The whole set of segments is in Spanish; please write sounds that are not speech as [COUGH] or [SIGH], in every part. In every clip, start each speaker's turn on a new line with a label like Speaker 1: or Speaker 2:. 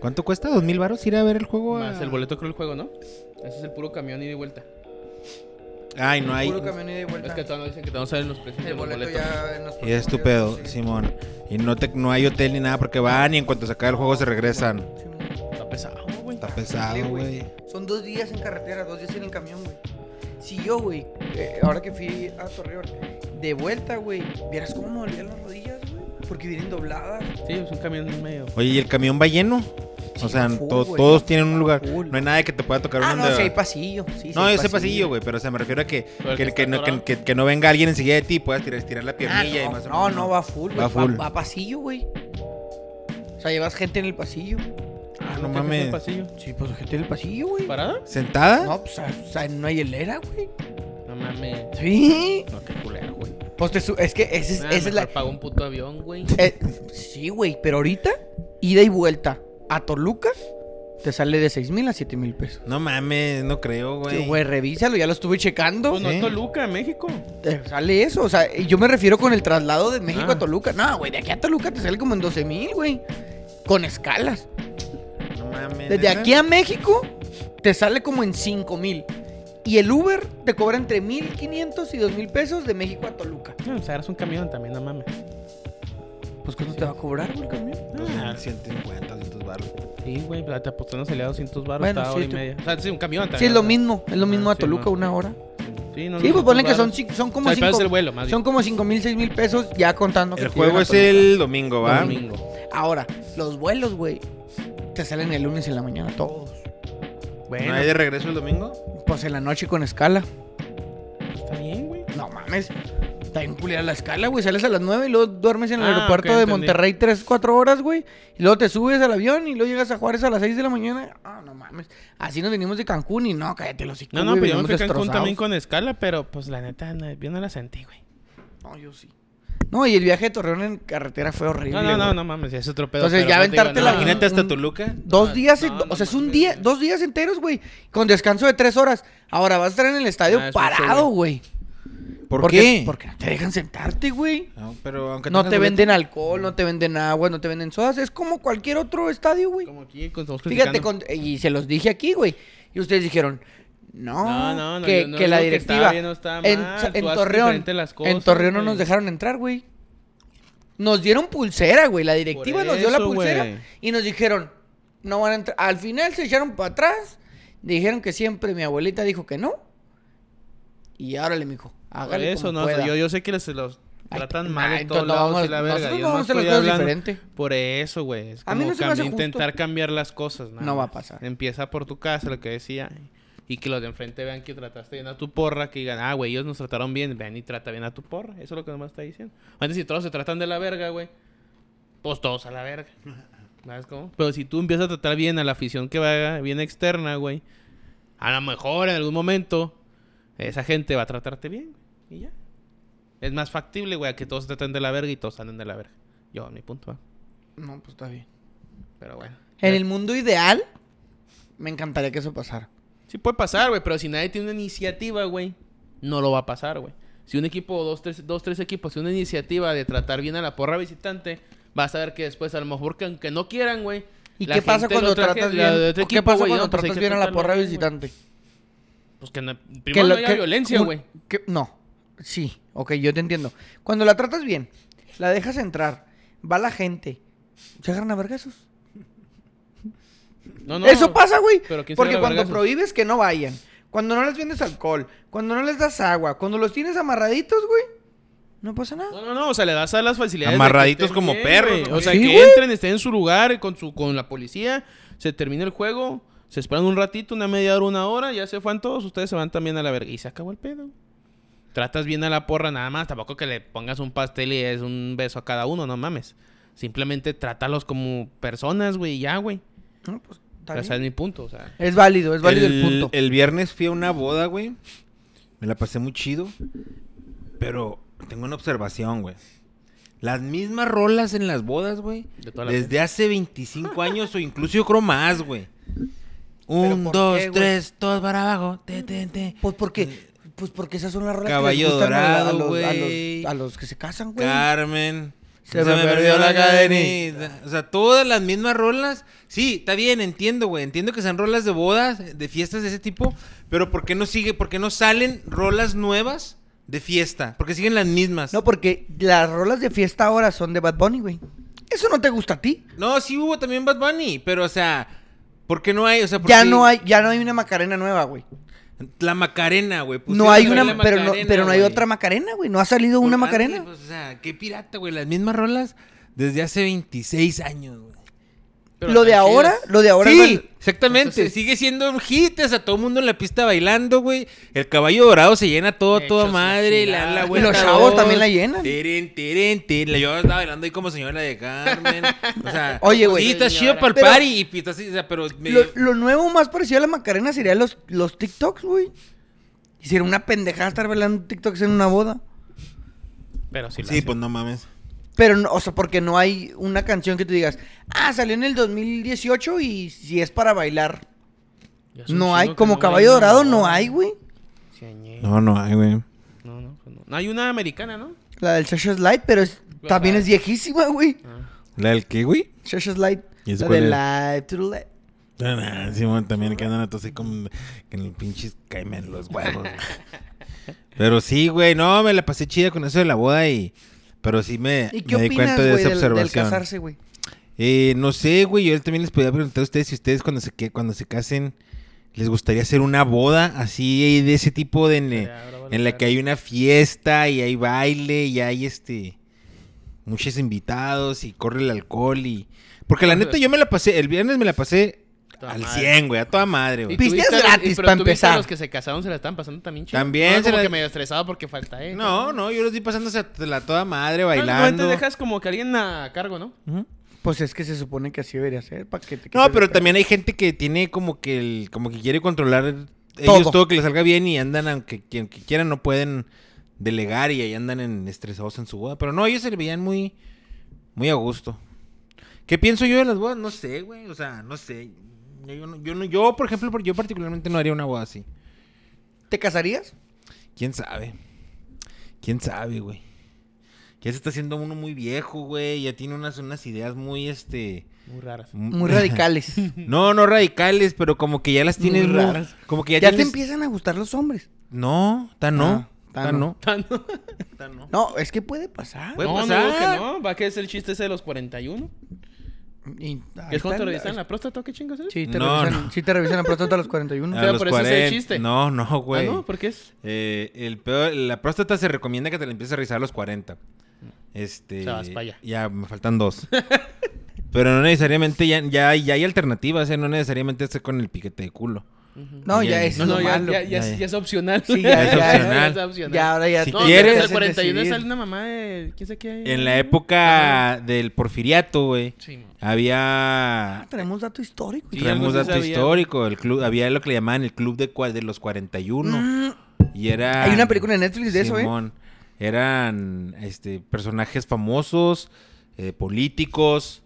Speaker 1: ¿Cuánto cuesta? ¿Dos mil varos ir a ver el juego? a-
Speaker 2: Más el boleto creo el juego, ¿no? Ese es el puro camión ida y de vuelta.
Speaker 1: Ay, no hay.
Speaker 3: Puro camión ida y vuelta.
Speaker 2: Es que todavía no dicen que todavía no saben los precios de
Speaker 3: El
Speaker 2: los
Speaker 3: boleto
Speaker 2: boletos.
Speaker 3: ya en los
Speaker 1: Y es tu pedo,
Speaker 3: próximos días, sí.
Speaker 1: Simón. Y no, te, no hay hotel ni nada porque van y en cuanto se acaba el juego se regresan.
Speaker 3: Simón.
Speaker 2: Está pesado, güey.
Speaker 1: Está
Speaker 3: Sí,
Speaker 1: pesado,
Speaker 3: güey.
Speaker 1: Ah, güey.
Speaker 3: Son dos días en carretera, dos días en el camión, güey. Si yo, güey, eh, ahora que fui a Torreón, de vuelta, güey, vieras cómo me dolían las rodillas, güey. Porque vienen dobladas.
Speaker 2: Sí, es un camión medio.
Speaker 1: Oye, ¿y el camión va lleno? O
Speaker 3: Sí,
Speaker 1: sea,
Speaker 3: full,
Speaker 1: to-
Speaker 3: güey.
Speaker 1: todos tienen un lugar.
Speaker 3: Full.
Speaker 1: No hay nada que te pueda tocar
Speaker 3: Ah,
Speaker 1: una
Speaker 3: no,
Speaker 1: de-
Speaker 3: si hay pasillo. Sí, sí
Speaker 1: No,
Speaker 3: hay
Speaker 1: ese pasillo, güey, pero se me refiero a que,
Speaker 2: Pero el
Speaker 1: que,
Speaker 2: que
Speaker 1: que
Speaker 2: está
Speaker 1: no, que,
Speaker 2: atorado.
Speaker 1: que- que no venga alguien enseguida de ti, puedas tirar, estirar la
Speaker 3: Ah,
Speaker 1: piernilla y
Speaker 3: no,
Speaker 1: más o
Speaker 3: no,
Speaker 1: menos.
Speaker 3: no, va full, güey.
Speaker 1: Va
Speaker 3: Va,
Speaker 1: full.
Speaker 3: va pasillo, güey. O sea, llevas gente en el pasillo.
Speaker 1: Ah, no
Speaker 2: ¿Nunca has visto
Speaker 1: mames.
Speaker 2: el pasillo?
Speaker 3: Sí, pues gente en el pasillo, güey.
Speaker 2: ¿Parada?
Speaker 1: ¿Sentada?
Speaker 3: No, pues, o sea, no hay helera, güey.
Speaker 2: No mames.
Speaker 3: Sí.
Speaker 2: No, qué culero, güey.
Speaker 3: Pues te su- es que ese es,
Speaker 2: Ah,
Speaker 3: esa es la...
Speaker 2: mejor Pago un puto avión, güey.
Speaker 3: eh, sí, güey, pero ahorita, ida y vuelta a Toluca, te sale de 6 mil a 7 mil pesos.
Speaker 1: No mames, no creo, güey.
Speaker 3: Sí, Güey, revísalo, ya lo estuve checando.
Speaker 2: Pues no
Speaker 1: Sí.
Speaker 2: es Toluca, México.
Speaker 3: Te sale eso, o sea, y yo me refiero con el traslado de México
Speaker 2: Ah.
Speaker 3: a Toluca. No, güey, de aquí a Toluca te sale como en 12 mil, güey. Con escalas.
Speaker 1: No mames.
Speaker 3: Desde
Speaker 1: ¿neta?
Speaker 3: aquí a México te sale como en 5 mil. Y el Uber te cobra entre 1.500 y 2.000 pesos de México a Toluca.
Speaker 2: No, Ah, o sea, eres un camión también, no mames.
Speaker 3: Pues ¿cuánto te va a cobrar, güey, el camión?
Speaker 2: Pues
Speaker 1: No sé, 150, 200 baros.
Speaker 2: Ah, Sí, güey, pues, te apostó en 200 baros
Speaker 3: Bueno,
Speaker 2: cada
Speaker 3: sí,
Speaker 2: hora y
Speaker 3: tú-
Speaker 2: media. O sea, sí, un camión también.
Speaker 3: Sí, es
Speaker 2: o
Speaker 3: lo
Speaker 2: sea,
Speaker 3: mismo. Es lo mismo
Speaker 2: Ah,
Speaker 3: a
Speaker 2: sí,
Speaker 3: Toluca,
Speaker 2: no.
Speaker 3: una hora.
Speaker 2: Sí, no,
Speaker 3: Sí,
Speaker 2: no,
Speaker 3: pues ponle que
Speaker 2: 200
Speaker 3: son,
Speaker 2: varos.
Speaker 3: cinco- son
Speaker 2: O
Speaker 3: como
Speaker 2: sea, el pedo es el
Speaker 3: 5
Speaker 2: vuelo, más
Speaker 3: son
Speaker 2: bien.
Speaker 3: como cinco mil, seis mil pesos ya contando. que
Speaker 1: El
Speaker 3: te
Speaker 1: juego
Speaker 3: llevan a
Speaker 1: es
Speaker 3: Toluca.
Speaker 1: el domingo, ¿va?
Speaker 2: Domingo.
Speaker 3: Ahora, los vuelos, güey, te salen el lunes en la mañana todos.
Speaker 2: Bueno,
Speaker 1: ¿No hay de regreso el domingo?
Speaker 3: Pues en la noche con escala.
Speaker 2: está bien, güey.
Speaker 3: No mames. Está bien culera la escala, güey. Sales a las 9 y luego duermes en el
Speaker 2: Ah,
Speaker 3: aeropuerto
Speaker 2: ok,
Speaker 3: de
Speaker 2: entendí.
Speaker 3: Monterrey 3, 4 horas, güey. Y luego te subes al avión y luego llegas a Juárez a las 6 de la mañana. Ah, no mames. Así nos venimos de Cancún y no, cállate los
Speaker 2: No, no, pero yo me fui a Cancún también con escala, pero pues la neta, no, yo no la sentí, güey.
Speaker 3: No, yo sí. No, y el viaje de Torreón en carretera fue horrible.
Speaker 2: No, no, no,
Speaker 3: güey.
Speaker 2: no mames, ya es otro pedo.
Speaker 3: Entonces,
Speaker 2: pero
Speaker 3: ya
Speaker 2: no te digo,
Speaker 3: aventarte
Speaker 2: no,
Speaker 3: la-
Speaker 2: no,
Speaker 1: Imagínate hasta
Speaker 3: Mm.
Speaker 1: Toluca.
Speaker 3: Dos
Speaker 2: No,
Speaker 3: días, en-
Speaker 2: no, no
Speaker 3: o sea, es un
Speaker 2: mames,
Speaker 3: día,
Speaker 2: güey.
Speaker 3: dos días enteros, güey. Con descanso de tres horas. Ahora vas a estar en el estadio
Speaker 2: Ah, eso sí,
Speaker 3: parado, güey.
Speaker 1: ¿Por,
Speaker 3: Porque-
Speaker 1: qué?
Speaker 3: Porque no te dejan sentarte, güey.
Speaker 1: No, pero aunque
Speaker 3: No
Speaker 1: tengas
Speaker 3: te
Speaker 1: boleto-
Speaker 3: venden alcohol, no te venden agua, no te venden sodas. Es como cualquier otro estadio, güey.
Speaker 2: Como aquí, con estamos
Speaker 3: Fíjate,
Speaker 2: criticando.
Speaker 3: con- y se los dije aquí, güey. Y ustedes dijeron, no,
Speaker 2: No, no, no,
Speaker 3: que,
Speaker 2: yo no
Speaker 3: que la
Speaker 2: digo que está
Speaker 3: directiva.
Speaker 2: bien o está
Speaker 3: en,
Speaker 2: mal,
Speaker 3: en
Speaker 2: tú haces
Speaker 3: Torreón,
Speaker 2: diferente las
Speaker 3: en
Speaker 2: cosas,
Speaker 3: Torreón no
Speaker 2: güey.
Speaker 3: nos dejaron entrar, güey. Nos dieron pulsera, güey. La directiva nos dio la
Speaker 2: eso,
Speaker 3: pulsera
Speaker 2: güey.
Speaker 3: y nos dijeron, no van a entrar. Al final se echaron para atrás. Dijeron que siempre mi abuelita dijo que no. Y ahora le mijo,
Speaker 2: Por
Speaker 3: hágale
Speaker 2: eso,
Speaker 3: como
Speaker 2: no, o sea,
Speaker 3: pueda.
Speaker 2: yo, yo sé que se los
Speaker 3: Ay,
Speaker 2: tratan
Speaker 3: nah,
Speaker 2: mal en
Speaker 3: entonces
Speaker 2: todos
Speaker 3: no
Speaker 2: lados
Speaker 3: vamos-
Speaker 2: y la verga.
Speaker 3: nosotros
Speaker 2: yo
Speaker 3: vamos a
Speaker 2: nomás
Speaker 3: hacer
Speaker 2: estoy
Speaker 3: las cosas
Speaker 2: hablando
Speaker 3: diferente.
Speaker 2: Por eso, güey. Es
Speaker 3: A mí
Speaker 2: como
Speaker 3: no se me hace
Speaker 2: cam-
Speaker 3: justo.
Speaker 2: intentar cambiar las cosas. nada
Speaker 3: No va a
Speaker 2: más.
Speaker 3: pasar.
Speaker 2: Empieza por tu casa, lo que decía. Y que los de enfrente vean que trataste bien a tu porra, que digan, ah, güey, ellos nos trataron bien, ven y trata bien a tu porra. Eso es lo que nomás está diciendo. Antes, si todos se tratan de la verga, güey, pues todos a la verga. ¿Sabes cómo? Pero si tú empiezas a tratar bien a la afición que va bien externa, güey, a lo mejor en algún momento esa gente va a tratarte bien, güey, y ya. Es más factible, güey, a que todos se traten de la verga y todos anden de la verga. Yo, a mi punto, va.
Speaker 3: No, pues está bien.
Speaker 2: Pero bueno.
Speaker 3: En el mundo ideal, me encantaría que eso pasara.
Speaker 2: Sí puede pasar, güey, pero si nadie tiene una iniciativa, güey, no lo va a pasar, güey. Si un equipo, o dos, tres, dos, tres equipos tiene una iniciativa de tratar bien a la porra visitante, vas a ver que después, a lo mejor, que aunque no quieran, güey.
Speaker 3: ¿Y
Speaker 2: la
Speaker 3: qué pasa
Speaker 2: gente lo
Speaker 3: cuando
Speaker 2: traje-
Speaker 3: tratas
Speaker 2: la de
Speaker 3: bien?
Speaker 2: otro
Speaker 3: ¿Qué
Speaker 2: equipo,
Speaker 3: pasa
Speaker 2: güey?
Speaker 3: cuando
Speaker 2: No, pues hay
Speaker 3: tratas
Speaker 2: que
Speaker 3: bien a la
Speaker 2: tratarlo
Speaker 3: porra
Speaker 2: bien, güey.
Speaker 3: visitante?
Speaker 2: Pues que no, primero no
Speaker 3: lo-
Speaker 2: haya violencia,
Speaker 3: un-
Speaker 2: güey.
Speaker 3: que- No, sí, ok, yo te entiendo. Cuando la tratas bien, la dejas entrar, va la gente, se agarran a vergazos.
Speaker 2: No, no,
Speaker 3: Eso pasa, güey.
Speaker 2: pero ¿quién se
Speaker 3: Porque
Speaker 2: agarra a
Speaker 3: cuando
Speaker 2: vergazos?
Speaker 3: prohíbes que no vayan, cuando no les vendes alcohol, cuando no les das agua, cuando los tienes amarraditos, güey, no pasa nada.
Speaker 2: No, no, no, o sea, le das a las facilidades. de que
Speaker 1: Amarraditos
Speaker 2: estén
Speaker 1: como
Speaker 2: bien,
Speaker 1: perros,
Speaker 2: güey.
Speaker 1: ¿no?
Speaker 2: O sea,
Speaker 3: Sí,
Speaker 2: que
Speaker 3: güey.
Speaker 2: entren, estén en su lugar con, su, con la policía, se termina el juego, se esperan un ratito, una media hora, una hora, ya se fueron todos, ustedes se van también a la verga. Y se acabó el pedo. Tratas bien a la porra nada más, tampoco que le pongas un pastel y es un beso a cada uno, no mames. Simplemente trátalos como personas, güey, y ya, güey.
Speaker 3: No, pues, está
Speaker 2: O sea, es
Speaker 3: bien.
Speaker 2: mi punto, o sea.
Speaker 3: Es válido, es válido el, punto.
Speaker 1: El viernes fui a una boda, güey. Me la pasé muy chido. Pero tengo una observación, güey. Las mismas rolas en las bodas, güey.
Speaker 2: De toda la
Speaker 1: Desde hace 25 años o incluso yo creo más, güey.
Speaker 3: ¿Pero
Speaker 1: Un,
Speaker 3: por
Speaker 1: dos,
Speaker 3: qué, güey?
Speaker 1: tres, todos para abajo. Te, te, te.
Speaker 3: Pues porque, pues porque esas son las rolas
Speaker 1: Eh, Caballo
Speaker 3: que les gustan a la- a
Speaker 1: Dorado,
Speaker 3: los- a, los,
Speaker 1: güey.
Speaker 3: a los que se casan, güey.
Speaker 1: Carmen.
Speaker 3: Se, me, perdió la cadenita.
Speaker 1: O sea, todas las mismas rolas. Sí, está bien, entiendo, güey. Entiendo que sean rolas de bodas, de fiestas de ese tipo. Pero ¿por qué no sigue? ¿Por qué no salen rolas nuevas de fiesta? Porque siguen las mismas.
Speaker 3: No, porque las rolas de fiesta ahora son de Bad Bunny, güey. Eso no te gusta a ti.
Speaker 1: No, sí hubo también Bad Bunny. Pero, o sea, ¿por qué no hay? O sea, ¿por
Speaker 3: Ya
Speaker 1: qué
Speaker 3: no hay, ya no hay una Macarena nueva, güey.
Speaker 1: La Macarena, Pues güey.
Speaker 3: No hay
Speaker 1: Pusieron
Speaker 3: una,
Speaker 1: la
Speaker 3: pero no,
Speaker 1: Macarena,
Speaker 3: pero no hay
Speaker 1: güey.
Speaker 3: otra Macarena, güey. No ha salido una
Speaker 1: Porque antes,
Speaker 3: Macarena.
Speaker 1: pues, o sea, qué pirata, güey. Las mismas rolas desde hace 26 años, güey.
Speaker 2: Pero
Speaker 3: lo de
Speaker 2: están
Speaker 3: ahora,
Speaker 2: chidas.
Speaker 3: lo de ahora
Speaker 1: sí,
Speaker 3: es val-
Speaker 1: exactamente.
Speaker 2: Entonces-
Speaker 1: Sigue siendo un hit. O sea, todo el mundo en la pista bailando, güey. El caballo dorado se llena todo,
Speaker 2: Hechos
Speaker 1: toda
Speaker 2: la
Speaker 1: madre. Y la,
Speaker 2: chingada.
Speaker 1: la
Speaker 2: Y
Speaker 1: vuelta
Speaker 3: los chavos
Speaker 1: dos.
Speaker 3: también la llenan.
Speaker 1: Tirin, tirin, tirin. Yo estaba bailando ahí como señora de Carmen. O sea,
Speaker 3: [LAUGHS] Oye, güey.
Speaker 1: Sí, está chido
Speaker 2: Señora.
Speaker 1: para el
Speaker 3: Pero-
Speaker 1: party. Y pita así, o sea, pero. me-
Speaker 3: lo, lo nuevo más parecido a la Macarena sería los, los TikToks, güey. Hicieron una pendejada estar bailando TikToks en una boda.
Speaker 2: Pero sí, la
Speaker 1: Sí,
Speaker 2: hacen.
Speaker 1: pues no mames.
Speaker 3: Pero, no, o sea, porque no hay una canción que tú digas, ah, salió en el 2018 y si es para bailar.
Speaker 2: Ya es un
Speaker 3: No hay,
Speaker 2: chingo que
Speaker 3: como
Speaker 2: no
Speaker 3: Caballo
Speaker 2: bailan,
Speaker 3: Dorado no hay, güey.
Speaker 2: Sí, añe.
Speaker 1: No, no hay, güey.
Speaker 2: No, no, pues no. No, hay una americana, ¿no?
Speaker 3: La del Sasha Slide, pero es-
Speaker 2: Ajá.
Speaker 3: también es viejísima, güey.
Speaker 1: ¿La del qué, güey?
Speaker 3: Sasha Slide.
Speaker 1: ¿Y esa
Speaker 3: La de
Speaker 1: cuál es?
Speaker 3: Live to the Left.
Speaker 1: Ah, nah, [LAUGHS] Simón también que andan a toser con que en el pinche caimen los huevos.
Speaker 3: [LAUGHS]
Speaker 1: güey. Pero sí, güey, no, me la pasé chida con eso de la boda y pero sí me,
Speaker 3: ¿Y qué
Speaker 1: me di
Speaker 3: opinas,
Speaker 1: cuenta de
Speaker 3: güey,
Speaker 1: esa
Speaker 3: del, del
Speaker 1: observación.
Speaker 3: casarse, güey?
Speaker 1: Eh, no sé, güey, yo también les podía preguntar a ustedes si ustedes cuando se que cuando se casen les gustaría hacer una boda así de ese tipo de en,
Speaker 2: Estaría bravo la
Speaker 1: en la que
Speaker 2: verga.
Speaker 1: hay una fiesta y hay baile y hay este muchos invitados y corre el alcohol y porque la neta yo me la pasé el viernes me la pasé
Speaker 2: Toda
Speaker 1: al
Speaker 2: madre.
Speaker 1: 100, güey, a toda madre, güey.
Speaker 2: Y tuviste a
Speaker 3: Pisteas
Speaker 2: los- y-
Speaker 3: gratis,
Speaker 2: pero
Speaker 3: pa'
Speaker 2: tuviste a
Speaker 3: empezar.
Speaker 2: los que se casaron se la están pasando también chido.
Speaker 1: También
Speaker 2: No,
Speaker 1: se
Speaker 2: como
Speaker 1: la-
Speaker 2: que medio estresado porque falta él.
Speaker 1: No, no, yo los vi pasándose a la toda madre
Speaker 2: No,
Speaker 1: bailando.
Speaker 2: te dejas como que alguien a cargo, ¿no?
Speaker 1: Ujú.
Speaker 3: Pues es que se supone que así debería ser, para que te quites
Speaker 1: No, pero
Speaker 3: el
Speaker 1: también hay gente que tiene como que el, como que quiere controlar ellos
Speaker 3: Todo.
Speaker 1: todo, que les salga bien y andan aunque quien que quieran no pueden delegar y ahí andan en estresados en su boda, pero no, ellos se le veían muy muy a gusto. ¿Qué pienso yo de las bodas? No sé, güey, o sea, no sé. Yo, no- yo, no- yo, por ejemplo, yo particularmente no haría una boda así.
Speaker 3: pedo. ¿Te casarías?
Speaker 1: ¿Quién sabe? ¿Quién sabe, güey? Ya se está haciendo uno muy viejo, güey. Ya tiene unas, unas ideas muy, este...
Speaker 2: Muy raras.
Speaker 1: [LAUGHS]
Speaker 3: Muy radicales.
Speaker 1: No, no radicales, pero como que ya las
Speaker 3: Muy
Speaker 1: tienes muy-
Speaker 3: raras.
Speaker 1: Como que
Speaker 3: ya
Speaker 1: ya,
Speaker 3: te
Speaker 1: tienes...
Speaker 3: empiezan a gustar los hombres.
Speaker 1: No, tan no.
Speaker 3: Ah, tan
Speaker 1: Tan
Speaker 3: no.
Speaker 1: no.
Speaker 2: Tan-
Speaker 3: [LAUGHS]
Speaker 2: no,
Speaker 1: Tan no.
Speaker 3: No, es que puede pasar.
Speaker 1: Puede
Speaker 2: no, digo
Speaker 1: pasar.
Speaker 2: que no. Va que es el chiste ese de los 41.
Speaker 3: Y- ahí
Speaker 2: ¿Es cuando te
Speaker 3: están-
Speaker 2: revisan la próstata o qué chingos es? Ah,
Speaker 3: Sí, te,
Speaker 1: No,
Speaker 3: revisan,
Speaker 1: no.
Speaker 3: sí te revisan la próstata a los 41.
Speaker 1: [LAUGHS] A
Speaker 2: sea,
Speaker 1: los
Speaker 2: por eso es el
Speaker 1: 40.
Speaker 2: chiste.
Speaker 1: No, no,
Speaker 2: Ah,
Speaker 1: güey.
Speaker 2: no, porque es.
Speaker 1: Eh, el peor- la próstata se recomienda que te la empieces a revisar a los 40. Este.
Speaker 2: O sea, vas pa' allá.
Speaker 1: Ya, me faltan dos. [LAUGHS] Pero no necesariamente, ya, ya, ya hay alternativas, ¿eh? no necesariamente esté con el piquete de culo.
Speaker 3: No, ya
Speaker 1: Oye,
Speaker 3: es
Speaker 2: No, no, ya,
Speaker 3: malo.
Speaker 2: ya, ya,
Speaker 1: Ya,
Speaker 2: es-
Speaker 1: ya.
Speaker 2: ya es opcional. [LAUGHS]
Speaker 3: Sí, ya, Ya
Speaker 1: es ya, opcional.
Speaker 2: es opcional.
Speaker 3: Ya, ahora ya
Speaker 1: Si
Speaker 2: No,
Speaker 1: tú
Speaker 2: pero
Speaker 1: quieres-
Speaker 2: en el
Speaker 1: es
Speaker 2: 41 sale una mamá de. ¿Quién sabe qué?
Speaker 1: En la época del porfiriato, güey,
Speaker 2: Sí, mo.
Speaker 1: había...
Speaker 3: Ah, Tenemos dato histórico.
Speaker 2: Sí, algo
Speaker 1: traemos
Speaker 2: sí
Speaker 1: dato
Speaker 2: sabía.
Speaker 1: histórico, el club, había lo que le llamaban el club de, cua- de los 41.
Speaker 3: Mm,
Speaker 1: Y era.
Speaker 3: Hay una película en Netflix de eso, ¿eh?
Speaker 1: Eran este, personajes famosos, eh, políticos,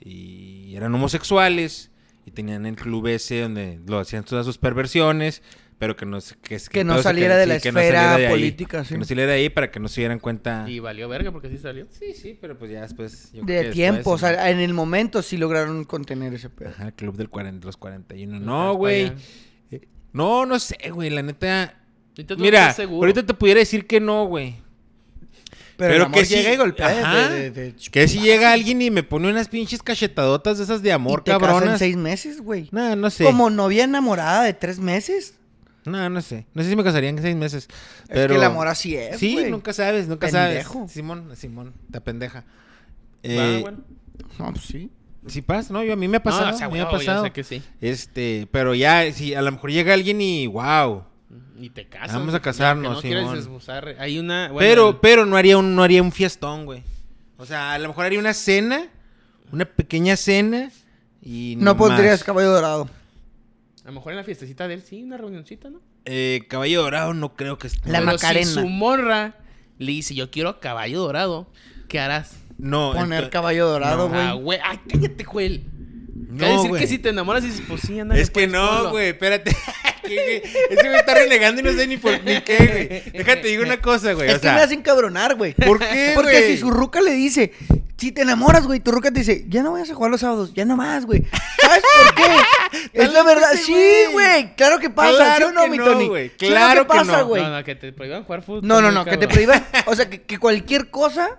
Speaker 1: y eran homosexuales. Y tenían el club ese donde lo hacían todas sus perversiones, pero que no, se- que,
Speaker 3: Que no
Speaker 1: todo se-
Speaker 3: saliera de la
Speaker 1: que
Speaker 3: esfera
Speaker 1: saliera ahí,
Speaker 3: política, sí.
Speaker 1: Que no saliera de ahí para que no se dieran cuenta.
Speaker 2: Y valió verga porque sí salió.
Speaker 1: Sí, sí, pero pues ya después. yo creo
Speaker 3: de
Speaker 1: que
Speaker 3: tiempo,
Speaker 1: después,
Speaker 3: o sea, en el momento sí lograron contener ese pedo.
Speaker 1: Ajá, el club del 40, los 41.
Speaker 2: Vas
Speaker 1: No,
Speaker 2: pa'
Speaker 1: güey.
Speaker 2: allá.
Speaker 1: No, no sé, güey. La neta.
Speaker 2: Ahorita tú no
Speaker 1: Mira,
Speaker 2: estás seguro.
Speaker 1: ahorita te pudiera decir que no, güey.
Speaker 3: Pero, el
Speaker 1: Pero
Speaker 3: amor
Speaker 1: que sí-
Speaker 3: llega y golpea.
Speaker 1: ajá.
Speaker 3: de- de- de-
Speaker 1: Que si llega alguien y me pone unas pinches cachetadotas de esas de
Speaker 3: y
Speaker 1: amor
Speaker 3: te casan
Speaker 1: cabronas.
Speaker 3: seis meses, güey.
Speaker 1: No, no sé.
Speaker 3: Como novia enamorada de tres meses.
Speaker 1: No, no sé. No sé si me casaría en seis meses. Pero...
Speaker 3: Es que el amor así es,
Speaker 1: Sí,
Speaker 3: güey.
Speaker 1: nunca sabes, nunca
Speaker 3: Pendejo.
Speaker 1: sabes. Simón, Simón, te pendeja.
Speaker 2: Ah,
Speaker 1: Eh,
Speaker 2: bueno.
Speaker 3: No, pues sí.
Speaker 1: Si pasa, ¿no? Yo, a mí me ha pasado.
Speaker 2: No, o sea,
Speaker 1: a mí me ha
Speaker 2: huevo, yo
Speaker 1: pasado.
Speaker 2: sé que sí.
Speaker 1: Este, pero ya, si a lo mejor llega alguien y wow.
Speaker 2: Y te casas.
Speaker 1: Vamos a
Speaker 2: güey, que
Speaker 1: casarnos,
Speaker 2: No quieres
Speaker 1: Simón.
Speaker 2: desbusar. Hay una. bueno,
Speaker 1: pero, pero no haría un, no haría un fiestón, güey. O sea, a lo mejor haría una cena, una pequeña cena y
Speaker 3: No
Speaker 1: más.
Speaker 3: pondrías caballo dorado.
Speaker 2: A lo mejor en la fiestecita de él sí, una reunioncita, ¿no?
Speaker 1: Eh, Caballo Dorado no creo que esté.
Speaker 3: La
Speaker 2: Pero
Speaker 3: Macarena.
Speaker 2: Si su morra le dice, yo quiero caballo dorado, ¿qué harás?
Speaker 1: No,
Speaker 3: Poner
Speaker 1: ento-
Speaker 3: caballo dorado, güey.
Speaker 2: Ah, güey. Ay, cállate, Joel.
Speaker 1: no,
Speaker 2: Cabe decir
Speaker 1: güey.
Speaker 2: que si te enamoras y dices, pues sí, anda.
Speaker 1: Es que no, güey, espérate. [LAUGHS] Que- que Ese güey está renegando y no sé ni por ni qué, güey. Déjate digo una cosa, güey.
Speaker 3: es
Speaker 1: o
Speaker 3: que
Speaker 1: sea,
Speaker 3: me hacen cabronar, güey.
Speaker 1: ¿Por qué,
Speaker 3: [LAUGHS] Porque
Speaker 1: güey?
Speaker 3: si su ruca le dice, Si te enamoras, güey, tu ruca te dice, ya no vayas a jugar los sábados, ya no más, güey. ¿Sabes por qué?
Speaker 1: [LAUGHS]
Speaker 3: es la verdad.
Speaker 1: ese,
Speaker 3: Sí,
Speaker 1: güey.
Speaker 3: güey. Claro que pasa.
Speaker 1: Claro
Speaker 3: ¿sí o no,
Speaker 1: que
Speaker 3: mi
Speaker 1: no,
Speaker 3: Tony?
Speaker 1: güey,
Speaker 3: ¿Sí o no
Speaker 1: claro
Speaker 3: que
Speaker 1: que
Speaker 3: pasa,
Speaker 1: no.
Speaker 3: güey.
Speaker 2: No, no, que te prohíban jugar fútbol.
Speaker 3: No, no,
Speaker 2: también,
Speaker 3: no, que te
Speaker 2: cabrón.
Speaker 3: prohíban. O sea, que, que cualquier cosa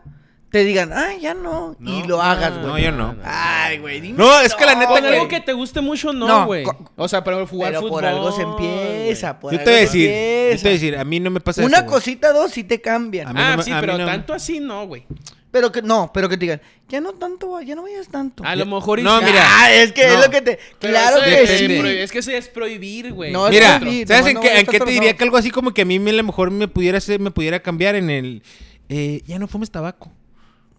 Speaker 3: te digan, ah, ya no, y
Speaker 1: No,
Speaker 3: lo
Speaker 1: no,
Speaker 3: hagas,
Speaker 1: no,
Speaker 3: güey.
Speaker 1: yo no.
Speaker 3: Ay, güey, dime.
Speaker 1: No, es que la neta,
Speaker 2: Con
Speaker 1: güey.
Speaker 2: algo que te guste mucho,
Speaker 3: No,
Speaker 2: no, güey.
Speaker 3: co-
Speaker 2: o sea, pero jugar
Speaker 3: Pero
Speaker 2: fútbol.
Speaker 3: por algo se empieza, por
Speaker 1: Yo
Speaker 3: algo
Speaker 1: te voy a
Speaker 3: se
Speaker 1: decir, yo te
Speaker 3: empieza.
Speaker 1: voy a decir, a mí no me pasa
Speaker 3: Una
Speaker 1: eso, güey.
Speaker 3: cosita, dos, sí te cambian.
Speaker 1: A mí
Speaker 2: Ah,
Speaker 1: no me-
Speaker 2: sí,
Speaker 1: a mí
Speaker 2: pero
Speaker 1: no me-
Speaker 2: tanto así no, güey.
Speaker 3: Pero que, no, pero que te digan, ya no tanto, va- ya no vayas tanto.
Speaker 2: A lo mejor y
Speaker 1: Ah, No,
Speaker 2: sí.
Speaker 1: mira.
Speaker 3: Ah, es que
Speaker 1: No.
Speaker 3: es lo que te...
Speaker 2: Pero
Speaker 3: claro
Speaker 2: eso
Speaker 3: que
Speaker 2: es,
Speaker 3: sí.
Speaker 1: depende.
Speaker 2: Es que eso ya es prohibir, güey.
Speaker 3: No, es
Speaker 1: Mira,
Speaker 3: prohibir,
Speaker 1: ¿sabes
Speaker 3: nomás
Speaker 1: en
Speaker 3: no
Speaker 1: qué,
Speaker 3: vayas
Speaker 1: en qué
Speaker 3: tanto
Speaker 1: te
Speaker 3: los
Speaker 1: diría
Speaker 3: sábados.
Speaker 1: que algo así como que a mí me- a lo mejor me pudiera hacer, me pudiera cambiar en el eh, ya no fumes tabaco.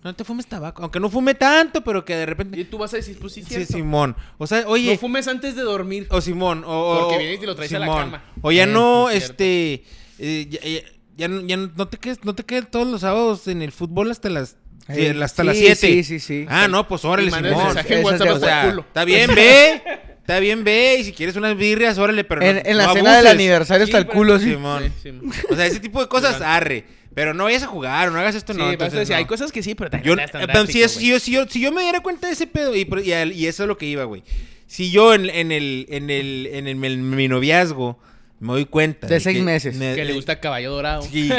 Speaker 1: No te fumes tabaco, aunque no fume tanto, pero que de
Speaker 2: Y
Speaker 1: repente
Speaker 2: tú vas a decir, pues sí,
Speaker 1: Sí,
Speaker 2: cierto.
Speaker 1: Simón. O sea, oye,
Speaker 2: No fumes antes de dormir.
Speaker 1: O Simón, o- o...
Speaker 2: Porque vienes y lo traes a la cama.
Speaker 1: O ya
Speaker 2: Eh,
Speaker 1: no,
Speaker 2: sí es
Speaker 1: este... eh, ya, ya- ya no, ya no- no te quedes, no te quedes todos los sábados en el fútbol hasta las...
Speaker 3: Ey,
Speaker 1: eh, hasta
Speaker 3: sí,
Speaker 1: las 7.
Speaker 3: sí, sí, sí.
Speaker 1: Ah, no, pues órale,
Speaker 2: Y mandas
Speaker 1: Simón.
Speaker 2: mensaje en
Speaker 3: Esas
Speaker 2: WhatsApp
Speaker 3: de-
Speaker 1: O sea,
Speaker 2: hasta el culo.
Speaker 1: está
Speaker 2: [LAUGHS]
Speaker 1: bien, ve. Está bien, ve. Y si quieres unas birrias, órale, pero no
Speaker 3: En, en la
Speaker 1: no
Speaker 3: cena del
Speaker 1: abuses.
Speaker 3: aniversario está
Speaker 2: Sí,
Speaker 3: el culo,
Speaker 2: pero-
Speaker 3: sí.
Speaker 1: Simón.
Speaker 2: Sí, Simón.
Speaker 1: O sea, ese tipo de cosas, arre. Pero no vayas a jugar, no hagas esto,
Speaker 2: Sí,
Speaker 1: no.
Speaker 2: vas a
Speaker 1: Entonces,
Speaker 2: decir,
Speaker 1: no.
Speaker 2: hay cosas que sí, pero también
Speaker 1: Yo,
Speaker 2: no es tan
Speaker 1: eh, pero si,
Speaker 2: drástico,
Speaker 1: es- si yo, si, yo, si yo me diera cuenta de ese pedo, y, por- y al- y eso es lo que iba, güey. Si yo en, en el, en, el, en, el- en mi noviazgo me doy cuenta.
Speaker 3: De seis meses.
Speaker 2: güey. Que le
Speaker 1: eh,
Speaker 2: gusta caballo dorado.
Speaker 1: sí,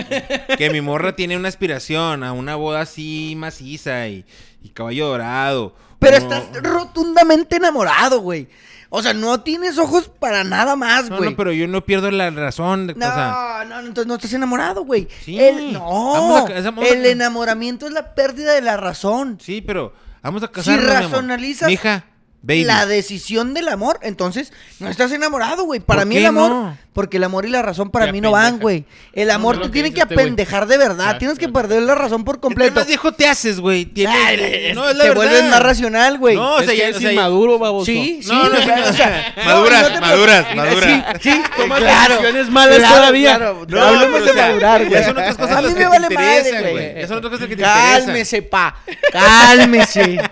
Speaker 1: que mi morra tiene una aspiración a una boda así maciza y, y caballo dorado.
Speaker 3: Pero
Speaker 1: o-
Speaker 3: estás rotundamente enamorado, güey. O sea, no tienes ojos para nada más,
Speaker 1: No,
Speaker 3: güey.
Speaker 1: no, pero yo no pierdo la razón. de- o
Speaker 3: No,
Speaker 1: sea,
Speaker 3: no, no, entonces no estás enamorado, güey.
Speaker 1: Sí. Vamos
Speaker 3: El, no,
Speaker 1: a- vamos a-
Speaker 3: el enamoramiento es la pérdida de la razón.
Speaker 1: sí, pero vamos a casarnos. mi amor.
Speaker 3: racionalizas
Speaker 1: Mija, baby.
Speaker 3: La decisión del amor, entonces no estás enamorado, güey. Para
Speaker 1: ¿Por
Speaker 3: mí
Speaker 1: qué
Speaker 3: el amor,
Speaker 1: no?
Speaker 3: porque el amor y la razón para
Speaker 2: Te
Speaker 3: mí no van,
Speaker 2: apendeja.
Speaker 3: güey. El amor
Speaker 2: es
Speaker 3: te
Speaker 2: lo que
Speaker 3: tiene
Speaker 2: dice
Speaker 3: que
Speaker 2: este güey.
Speaker 3: apendejar de verdad,
Speaker 2: Exacto,
Speaker 3: tienes que
Speaker 2: es lo que-
Speaker 3: perder la razón por
Speaker 1: Entre
Speaker 3: completo.
Speaker 1: más viejo te haces, güey. Tienes-
Speaker 3: Ay, es-
Speaker 1: no, es la
Speaker 3: te
Speaker 1: verdad.
Speaker 3: vuelves más racional, güey.
Speaker 1: No, o sea,
Speaker 2: es que
Speaker 1: ya-
Speaker 2: eres
Speaker 1: o sea,
Speaker 2: inmaduro, baboso.
Speaker 3: Sí, sí,
Speaker 1: No, no,
Speaker 3: o sea,
Speaker 1: no.
Speaker 3: o sea, no,
Speaker 1: Maduras,
Speaker 3: no te
Speaker 1: maduras,
Speaker 3: preocupes.
Speaker 1: maduras.
Speaker 3: Sí, sí,
Speaker 2: Tomas
Speaker 3: claro,
Speaker 2: decisiones malas
Speaker 3: claro,
Speaker 2: todavía.
Speaker 3: claro.
Speaker 1: No,
Speaker 3: Hablemos
Speaker 1: pero,
Speaker 3: de
Speaker 1: o sea,
Speaker 3: madurar, güey.
Speaker 1: Ya son otras cosas
Speaker 3: A mí
Speaker 1: las
Speaker 3: me
Speaker 1: que
Speaker 3: vale
Speaker 1: te
Speaker 3: madre,
Speaker 1: interesan,
Speaker 3: güey.
Speaker 1: güey. Ya son otras cosas que te
Speaker 3: Cálmese, pa. Cálmese. [LAUGHS]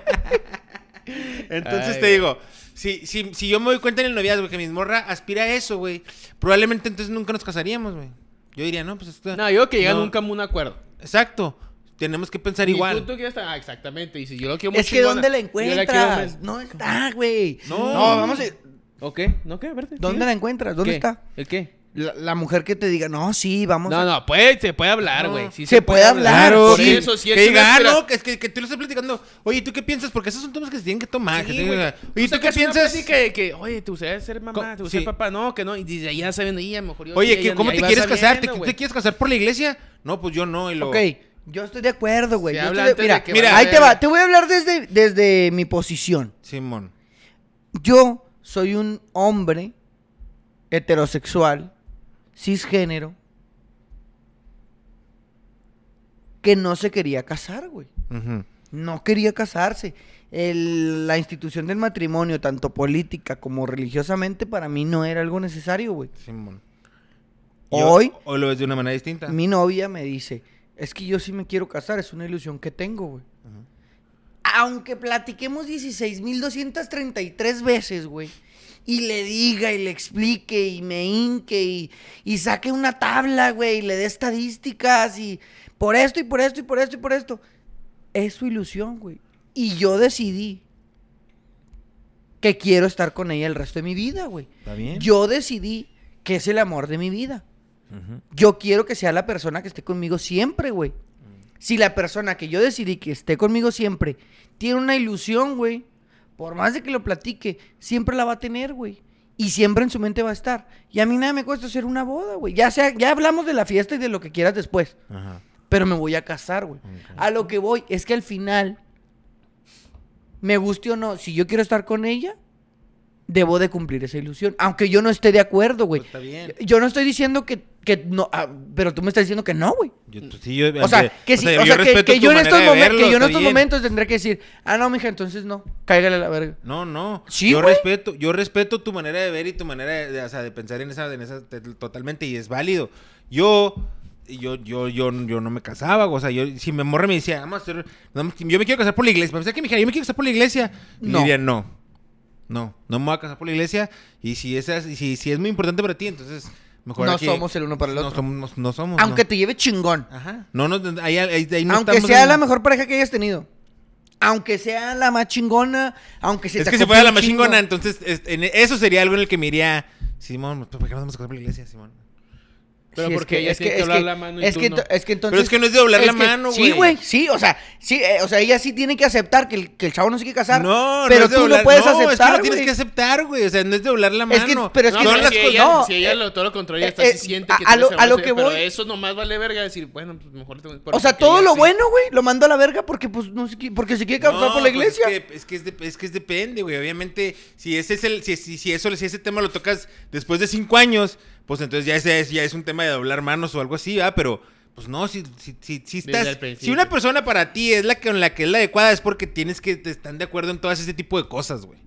Speaker 1: interesan. Entonces
Speaker 2: Ay,
Speaker 1: te
Speaker 2: güey.
Speaker 1: digo, si, si, si yo me doy cuenta en el noviazgo que mi morra aspira a eso, güey, probablemente entonces nunca nos casaríamos, güey. Yo diría, no, pues... esto-
Speaker 2: No, yo creo que llegan
Speaker 1: no.
Speaker 2: nunca a un acuerdo.
Speaker 1: Exacto. Tenemos que pensar
Speaker 2: Y
Speaker 1: igual.
Speaker 2: tú, tú quieres estar- Ah, exactamente. Y si yo lo quiero muy
Speaker 3: Es que
Speaker 2: chingona,
Speaker 3: ¿dónde la
Speaker 2: yo quiero
Speaker 3: encuentras?
Speaker 2: más-
Speaker 3: No está, güey.
Speaker 1: No.
Speaker 3: vamos a...
Speaker 2: ¿O qué? ¿No qué? A ver,
Speaker 3: ¿Dónde
Speaker 2: sigue.
Speaker 3: la encuentras? ¿Dónde
Speaker 2: ¿Qué?
Speaker 3: está?
Speaker 2: ¿El qué?
Speaker 3: La, la mujer que te diga, no, sí, vamos
Speaker 2: No,
Speaker 3: a...
Speaker 2: no, puede, se puede hablar,
Speaker 1: No.
Speaker 2: güey. sí
Speaker 3: Se puede hablar,
Speaker 1: Claro,
Speaker 2: Por
Speaker 1: sí.
Speaker 2: eso, sí es
Speaker 1: que
Speaker 2: una
Speaker 1: diga, ah,
Speaker 2: espera-
Speaker 1: no, que, es que, que tú lo estás platicando. Oye, ¿tú qué piensas? Porque esos son temas que se tienen que tomar. Ah, que
Speaker 2: Sí,
Speaker 1: tienen que-
Speaker 2: güey. Pues
Speaker 1: Oye, ¿tú qué
Speaker 2: sacas una
Speaker 1: piensas?
Speaker 2: plática de que, oye, te gustaría ser mamá,
Speaker 1: Co-
Speaker 2: te gustaría
Speaker 1: sí.
Speaker 2: ser papá, no, que no, y dice, ya saben, y a lo mejor yo
Speaker 1: Oye,
Speaker 2: ya-
Speaker 1: ¿qué-
Speaker 2: ya-
Speaker 1: ¿cómo
Speaker 2: ya
Speaker 1: te
Speaker 2: ibas
Speaker 1: quieres casar? ¿Te,
Speaker 2: sabiendo,
Speaker 1: te
Speaker 2: güey.
Speaker 1: quieres casar por la iglesia? No, pues yo no. Y lo...
Speaker 3: Ok, yo estoy de acuerdo, güey.
Speaker 2: Se
Speaker 3: yo
Speaker 2: habla
Speaker 3: estoy de-
Speaker 2: antes de
Speaker 3: Mira,
Speaker 2: que
Speaker 1: Mira,
Speaker 3: ahí
Speaker 2: vaya-
Speaker 3: te va. Te voy a hablar desde, desde mi posición.
Speaker 1: Simón.
Speaker 3: Yo soy un hombre heterosexual, cisgénero, que no se quería casar, güey.
Speaker 1: Ujú.
Speaker 3: No quería casarse. El- la institución del matrimonio, tanto política como religiosamente, para mí no era algo necesario, güey.
Speaker 1: Simón.
Speaker 3: Hoy-
Speaker 1: ¿O lo ves de una manera distinta?
Speaker 3: Mi novia me dice, es que yo sí me quiero casar, es una ilusión que tengo, güey.
Speaker 1: Ajá.
Speaker 3: Aunque platiquemos 16.233 veces, güey, y le diga y le explique y me hinque y, y saque una tabla, güey, y le dé estadísticas y por esto y por esto y por esto y por esto, es su ilusión, güey. Y yo decidí que quiero estar con ella el resto de mi vida, güey.
Speaker 1: ¿Está bien?
Speaker 3: Yo decidí que es el amor de mi vida.
Speaker 1: Ujú.
Speaker 3: Yo quiero que sea la persona que esté conmigo siempre, güey. Si la persona que yo decidí que esté conmigo siempre tiene una ilusión, güey, por más de que lo platique, siempre la va a tener, güey. Y siempre en su mente va a estar. Y a mí nada me cuesta hacer una boda, güey. Ya sea, ya hablamos de la fiesta y de lo que quieras después.
Speaker 1: Ajá.
Speaker 3: Pero me voy a casar, güey.
Speaker 1: Ok.
Speaker 3: A lo que voy es que al final, me guste o no, si yo quiero estar con ella, debo de cumplir esa ilusión. Aunque yo no esté de acuerdo, güey.
Speaker 1: Pues está bien.
Speaker 3: Yo no estoy diciendo que, que no, ah, pero tú me estás diciendo que no, güey.
Speaker 1: Yo, pues, sí, yo,
Speaker 3: O sea, que sí, o sea, que,
Speaker 1: respeto
Speaker 3: que
Speaker 1: tu
Speaker 3: yo en
Speaker 1: manera
Speaker 3: estos,
Speaker 1: de
Speaker 3: momen-
Speaker 1: verlo,
Speaker 3: que yo en
Speaker 1: está
Speaker 3: estos
Speaker 1: bien.
Speaker 3: momentos tendré que decir, ah, no, mija, entonces no, cáigale a la verga.
Speaker 1: No, no.
Speaker 3: Sí,
Speaker 1: yo
Speaker 3: güey.
Speaker 1: respeto, yo respeto tu manera de ver y tu manera de, de- o sea, de pensar en esa, en esa te- totalmente y es válido. Yo yo yo yo yo no me casaba, o sea, yo si me morre me decía, vamos a hacer- vamos- yo me quiero casar por la iglesia, pensé que me dijera, yo me quiero casar por la iglesia, y
Speaker 3: No.
Speaker 1: diría no. No, no me voy a casar por la iglesia y si esa es- y si, si es muy importante para ti, entonces mejor
Speaker 3: No
Speaker 1: aquí-
Speaker 3: somos el uno para el
Speaker 1: no
Speaker 3: otro.
Speaker 1: somos no somos.
Speaker 3: Aunque
Speaker 1: no.
Speaker 3: te lleve chingón.
Speaker 1: Ajá. No, no, ahí, ahí- ahí no
Speaker 3: Aunque
Speaker 1: estamos
Speaker 3: sea
Speaker 1: en-
Speaker 3: la mejor pareja que hayas tenido. aunque sea la más chingona, aunque se
Speaker 1: es
Speaker 3: te
Speaker 1: que si
Speaker 3: acople
Speaker 1: fuera
Speaker 3: un
Speaker 1: la más
Speaker 3: chingo.
Speaker 1: chingona, entonces es- en- eso sería algo en el que me iría. Simón, pues, ¿por qué no vamos a comprar la iglesia, Simón?
Speaker 2: Pero
Speaker 3: Sí, es
Speaker 2: porque
Speaker 3: que-
Speaker 2: ella
Speaker 3: es
Speaker 2: tiene
Speaker 3: que-
Speaker 2: que
Speaker 3: es
Speaker 2: doblar
Speaker 3: que-
Speaker 2: la mano y
Speaker 3: es
Speaker 2: tú
Speaker 3: que
Speaker 2: no.
Speaker 3: ento- es que entonces
Speaker 1: Pero es que no es de doblar
Speaker 3: es
Speaker 1: la
Speaker 3: que-
Speaker 1: mano,
Speaker 3: Sí,
Speaker 1: güey.
Speaker 3: güey, sí, o sea, sí, eh, o sea, ella sí tiene que aceptar que el, que el chavo no se quiere casar.
Speaker 1: No,
Speaker 3: pero
Speaker 1: no es de
Speaker 3: tú
Speaker 1: doblar-
Speaker 3: lo puedes
Speaker 1: no, Es que
Speaker 3: aceptar,
Speaker 1: lo
Speaker 3: güey.
Speaker 1: tienes que aceptar, güey. O sea, no es de doblar la mano.
Speaker 3: Es que- pero es
Speaker 2: No,
Speaker 3: que-
Speaker 1: Todas
Speaker 2: pero
Speaker 1: las
Speaker 2: si
Speaker 1: cosas-
Speaker 2: ella,
Speaker 3: no,
Speaker 2: si ella lo, todo lo contrario,
Speaker 3: eh,
Speaker 2: hasta
Speaker 3: eh,
Speaker 2: sí siente
Speaker 3: a-
Speaker 2: que
Speaker 3: a
Speaker 2: no
Speaker 3: lo-
Speaker 2: se
Speaker 3: a lo
Speaker 2: hacer,
Speaker 3: que
Speaker 2: pero
Speaker 3: voy-
Speaker 2: eso nomás vale verga decir, bueno, pues mejor... te-
Speaker 3: O
Speaker 2: porque
Speaker 3: sea, todo
Speaker 2: ella
Speaker 3: lo
Speaker 2: sí.
Speaker 3: bueno, güey, lo mandó a la verga porque pues no se qui- porque se quiere casar
Speaker 1: No,
Speaker 3: por la
Speaker 1: pues,
Speaker 3: iglesia.
Speaker 1: es, que, es, que es de- es que es depende, güey. Obviamente, si ese es el, si, si, si eso, si ese tema lo tocas después de cinco años, pues entonces ya ese es, ya es un tema de doblar manos o algo así, ¿ah? Pero, pues no, si, si, si, si
Speaker 2: Desde
Speaker 1: estás.
Speaker 2: el principio.
Speaker 1: Si una persona para ti es la que con la que es la adecuada, es porque tienes que te están de acuerdo en todas ese tipo de cosas, güey.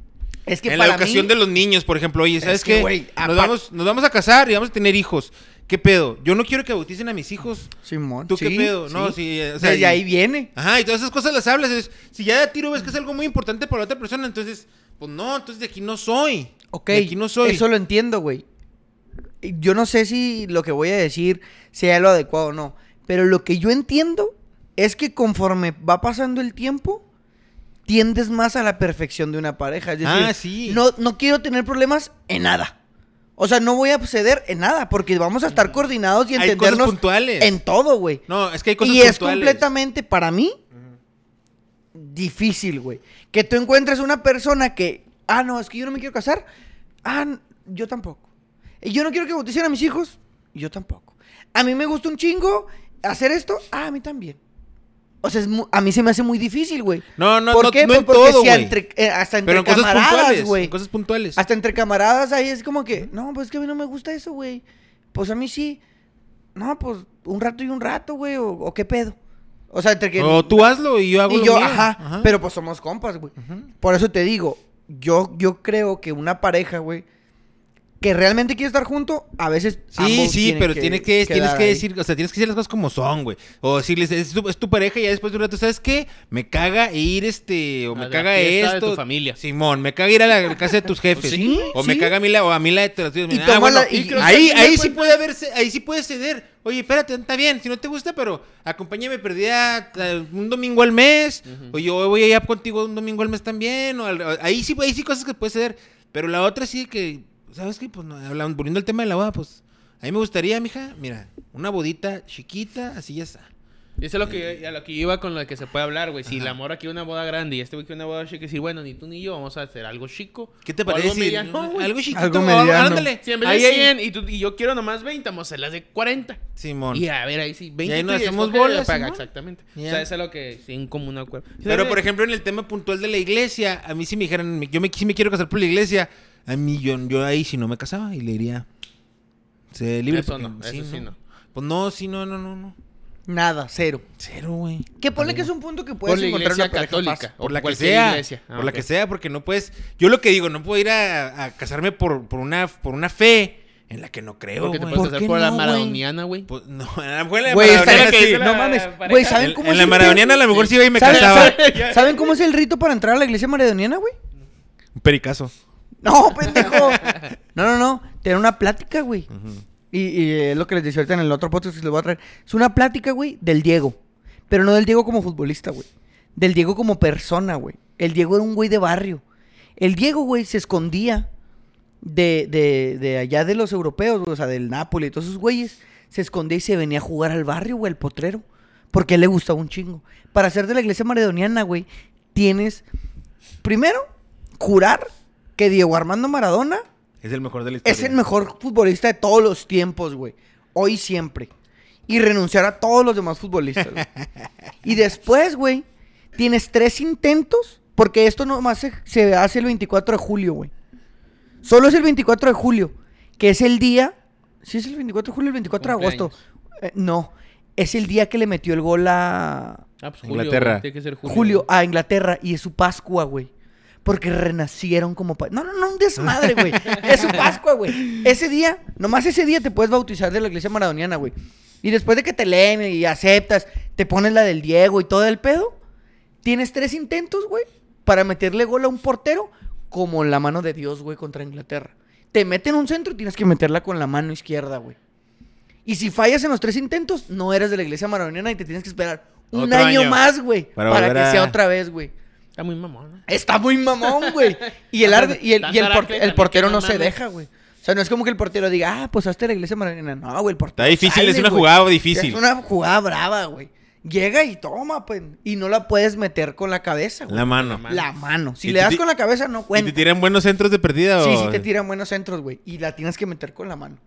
Speaker 3: Es que
Speaker 1: en la
Speaker 3: para
Speaker 1: educación
Speaker 3: mí,
Speaker 1: de los niños, por ejemplo, oye, ¿sabes
Speaker 3: que,
Speaker 1: qué?
Speaker 3: güey, apar-
Speaker 1: nos, vamos, nos vamos a casar y vamos a tener hijos. ¿Qué pedo? Yo no quiero que bauticen a mis hijos.
Speaker 3: Simón,
Speaker 1: ¿Tú qué
Speaker 3: sí,
Speaker 1: pedo? No, sí, eh, o sea,
Speaker 3: Desde
Speaker 1: y-
Speaker 3: ahí viene.
Speaker 1: Ajá, y todas esas cosas las hablas. es- si ya de tiro ves que es algo muy importante para la otra persona, entonces, pues no, entonces de aquí no soy.
Speaker 3: Ok,
Speaker 1: De aquí no soy.
Speaker 3: eso lo entiendo, güey. Yo no sé si lo que voy a decir sea lo adecuado o no, pero lo que yo entiendo es que conforme va pasando el tiempo, tiendes más a la perfección de una pareja. Es decir,
Speaker 1: Ah, sí.
Speaker 3: no, no quiero tener problemas en nada. O sea, no voy a ceder en nada, porque vamos a estar coordinados y
Speaker 1: Mm. Hay cosas
Speaker 3: entendernos
Speaker 1: puntuales.
Speaker 3: en todo, güey.
Speaker 1: No, es que hay cosas
Speaker 3: y es
Speaker 1: puntuales.
Speaker 3: completamente para mí difícil, güey. Que tú encuentres una persona que, ah, no, es que yo no me quiero casar. Ah, n- yo tampoco. Y yo no quiero que bauticen a mis hijos. Yo tampoco. A mí me gusta un chingo hacer esto. Ah, a mí también. O sea, es mu- a mí se me hace muy difícil, güey.
Speaker 1: No, no,
Speaker 3: ¿Por
Speaker 1: no-
Speaker 3: qué?
Speaker 1: no
Speaker 3: Pues
Speaker 1: en
Speaker 3: porque
Speaker 1: todo,
Speaker 3: si
Speaker 1: güey.
Speaker 3: entre- eh, hasta entre
Speaker 1: Pero en cosas
Speaker 3: camaradas,
Speaker 1: puntuales.
Speaker 3: güey.
Speaker 1: En cosas puntuales.
Speaker 3: Hasta entre camaradas ahí es como que, no, pues es que a mí no me gusta eso, güey. Pues a mí sí. No, pues un rato y un rato, güey, o, o qué pedo. O sea, entre que...
Speaker 1: O tú hazlo y yo hago
Speaker 3: y
Speaker 1: lo
Speaker 3: yo,
Speaker 1: mío.
Speaker 3: ajá, pero pues somos compas, güey. Por eso te digo, yo, yo creo que una pareja, güey, que realmente quiere estar junto, a veces...
Speaker 1: Sí,
Speaker 3: ambos
Speaker 1: sí,
Speaker 3: tienen
Speaker 1: pero tienes que, tienes
Speaker 3: quedar
Speaker 1: que
Speaker 3: ahí.
Speaker 1: decir, o sea, tienes que decir las cosas como son, güey. O decirles, es tu, es tu pareja y ya después de un rato, ¿sabes qué? Me caga ir este, o
Speaker 2: A
Speaker 1: me
Speaker 2: la
Speaker 1: caga
Speaker 2: fiesta
Speaker 1: esto.
Speaker 2: de tu familia. Pues
Speaker 1: Simón, me caga ir a la casa de
Speaker 2: [LAUGHS]
Speaker 1: tus jefes.
Speaker 3: Sí,
Speaker 1: o me
Speaker 3: sí.
Speaker 1: caga a mí la, o a mí la de tus
Speaker 3: Y toma la- y-
Speaker 1: ahí, ahí,
Speaker 2: y- y-
Speaker 1: sí puede haber, ahí sí puede ceder. Oye, espérate, está bien, si no te gusta, pero acompáñame perdida eh, un domingo al mes. O yo voy a ir contigo un domingo al mes también. O al- o- ahí sí, ahí sí cosas que puede ceder. Pero la otra sí que, ¿sabes qué? Pues no, hablando, poniendo el tema de la boda, pues. A mí me gustaría, mija, mira, una bodita chiquita, así ya está.
Speaker 2: Eso es lo que, yo- a lo que iba con lo que se puede hablar, güey. Si la mora quiere una boda grande y este güey quiere una boda chica, decir, bueno, ni tú ni yo vamos a hacer algo chico.
Speaker 1: ¿Qué te
Speaker 2: o algo
Speaker 1: parece? si-
Speaker 2: mediano,
Speaker 1: Algo,
Speaker 2: güey.
Speaker 1: chiquito,
Speaker 3: Algo
Speaker 1: o-
Speaker 3: mediano.
Speaker 1: ándale.
Speaker 2: Si en vez
Speaker 1: Ahí,
Speaker 2: de
Speaker 1: ahí.
Speaker 2: 100 y, tú- y yo quiero nomás 20, vamos a hacer las de 40.
Speaker 1: Simón.
Speaker 2: Y a ver, ahí sí, 20.
Speaker 1: ahí nos
Speaker 2: tú
Speaker 1: hacemos
Speaker 2: escoge,
Speaker 1: bolas,
Speaker 2: apaga,
Speaker 1: ¿no?
Speaker 2: Exactamente.
Speaker 1: Ya.
Speaker 2: O sea, eso es lo que sin común acuerdo.
Speaker 1: Pero, por ejemplo, en el tema puntual de la iglesia, a mí si me dijeran, me- yo me, si me quiero casar por la iglesia, a mí yo, yo ahí si no me casaba y le diría, sé libre.
Speaker 2: Eso
Speaker 1: porque-
Speaker 2: no, eso sí no.
Speaker 1: Pues no, sí, no, no, no, no.
Speaker 3: Nada, cero.
Speaker 1: Cero, güey.
Speaker 3: Que ponle que es un punto que
Speaker 2: por
Speaker 3: puedes
Speaker 2: la
Speaker 3: encontrar en
Speaker 2: iglesia
Speaker 3: una pareja
Speaker 2: católica.
Speaker 3: fácil.
Speaker 2: o
Speaker 1: Por la que
Speaker 2: cualquier
Speaker 1: sea,
Speaker 2: iglesia. Ah,
Speaker 1: por la
Speaker 2: ok.
Speaker 1: que sea, porque no puedes, yo lo que digo, no puedo ir a, a casarme por, por una, por una fe en la que no creo,
Speaker 2: Porque te
Speaker 1: güey.
Speaker 2: puedes
Speaker 3: ¿Por
Speaker 2: casar
Speaker 3: qué
Speaker 2: por la
Speaker 3: no, güey?
Speaker 2: maradoniana, güey.
Speaker 1: Pues, no, a lo mejor en la
Speaker 3: Güey,
Speaker 1: maradoniana
Speaker 3: está-
Speaker 1: sí.
Speaker 2: que-
Speaker 3: no
Speaker 2: la
Speaker 3: mames.
Speaker 2: pareja.
Speaker 3: Güey, ¿saben
Speaker 1: En-
Speaker 3: cómo
Speaker 1: en,
Speaker 3: es
Speaker 1: la
Speaker 3: el
Speaker 1: maradoniana a lo mejor sí iba y me
Speaker 3: ¿Saben,
Speaker 1: casaba.
Speaker 3: saben- saben cómo es el rito para entrar a la iglesia maradoniana, güey?
Speaker 1: Un pericazo.
Speaker 3: No, pendejo. No, no, no. Tener una plática, güey. Y, y eh, es lo que les decía ahorita en el otro podcast que les voy a traer. Es una plática, güey, del Diego. Pero no del Diego como futbolista, güey. Del Diego como persona, güey. El Diego era un güey de barrio. El Diego, güey, se escondía de, de, de allá de los europeos, güey, o sea, del Nápoles y todos esos güeyes. Se escondía y se venía a jugar al barrio, güey, al potrero. Porque a él le gustaba un chingo. Para ser de la iglesia maredoniana, güey, tienes Primero, jurar que Diego Armando Maradona
Speaker 1: Es el mejor de la historia.
Speaker 3: es el mejor futbolista de todos los tiempos, güey. Hoy y siempre. Y renunciar a todos los demás futbolistas.
Speaker 1: [LAUGHS]
Speaker 3: güey. y después, güey, tienes tres intentos, porque esto nomás se, se hace el 24 de julio, güey. Solo es el 24 de julio, que es el día... ¿Sí es el 24 de julio o el 24 de agosto? Eh, no, es el día que le metió el gol a...
Speaker 2: Ah, pues Julio,
Speaker 1: Inglaterra. ah.
Speaker 2: güey, tiene que ser Julio.
Speaker 3: Julio a Inglaterra y es su Pascua, güey. Porque renacieron como... pa- No, no, no, un desmadre, güey. Es su Pascua, güey. Ese día, nomás ese día te puedes bautizar de la iglesia maradoniana, güey. Y después de que te leen y aceptas, te pones la del Diego y todo el pedo, tienes tres intentos, güey, para meterle gol a un portero como la mano de Dios, güey, contra Inglaterra. Te meten un centro y tienes que meterla con la mano izquierda, güey. Y si fallas en los tres intentos, no eres de la iglesia maradoniana y te tienes que esperar un
Speaker 1: Otro
Speaker 3: año,
Speaker 1: año.
Speaker 3: más, güey,
Speaker 1: Para
Speaker 3: para,
Speaker 1: volver
Speaker 3: que sea
Speaker 1: a-
Speaker 3: otra vez, güey.
Speaker 2: Está muy mamón.
Speaker 3: Está muy mamón, güey. Y el, arde- y el, y el,
Speaker 2: Tanto
Speaker 3: por-
Speaker 2: Aracle
Speaker 3: el
Speaker 2: también
Speaker 3: portero
Speaker 2: que no
Speaker 3: no se
Speaker 2: mames.
Speaker 3: deja, güey. O sea, no es como que el portero diga, ah, pues hazte la iglesia mañana. No, güey, el portero.
Speaker 1: Está difícil,
Speaker 3: sale,
Speaker 1: es una
Speaker 3: güey.
Speaker 1: jugada difícil.
Speaker 3: Es una jugada brava, güey. Llega y toma, pues. Y no la puedes meter con la cabeza, güey.
Speaker 1: La mano.
Speaker 2: La
Speaker 3: La, mano. Si
Speaker 1: Y
Speaker 3: le
Speaker 1: te
Speaker 3: das
Speaker 1: ti-
Speaker 3: con la cabeza, no
Speaker 1: ¿Y
Speaker 3: cuenta.
Speaker 1: te tiran buenos centros de perdida
Speaker 3: Sí,
Speaker 1: o...?
Speaker 3: sí te tiran buenos centros, güey. Y la tienes que meter con la mano.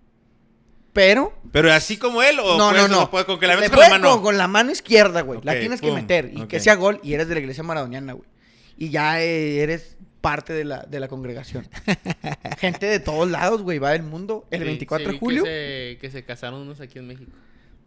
Speaker 3: Pero.
Speaker 1: ¿Pero así como él o
Speaker 3: No,
Speaker 1: puedes-
Speaker 3: no, no.
Speaker 1: puedes- con que la
Speaker 3: Le
Speaker 1: metas con la
Speaker 3: puedes
Speaker 1: mano?
Speaker 3: Con, con la mano izquierda, güey. la
Speaker 1: Ok,
Speaker 3: tienes que
Speaker 1: pum.
Speaker 3: meter. Y que
Speaker 1: Ok.
Speaker 3: sea gol y eres de la iglesia maradoniana, güey. Y ya eh, eres parte de la, de
Speaker 1: [LAUGHS]
Speaker 3: la congregación. Gente de todos lados, güey. Va del mundo. El 24 de julio.
Speaker 2: Que se, que se casaron unos aquí en México.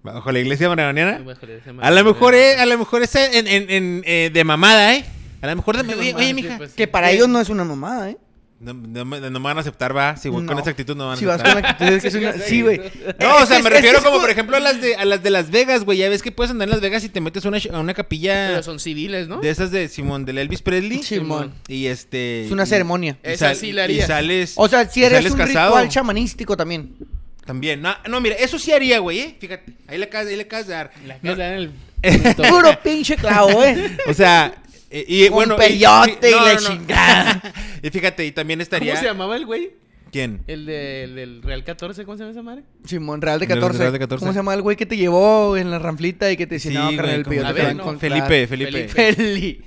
Speaker 1: ¿Bajo la iglesia maradoniana?
Speaker 2: Muy bajo la iglesia
Speaker 1: A lo mejor,
Speaker 2: madre.
Speaker 1: eh, a lo mejor es en, en- en, eh, de mamada, ¿eh? A lo mejor de...
Speaker 2: [LAUGHS] De
Speaker 1: Oye,
Speaker 2: mamada,
Speaker 1: oye,
Speaker 2: sí,
Speaker 1: mija.
Speaker 2: pues.
Speaker 3: Que para
Speaker 2: Sí.
Speaker 3: ellos no es una mamada, ¿eh?
Speaker 1: No, no me no me van a aceptar, va. Si voy con
Speaker 3: No.
Speaker 1: esa actitud no van a
Speaker 3: Si vas
Speaker 1: aceptar.
Speaker 3: con la actitud de que es una- Sí, güey.
Speaker 1: [LAUGHS] No, o sea,
Speaker 3: [LAUGHS] Es-
Speaker 1: me
Speaker 3: es-
Speaker 1: refiero
Speaker 3: es
Speaker 1: como,
Speaker 3: como-
Speaker 1: por ejemplo, a las de, a las de Las Vegas, güey. Ya ves que puedes andar en Las Vegas y te metes a una, a una capilla
Speaker 2: Pero son civiles, ¿no?
Speaker 1: de esas de Simón, del Elvis Presley.
Speaker 3: Simón.
Speaker 1: Y este...
Speaker 3: Es una
Speaker 1: y-
Speaker 3: ceremonia.
Speaker 1: y
Speaker 2: Esa
Speaker 1: sal-
Speaker 2: sí la
Speaker 1: y
Speaker 2: haría.
Speaker 1: sales...
Speaker 3: O sea, si
Speaker 1: y
Speaker 3: eres
Speaker 1: sales
Speaker 3: un
Speaker 1: casado.
Speaker 3: ritual
Speaker 1: [LAUGHS]
Speaker 3: chamanístico también.
Speaker 1: También. No, no, mira, eso sí haría, güey, ¿eh? Fíjate. Ahí le acabas, ahí le acabas de dar. [LAUGHS]
Speaker 2: La que dan el...
Speaker 3: Puro pinche clavo, ¿eh?
Speaker 1: O sea... eh, [LAUGHS] Y,
Speaker 3: Con
Speaker 1: bueno, y-
Speaker 3: peyote y
Speaker 1: no,
Speaker 3: la
Speaker 1: no, no.
Speaker 3: chingada.
Speaker 1: [LAUGHS] Y fíjate, y también estaría...
Speaker 2: [LAUGHS] ¿Cómo se llamaba el güey?
Speaker 1: ¿Quién?
Speaker 3: Eh,
Speaker 2: El, de- el del Real 14, ¿cómo se llama esa madre?
Speaker 3: Simón Real de
Speaker 1: Del
Speaker 3: 14.
Speaker 1: Real de 14.
Speaker 3: ¿Cómo se llama el güey que te llevó en la ranflita y que te decía,
Speaker 1: Sí,
Speaker 3: no,
Speaker 1: güey,
Speaker 3: carnal, el
Speaker 1: ¿cómo
Speaker 3: peyote
Speaker 1: se
Speaker 3: te va a
Speaker 2: llama?
Speaker 3: encontrar"?
Speaker 1: Felipe, Felipe.
Speaker 2: Felipe.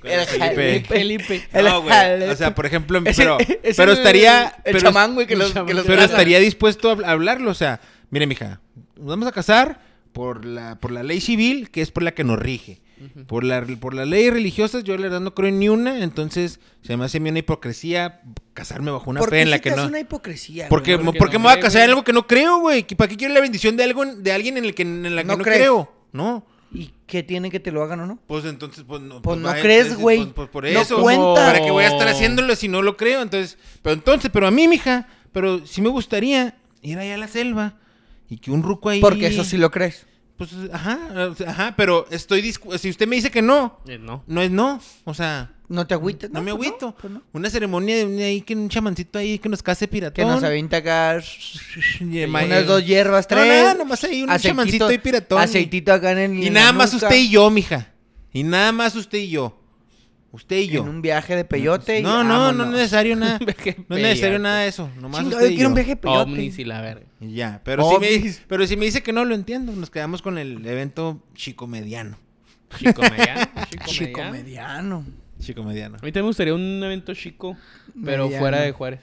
Speaker 3: [LAUGHS] Felipe.
Speaker 1: Con
Speaker 3: El
Speaker 1: Felipe.
Speaker 3: Felipe.
Speaker 2: Felipe.
Speaker 3: El
Speaker 1: No, güey.
Speaker 3: Jale.
Speaker 1: O sea, por ejemplo,
Speaker 3: [LAUGHS] Ese-
Speaker 1: pero,
Speaker 3: es
Speaker 1: pero
Speaker 3: el-
Speaker 1: estaría...
Speaker 3: El
Speaker 1: pero-
Speaker 3: chamán, güey, que
Speaker 2: el
Speaker 3: los,
Speaker 2: chamán.
Speaker 3: que los
Speaker 1: Pero
Speaker 3: caza.
Speaker 1: estaría dispuesto a a hablarlo, o sea, mire, mija, nos vamos a casar por la, por la ley civil, que es por la que nos rige. Por la, por la ley religiosa, yo la verdad no creo en ni una, entonces se me hace a mí una hipocresía casarme bajo una
Speaker 3: ¿Por
Speaker 1: fe
Speaker 3: qué
Speaker 1: en la
Speaker 3: sí
Speaker 1: que
Speaker 3: te hace
Speaker 1: no.
Speaker 3: una hipocresía,
Speaker 1: Porque,
Speaker 2: Porque
Speaker 1: porque
Speaker 2: no
Speaker 1: me voy a
Speaker 2: cree,
Speaker 1: casar en
Speaker 2: güey.
Speaker 1: algo que no creo, güey. ¿Que- ¿Para qué quiero la bendición de algo de alguien en el que en la que
Speaker 3: No
Speaker 1: no,
Speaker 3: crees.
Speaker 1: creo? No.
Speaker 3: güey? ¿Y qué tiene que te lo hagan o no?
Speaker 1: Pues entonces, pues no.
Speaker 3: Pues no
Speaker 1: va-
Speaker 3: crees,
Speaker 1: entonces,
Speaker 3: güey.
Speaker 1: pues, pues, por
Speaker 3: No
Speaker 1: eso.
Speaker 3: cuenta.
Speaker 1: ¿Para qué voy a
Speaker 3: Oh.
Speaker 1: estar haciéndolo si no lo creo? Entonces, pero entonces, pero a mí, mija, pero sí me gustaría ir allá a la selva y que un ruco ahí.
Speaker 3: Porque eso sí lo crees.
Speaker 1: Pues, ajá, o sea, ajá, pero estoy. discu- Si usted me dice que no,
Speaker 2: Eh, no.
Speaker 1: no es no. O sea,
Speaker 3: No te agüites.
Speaker 1: no, me
Speaker 3: pues
Speaker 1: agüito.
Speaker 3: pues no.
Speaker 1: Una ceremonia de un, ahí que un chamancito ahí que nos case
Speaker 3: Que
Speaker 1: piratón.
Speaker 3: nos avienta acá
Speaker 1: Y el ma-
Speaker 3: unas dos hierbas,
Speaker 1: No,
Speaker 3: tres.
Speaker 1: nada, nomás ahí un chamancito ahí piratón.
Speaker 3: Aceitito acá en el
Speaker 1: Y
Speaker 3: en
Speaker 1: nada
Speaker 3: la
Speaker 1: más
Speaker 3: nuca,
Speaker 1: usted y yo, mija. Y nada más usted y yo. Usted y yo.
Speaker 3: En un viaje de peyote. y
Speaker 1: No, no, no es
Speaker 3: vámonos. [LAUGHS]
Speaker 1: necesario nada.
Speaker 2: Un viaje
Speaker 1: no es necesario
Speaker 2: peyote.
Speaker 1: nada de eso. Nomás
Speaker 3: Chinga,
Speaker 1: usted
Speaker 3: yo
Speaker 1: y
Speaker 3: quiero
Speaker 1: yo.
Speaker 3: un viaje de peyote.
Speaker 2: Ovnis y la verga.
Speaker 1: Y Ya, pero si, me,
Speaker 3: Ovnis.
Speaker 1: dice- pero si me dice que no, lo entiendo. Nos quedamos con el evento chico mediano.
Speaker 2: Chico mediano.
Speaker 3: Chico
Speaker 2: Chico mediano.
Speaker 3: mediano.
Speaker 1: Chico mediano.
Speaker 2: A mí también me gustaría un evento chico, pero
Speaker 3: Mediano.
Speaker 2: fuera de Juárez.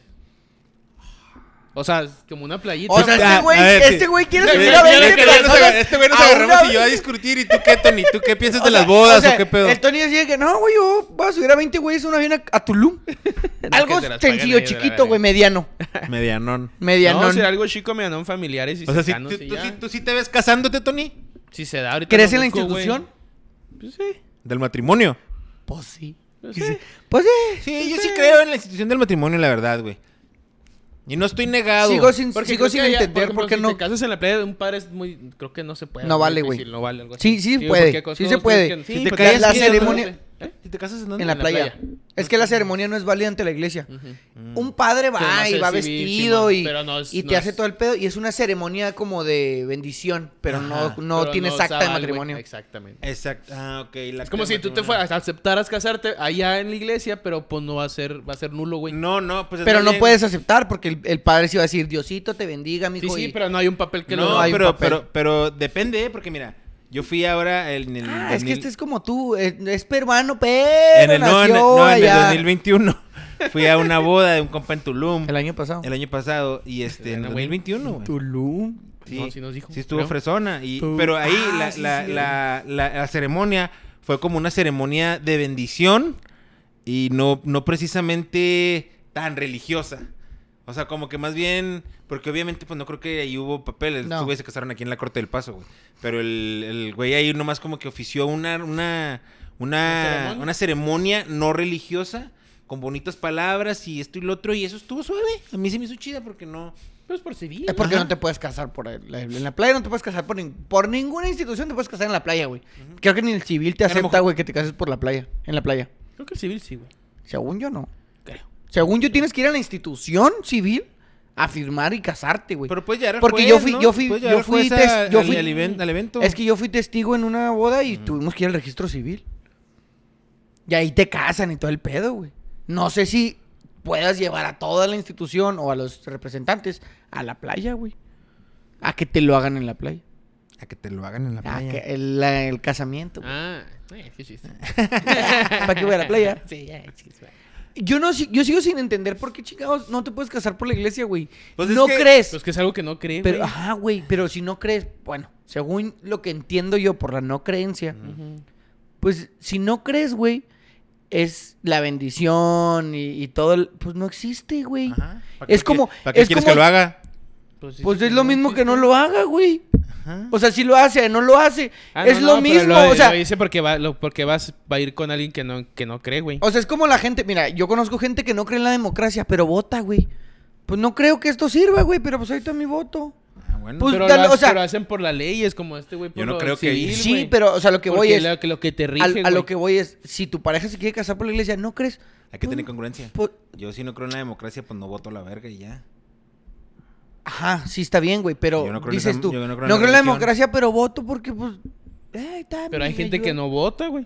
Speaker 2: O sea, como una playita.
Speaker 3: O sea,
Speaker 1: Ah,
Speaker 3: este güey,
Speaker 1: a ver, sí.
Speaker 3: este güey quiere
Speaker 2: Ya,
Speaker 3: subir
Speaker 2: ya,
Speaker 3: a
Speaker 2: ya,
Speaker 3: 20
Speaker 2: ya, ya, ya,
Speaker 3: personas
Speaker 1: agarra- este güey nos
Speaker 3: a
Speaker 1: agarramos
Speaker 3: una-
Speaker 1: y yo a discutir. ¿Y tú qué, Tony? ¿Tú qué piensas
Speaker 3: o
Speaker 1: de
Speaker 3: sea,
Speaker 1: las bodas o,
Speaker 3: sea,
Speaker 1: qué pedo?
Speaker 3: El Tony decía que no, güey, yo voy a subir a 20 güeyes en un avión a,
Speaker 2: [LAUGHS]
Speaker 3: a Tulum. Algo
Speaker 2: que se las paguen
Speaker 3: sencillo,
Speaker 2: ellos, la
Speaker 3: chiquito,
Speaker 2: verga.
Speaker 3: güey, mediano.
Speaker 1: Medianón.
Speaker 3: Mediano.
Speaker 2: No, será algo chico, medianón, familiares y
Speaker 1: O sea, si
Speaker 2: cercanos
Speaker 1: tú,
Speaker 2: y
Speaker 1: tú
Speaker 2: ya.
Speaker 1: sí, tú sí te ves casándote, Tony,
Speaker 2: Si se da ahorita.
Speaker 3: ¿Crees
Speaker 2: lo
Speaker 3: en la
Speaker 2: busco, güey.
Speaker 3: institución?
Speaker 2: Pues sí.
Speaker 1: del matrimonio.
Speaker 3: Pues sí.
Speaker 2: Pues
Speaker 3: Dice,
Speaker 2: sí.
Speaker 3: Pues sí.
Speaker 1: Sí, yo sí creo en la institución del matrimonio, la verdad, güey. Y no estoy negado.
Speaker 3: Sigo sin, sigo
Speaker 2: creo
Speaker 3: sin
Speaker 2: que allá,
Speaker 3: entender por,
Speaker 2: ejemplo,
Speaker 3: qué
Speaker 2: si
Speaker 3: no.
Speaker 2: te casas en la playa de un padre es muy... Creo que no se puede.
Speaker 3: No
Speaker 2: muy
Speaker 3: vale, güey.
Speaker 2: difícil, No vale algo
Speaker 3: Sí,
Speaker 2: así.
Speaker 3: sí
Speaker 2: porque
Speaker 3: puede,
Speaker 2: conozco
Speaker 3: sí se
Speaker 2: gente
Speaker 3: puede.
Speaker 2: que-
Speaker 3: Si
Speaker 2: sí,
Speaker 1: te
Speaker 2: pues,
Speaker 1: callas,
Speaker 2: la
Speaker 1: sí,
Speaker 3: ceremonia-
Speaker 2: ¿Eh?
Speaker 1: ¿Y te casas en dónde?
Speaker 3: En la
Speaker 2: la
Speaker 3: playa.
Speaker 2: playa.
Speaker 3: Es que la ceremonia no es válida ante la iglesia.
Speaker 2: Ujú.
Speaker 3: Un padre
Speaker 2: Sí, no
Speaker 3: va
Speaker 2: es
Speaker 3: y
Speaker 2: el
Speaker 3: va
Speaker 2: civil,
Speaker 3: vestido
Speaker 2: Simón,
Speaker 3: y,
Speaker 2: pero no es-
Speaker 3: y te
Speaker 2: no
Speaker 3: hace
Speaker 2: es-
Speaker 3: todo el pedo. Y es una ceremonia como de bendición, pero no,
Speaker 1: Ajá.
Speaker 3: no
Speaker 2: Pero
Speaker 3: tienes
Speaker 2: no
Speaker 3: acta de
Speaker 2: zaval, güey.
Speaker 3: matrimonio.
Speaker 2: Exactamente.
Speaker 1: Exacto. Ah, ok. la
Speaker 2: Es como
Speaker 1: acta
Speaker 2: si
Speaker 1: de
Speaker 2: tú te
Speaker 1: matrimonio.
Speaker 2: fueras, aceptaras casarte allá en la iglesia, pero pues no va a ser, va a ser nulo, güey.
Speaker 1: No, no, pues.
Speaker 3: Pero
Speaker 1: está
Speaker 3: no
Speaker 1: bien.
Speaker 3: puedes aceptar porque el, el padre sí va a decir, Diosito te bendiga,
Speaker 2: Sí,
Speaker 3: mijo.
Speaker 2: sí,
Speaker 3: y-
Speaker 2: pero no hay un papel que
Speaker 1: no,
Speaker 2: lo...
Speaker 3: hay un
Speaker 1: pero,
Speaker 3: papel.
Speaker 1: pero, pero depende, ¿eh? Porque mira, yo fui ahora en el.
Speaker 3: Ah, es que
Speaker 1: 2000
Speaker 3: este es como tú, es, es peruano, pero
Speaker 1: en el, no, en el,
Speaker 3: nació
Speaker 1: no, en el
Speaker 3: allá. [LAUGHS]
Speaker 1: 2021. fui a una boda de un compa en Tulum
Speaker 3: El año pasado.
Speaker 1: el año pasado y este, en
Speaker 2: Ana,
Speaker 1: el
Speaker 2: güey.
Speaker 1: 2021, güey.
Speaker 3: Tulum.
Speaker 1: Sí,
Speaker 2: No, sí nos dijo,
Speaker 1: sí estuvo
Speaker 2: creo.
Speaker 1: fresona. Y,
Speaker 3: Tú-
Speaker 1: pero ahí
Speaker 3: Ah,
Speaker 1: la,
Speaker 3: sí,
Speaker 1: la-
Speaker 3: sí.
Speaker 1: la- la- la ceremonia fue como una ceremonia de bendición y no, no precisamente tan religiosa. O sea, como que más bien, porque obviamente pues no creo que ahí hubo papeles.
Speaker 3: No.
Speaker 1: Estos güeyes se casaron aquí en la Corte del Paso, güey. Pero el, el güey ahí nomás como que ofició una, una, una,
Speaker 2: ceremonia?
Speaker 1: una ceremonia no religiosa con bonitas palabras y esto y lo otro. Y eso estuvo suave. A mí se me hizo chida porque no...
Speaker 2: Pues por civil.
Speaker 3: Es porque
Speaker 1: Ajá.
Speaker 3: no te puedes casar por el- en la playa, no te puedes casar por, nin- por ninguna institución, te puedes casar en la playa, güey. Creo que ni el civil te
Speaker 1: A lo
Speaker 3: acepta,
Speaker 1: mejor-
Speaker 3: güey, que te cases por la playa, en la playa.
Speaker 2: Creo que el civil sí, güey.
Speaker 3: Según yo no.
Speaker 2: Creo.
Speaker 3: Según yo tienes que ir a la institución civil a firmar y casarte, güey.
Speaker 1: Pero puedes llegar al
Speaker 3: Porque
Speaker 1: juez,
Speaker 3: yo fui-
Speaker 1: ¿no?
Speaker 3: yo fui-
Speaker 1: Puedes
Speaker 3: yo
Speaker 1: llegar al
Speaker 3: fui
Speaker 1: juez
Speaker 3: tes-
Speaker 1: a-
Speaker 3: yo
Speaker 1: al-
Speaker 3: fui-
Speaker 1: al, even- al evento.
Speaker 3: Es que yo fui testigo en una boda y tuvimos que ir al registro civil. Y ahí te casan y todo el pedo, güey. No sé si puedas llevar a toda la institución o a los representantes a la playa, güey. A que te lo hagan en la playa.
Speaker 1: A que te lo hagan en la
Speaker 3: A
Speaker 1: playa.
Speaker 3: Ah, que eh, el, la- el casamiento. güey.
Speaker 2: Ah, eh, qué chiste.
Speaker 3: [LAUGHS] Para que voy a la playa.
Speaker 2: Sí, ya, chiste.
Speaker 3: Yo no, si- yo sigo sin entender por qué chingados no te puedes casar por la iglesia, güey.
Speaker 1: Pues es
Speaker 3: no
Speaker 1: que-
Speaker 3: crees.
Speaker 2: Pues que es algo que no cree,
Speaker 3: pero,
Speaker 2: güey.
Speaker 3: ajá, güey. Pero si no crees, bueno, según lo que entiendo yo por la no creencia,
Speaker 2: Ujú.
Speaker 3: pues si no crees, güey, es la bendición y, y todo, el- pues no existe, güey.
Speaker 1: Ajá. ¿Para
Speaker 3: Es
Speaker 1: qué-
Speaker 3: como-
Speaker 1: ¿Para qué
Speaker 3: es
Speaker 1: quieres
Speaker 3: como-
Speaker 1: que lo haga?
Speaker 2: Pues, sí,
Speaker 3: Pues
Speaker 2: sí,
Speaker 3: es
Speaker 2: no,
Speaker 3: lo mismo
Speaker 2: sí,
Speaker 3: que no
Speaker 2: sí.
Speaker 3: lo haga, güey.
Speaker 1: Ajá.
Speaker 3: O sea, si lo hace, no lo hace.
Speaker 2: Ah,
Speaker 3: es
Speaker 2: no,
Speaker 3: lo
Speaker 2: no, pero
Speaker 3: mismo, o sea,
Speaker 2: Lo dice porque, va, lo- porque vas, va a ir con alguien que no, que no cree, güey.
Speaker 3: o sea, es como la gente, mira, yo conozco gente que no cree en la democracia, pero vota, güey. Pues no creo que esto sirva, güey, pero pues ahí está mi voto.
Speaker 1: Ah, bueno.
Speaker 3: pues,
Speaker 2: pero,
Speaker 3: dale,
Speaker 2: lo,
Speaker 3: o sea-
Speaker 2: pero hacen por las leyes, como este güey. por
Speaker 1: Yo no
Speaker 2: lo
Speaker 1: creo que-
Speaker 2: civil,
Speaker 3: Sí,
Speaker 2: güey.
Speaker 3: pero, o sea, lo que voy
Speaker 2: Porque
Speaker 3: es...
Speaker 2: Lo, que- lo que te rige,
Speaker 3: al- a,
Speaker 2: güey.
Speaker 3: lo que voy es, si tu pareja se quiere casar por la iglesia, no crees.
Speaker 1: Hay que tener congruencia.
Speaker 3: Pues,
Speaker 1: Yo si no creo en la democracia, pues no voto a la verga y ya.
Speaker 3: ajá, sí está bien, güey, pero
Speaker 1: Yo no creo en
Speaker 3: dices
Speaker 1: esa-
Speaker 3: tú,
Speaker 1: yo
Speaker 3: no creo, en la
Speaker 1: religión".
Speaker 3: democracia, pero voto porque, pues, eh, está,
Speaker 2: Pero hay
Speaker 3: me
Speaker 2: gente que
Speaker 3: ayuda.
Speaker 2: no vota, güey.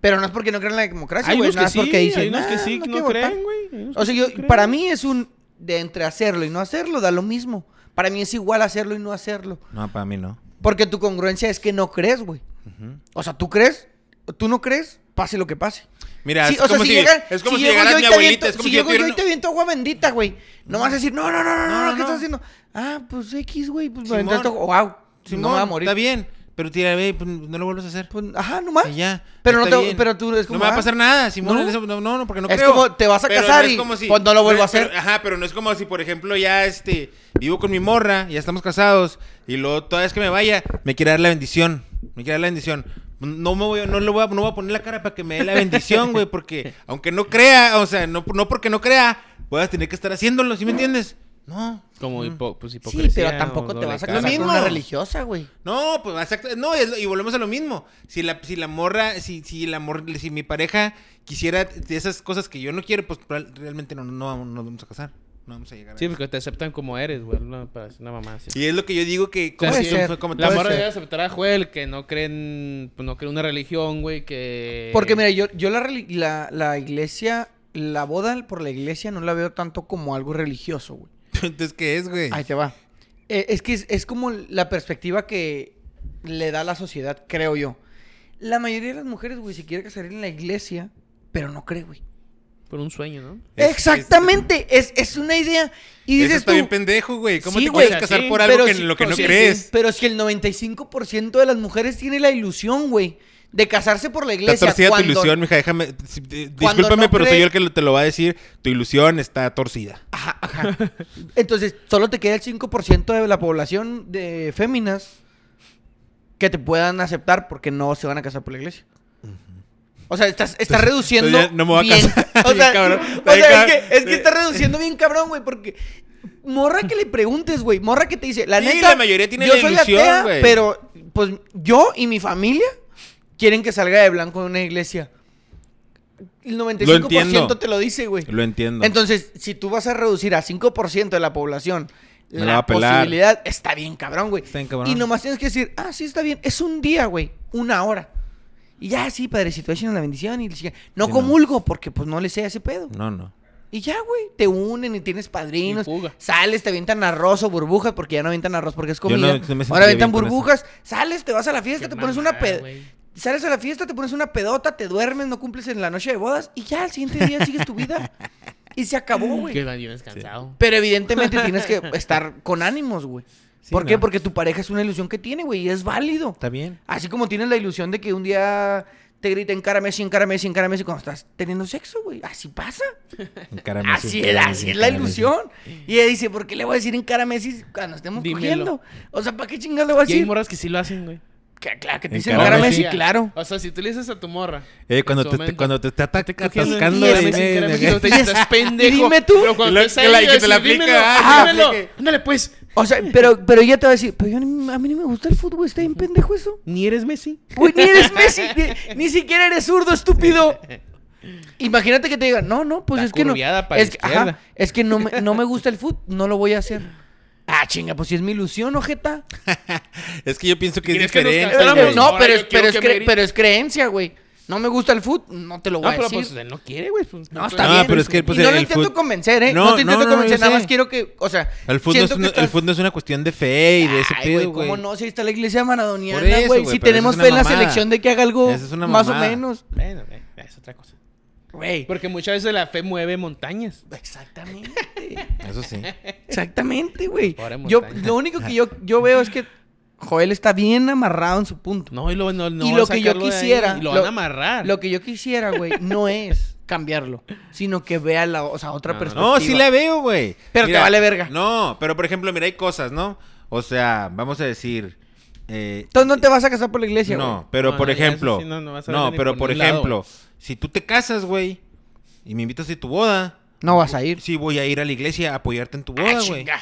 Speaker 3: Pero no es porque no crean en la democracia,
Speaker 2: Hay
Speaker 3: güey,
Speaker 2: unos
Speaker 3: no
Speaker 2: que
Speaker 3: es
Speaker 2: sí,
Speaker 3: porque dicen,
Speaker 2: hay unos que
Speaker 3: "Ah,
Speaker 2: sí que
Speaker 3: quiero
Speaker 2: no
Speaker 3: votar".
Speaker 2: creen, güey. Hay unos
Speaker 3: O
Speaker 2: que
Speaker 3: sea,
Speaker 2: sí
Speaker 3: yo,
Speaker 2: creen.
Speaker 3: para mí es un, de entre hacerlo y no hacerlo, da lo mismo. Para mí es igual hacerlo y no hacerlo.
Speaker 1: No, para mí no.
Speaker 3: Porque tu congruencia es que no crees, güey.
Speaker 1: Ujú.
Speaker 3: O sea, tú crees, tú no crees, pase lo que pase.
Speaker 1: Mira,
Speaker 3: Sí,
Speaker 1: es,
Speaker 3: o sea,
Speaker 1: como
Speaker 3: si
Speaker 1: si,
Speaker 3: llega-
Speaker 1: es como si,
Speaker 3: llego
Speaker 1: llegara
Speaker 3: yo
Speaker 1: mi
Speaker 3: y te
Speaker 1: abuelita.
Speaker 3: aviento-
Speaker 1: es como
Speaker 3: si
Speaker 1: si yo
Speaker 3: llego yo
Speaker 1: tuviera
Speaker 3: y
Speaker 1: una-
Speaker 3: te aviento agua bendita, güey. No vas a decir, no, no, no, no, no,
Speaker 1: No,
Speaker 3: ¿qué
Speaker 1: no.
Speaker 3: estás haciendo? Ah, pues X, güey, pues me
Speaker 1: Simón.
Speaker 3: aventaste agua. Wow, no me
Speaker 1: Simón,
Speaker 3: va a morir.
Speaker 1: está bien. Pero tira, ve, pues, no lo vuelvas a hacer.
Speaker 3: Pues, ajá, nomás.
Speaker 1: Y ya.
Speaker 3: Pero no
Speaker 1: está
Speaker 3: te-
Speaker 1: bien.
Speaker 3: pero tú es como,
Speaker 1: No me va
Speaker 3: ah,
Speaker 1: a pasar nada, Simón.
Speaker 3: no.
Speaker 1: en eso- No, no, no, porque no
Speaker 3: Es
Speaker 1: creo.
Speaker 3: como, te vas a
Speaker 1: Pero
Speaker 3: casar
Speaker 1: es
Speaker 3: y,
Speaker 1: como si-
Speaker 3: pues, no lo vuelvo a
Speaker 1: pero-
Speaker 3: hacer.
Speaker 1: ajá, pero no es como si, por ejemplo, ya este, vivo con mi morra, ya estamos casados, y luego toda vez que me vaya, me quiere dar la bendición. Me quiere dar la bendición. No me voy, a- no le voy a, no voy a poner la cara para que me dé la bendición, güey, porque aunque no crea, o sea, no, no porque no crea, voy a tener que estar haciéndolo, ¿sí me entiendes? No.
Speaker 2: Como hipo- pues, hipocresía.
Speaker 3: Sí, pero tampoco te vas a
Speaker 1: cara.
Speaker 3: casar con
Speaker 1: Lo
Speaker 3: una
Speaker 1: mismo.
Speaker 3: religiosa, güey.
Speaker 1: No, pues exacto. No, es lo- y volvemos a lo mismo. Si la, si la morra, si, si la mor- si mi pareja quisiera de esas cosas que yo no quiero, pues real- realmente no, no, vamos- nos vamos a casar. No vamos a llegar a
Speaker 2: Sí,
Speaker 1: eso.
Speaker 3: pues,
Speaker 2: porque te aceptan como eres, güey. Una, para hacer una mamá así.
Speaker 1: Y es lo que yo digo que
Speaker 2: O sea,
Speaker 1: como
Speaker 3: puede
Speaker 2: sí,
Speaker 1: tú-
Speaker 3: ser.
Speaker 1: fue como
Speaker 2: la
Speaker 1: tú-
Speaker 2: morra
Speaker 1: puede
Speaker 2: debe
Speaker 1: ser.
Speaker 2: aceptar a Joel, que no creen, pues no cree una religión, güey,
Speaker 1: Eh.
Speaker 2: que...
Speaker 3: Porque mira, yo, yo la, reli- la, la iglesia, la boda por la iglesia no la veo tanto como algo religioso, güey.
Speaker 1: [LAUGHS] Entonces, ¿qué es, güey?
Speaker 3: Ahí te va. Eh, es que es, es como la perspectiva que le da la sociedad, creo yo. La mayoría de las mujeres, güey, se quiere casar en la iglesia, pero no cree, güey.
Speaker 2: Por un sueño, ¿no?
Speaker 1: Es-
Speaker 3: Exactamente, es, es una idea. Y
Speaker 1: Eso
Speaker 3: dices
Speaker 1: está
Speaker 3: tú,
Speaker 1: bien pendejo, güey. ¿Cómo
Speaker 3: Sí,
Speaker 1: te
Speaker 3: güey,
Speaker 1: puedes casar
Speaker 2: sí,
Speaker 1: por algo
Speaker 3: pero
Speaker 1: que,
Speaker 3: sí,
Speaker 1: en lo que
Speaker 3: pero
Speaker 1: no
Speaker 3: sí,
Speaker 1: crees?
Speaker 3: sí, pero si el 95% de las mujeres tiene la ilusión, güey, de casarse por la
Speaker 1: Está
Speaker 3: iglesia.
Speaker 1: torcida
Speaker 3: cuando-
Speaker 1: tu ilusión, mija. Déjame. si- di-
Speaker 3: cuando
Speaker 1: Discúlpame,
Speaker 3: no
Speaker 1: pero
Speaker 3: cree- Ah,
Speaker 1: soy yo el que lo- te lo va a decir. Tu ilusión está torcida.
Speaker 3: Ajá, ajá. Entonces, solo te queda el 5% de la población de féminas que te puedan aceptar porque no se van a casar por la iglesia. O sea, estás, estás reduciendo.
Speaker 1: ya no me voy a
Speaker 3: bien-
Speaker 1: casar.
Speaker 3: [LAUGHS] O sea,
Speaker 1: [LAUGHS] Bien cabrón.
Speaker 3: o
Speaker 1: Bien
Speaker 3: sea,
Speaker 1: cabrón.
Speaker 3: es, que, es que estás reduciendo bien cabrón, güey, porque. Morra que le preguntes, güey. Morra que te dice, la
Speaker 1: Sí,
Speaker 3: neta.
Speaker 1: la mayoría tiene
Speaker 3: yo
Speaker 1: la
Speaker 3: soy
Speaker 1: ilusión,
Speaker 3: atea,
Speaker 1: güey.
Speaker 3: Pero, pues, yo y mi familia quieren que salga de blanco de una iglesia. El 95%
Speaker 1: entiendo.
Speaker 3: te lo dice, güey.
Speaker 1: Lo entiendo.
Speaker 3: Entonces, si tú vas a reducir a 5% de la población
Speaker 1: Me la va
Speaker 3: la
Speaker 1: a pelar.
Speaker 3: posibilidad, está bien cabrón, güey.
Speaker 1: Está bien cabrón.
Speaker 3: Y nomás tienes que decir, ah, sí, está bien. Es un día, güey. Una hora. Y ya, sí, padrecito, échenos la bendición. Y la chingada. no
Speaker 1: Sí, no.
Speaker 3: comulgo porque pues no le sé a ese pedo.
Speaker 1: No, no.
Speaker 3: Y ya, güey, te unen y tienes padrinos.
Speaker 2: Y fuga.
Speaker 3: Sales, te avientan arroz o burbujas porque ya no avientan arroz porque es
Speaker 1: Yo no-
Speaker 3: comida.
Speaker 1: no me sentiría
Speaker 3: Ahora avientan
Speaker 1: bien con eso.
Speaker 3: burbujas. Sales, te vas a la fiesta,
Speaker 2: Qué
Speaker 3: te pones
Speaker 2: mamada,
Speaker 3: una ped...
Speaker 2: güey.
Speaker 3: Sales a la fiesta, te pones una pedota, te duermes, no cumples en la noche de bodas y ya al siguiente día sigues tu vida. Y se acabó, güey.
Speaker 2: Que van bien cansado.
Speaker 3: Pero evidentemente tienes que estar con ánimos, güey.
Speaker 1: Sí,
Speaker 3: ¿Por qué?
Speaker 1: no.
Speaker 3: Porque tu pareja es una ilusión que tiene, güey, y es válido.
Speaker 1: Está
Speaker 3: [LAUGHS]
Speaker 1: bien.
Speaker 3: Así como tienes la ilusión de que un día te griten cara Messi, cara Messi, cara Messi cuando estás teniendo sexo, güey. Así pasa.
Speaker 1: Encarame, sí,
Speaker 3: Así es,
Speaker 1: encarame,
Speaker 3: así
Speaker 1: sí,
Speaker 3: es
Speaker 1: encarame,
Speaker 3: la
Speaker 1: sí.
Speaker 3: ilusión. Y ella dice, ¿por qué le voy a decir en cara a Messi cuando estemos
Speaker 2: Dímelo.
Speaker 3: cogiendo? O sea, ¿para qué chingas le voy a
Speaker 2: Y hay
Speaker 3: decir?
Speaker 2: morras que sí lo hacen, güey.
Speaker 3: Que- claro, que te
Speaker 1: En
Speaker 3: dicen en
Speaker 1: cara
Speaker 3: cara
Speaker 1: a
Speaker 3: a
Speaker 1: Messi.
Speaker 3: Messi, claro.
Speaker 2: O sea, si tú le dices a tu morra...
Speaker 1: Eh,
Speaker 2: en
Speaker 1: cuando
Speaker 2: su
Speaker 1: te,
Speaker 2: momento,
Speaker 1: cuando te está ata-
Speaker 2: cogiendo en
Speaker 1: atascando
Speaker 2: cara,
Speaker 1: de-
Speaker 2: Messi, cara,
Speaker 1: de-
Speaker 2: Messi, no te
Speaker 1: de-
Speaker 2: dices, "Estás pendejo.
Speaker 3: [LAUGHS] Dime tú.
Speaker 2: Pero cuando
Speaker 1: Y la-
Speaker 2: estés ahí,
Speaker 1: que la- que
Speaker 2: decís,
Speaker 1: te la
Speaker 2: "Dímelo,
Speaker 1: aplica,
Speaker 3: ah,
Speaker 2: dímelo,
Speaker 1: aplique".
Speaker 2: Ándale, pues.
Speaker 3: O sea, pero, pero ella te va a decir, pero yo ni- a mí ni me gusta el fútbol, está bien pendejo eso.
Speaker 2: Ni eres Messi.
Speaker 3: Güey, ni eres Messi, ni, ni siquiera eres zurdo, estúpido. Imagínate que te digan, no, no, pues
Speaker 2: Está
Speaker 3: es que no.
Speaker 2: curviada para
Speaker 3: Es que,
Speaker 2: izquierda.
Speaker 3: ajá, es que no me, no me gusta el fútbol, no lo voy a hacer. Ah, chinga, pues si es mi ilusión, ojeta.
Speaker 1: Es que yo pienso que es
Speaker 2: ¿Quieres que nos
Speaker 1: diferente.
Speaker 2: Pero,
Speaker 3: Eh,
Speaker 2: güey,
Speaker 1: güey.
Speaker 3: no,
Speaker 2: ahora
Speaker 3: pero
Speaker 2: yo
Speaker 3: es, pero
Speaker 2: quiero
Speaker 3: es
Speaker 2: que me
Speaker 3: cre-
Speaker 2: grites.
Speaker 3: pero es creencia, güey. No me gusta el foot, no te lo voy
Speaker 2: No,
Speaker 3: a
Speaker 2: pero
Speaker 3: decir.
Speaker 2: pues él no quiere, güey. pues,
Speaker 3: no, está
Speaker 1: No,
Speaker 3: bien.
Speaker 1: pero es que, pues,
Speaker 3: y no
Speaker 1: el-
Speaker 3: lo
Speaker 1: el
Speaker 3: intento
Speaker 1: fut-
Speaker 3: convencer, ¿eh?
Speaker 1: No,
Speaker 3: No, te intento
Speaker 1: no, no,
Speaker 3: convencer,
Speaker 1: yo
Speaker 3: nada
Speaker 1: sé.
Speaker 3: más quiero que, o sea,
Speaker 1: El fútbol,
Speaker 3: siento
Speaker 1: es
Speaker 3: que
Speaker 1: una, el
Speaker 3: estás-
Speaker 1: fútbol es una cuestión de fe y de ese
Speaker 3: Ay,
Speaker 1: pedo,
Speaker 3: güey,
Speaker 1: güey.
Speaker 3: ¿cómo no? Si está la iglesia maradoniana,
Speaker 1: Por eso,
Speaker 3: güey.
Speaker 1: güey,
Speaker 3: Si
Speaker 1: pero eso
Speaker 3: tenemos
Speaker 1: es una
Speaker 3: fe en la
Speaker 1: mamada.
Speaker 3: selección de que haga algo
Speaker 1: Eso es una
Speaker 3: más o
Speaker 1: mamada.
Speaker 3: menos.
Speaker 2: Bueno, eh, es otra cosa.
Speaker 3: Güey.
Speaker 2: Porque muchas veces la fe mueve montañas.
Speaker 3: Exactamente.
Speaker 1: Eso
Speaker 3: [LAUGHS]
Speaker 1: sí.
Speaker 3: Exactamente, güey.
Speaker 2: Pobre
Speaker 3: Yo,
Speaker 2: montaña.
Speaker 3: lo único que yo, yo veo es que Joel está bien amarrado en su punto.
Speaker 2: No, y lo, no, no
Speaker 3: Y
Speaker 2: van a
Speaker 3: lo que yo
Speaker 2: sacarlo de ahí,
Speaker 3: quisiera,
Speaker 2: y lo,
Speaker 3: lo-
Speaker 2: van a amarrar.
Speaker 3: Lo que yo quisiera, güey, no es cambiarlo, sino que vea la, o sea, otra
Speaker 2: No, no,
Speaker 3: perspectiva.
Speaker 1: No, sí la veo, güey.
Speaker 3: Pero te vale verga.
Speaker 1: No, pero por ejemplo, mira, hay cosas, ¿no? O sea, vamos a decir. Eh,
Speaker 3: Entonces no te vas a casar por la iglesia, güey.
Speaker 1: no, pero
Speaker 2: No,
Speaker 1: por
Speaker 2: no, ya eso
Speaker 1: ejemplo.
Speaker 2: sí, no,
Speaker 1: no,
Speaker 2: no vas a ver ni
Speaker 1: pero
Speaker 2: por
Speaker 1: por
Speaker 2: ningún lado,
Speaker 1: ejemplo, si tú te casas, güey, y me invitas a tu boda,
Speaker 3: No vas a ir.
Speaker 1: sí voy a ir a la iglesia a apoyarte en tu boda,
Speaker 3: Ah,
Speaker 1: güey.
Speaker 3: chinga.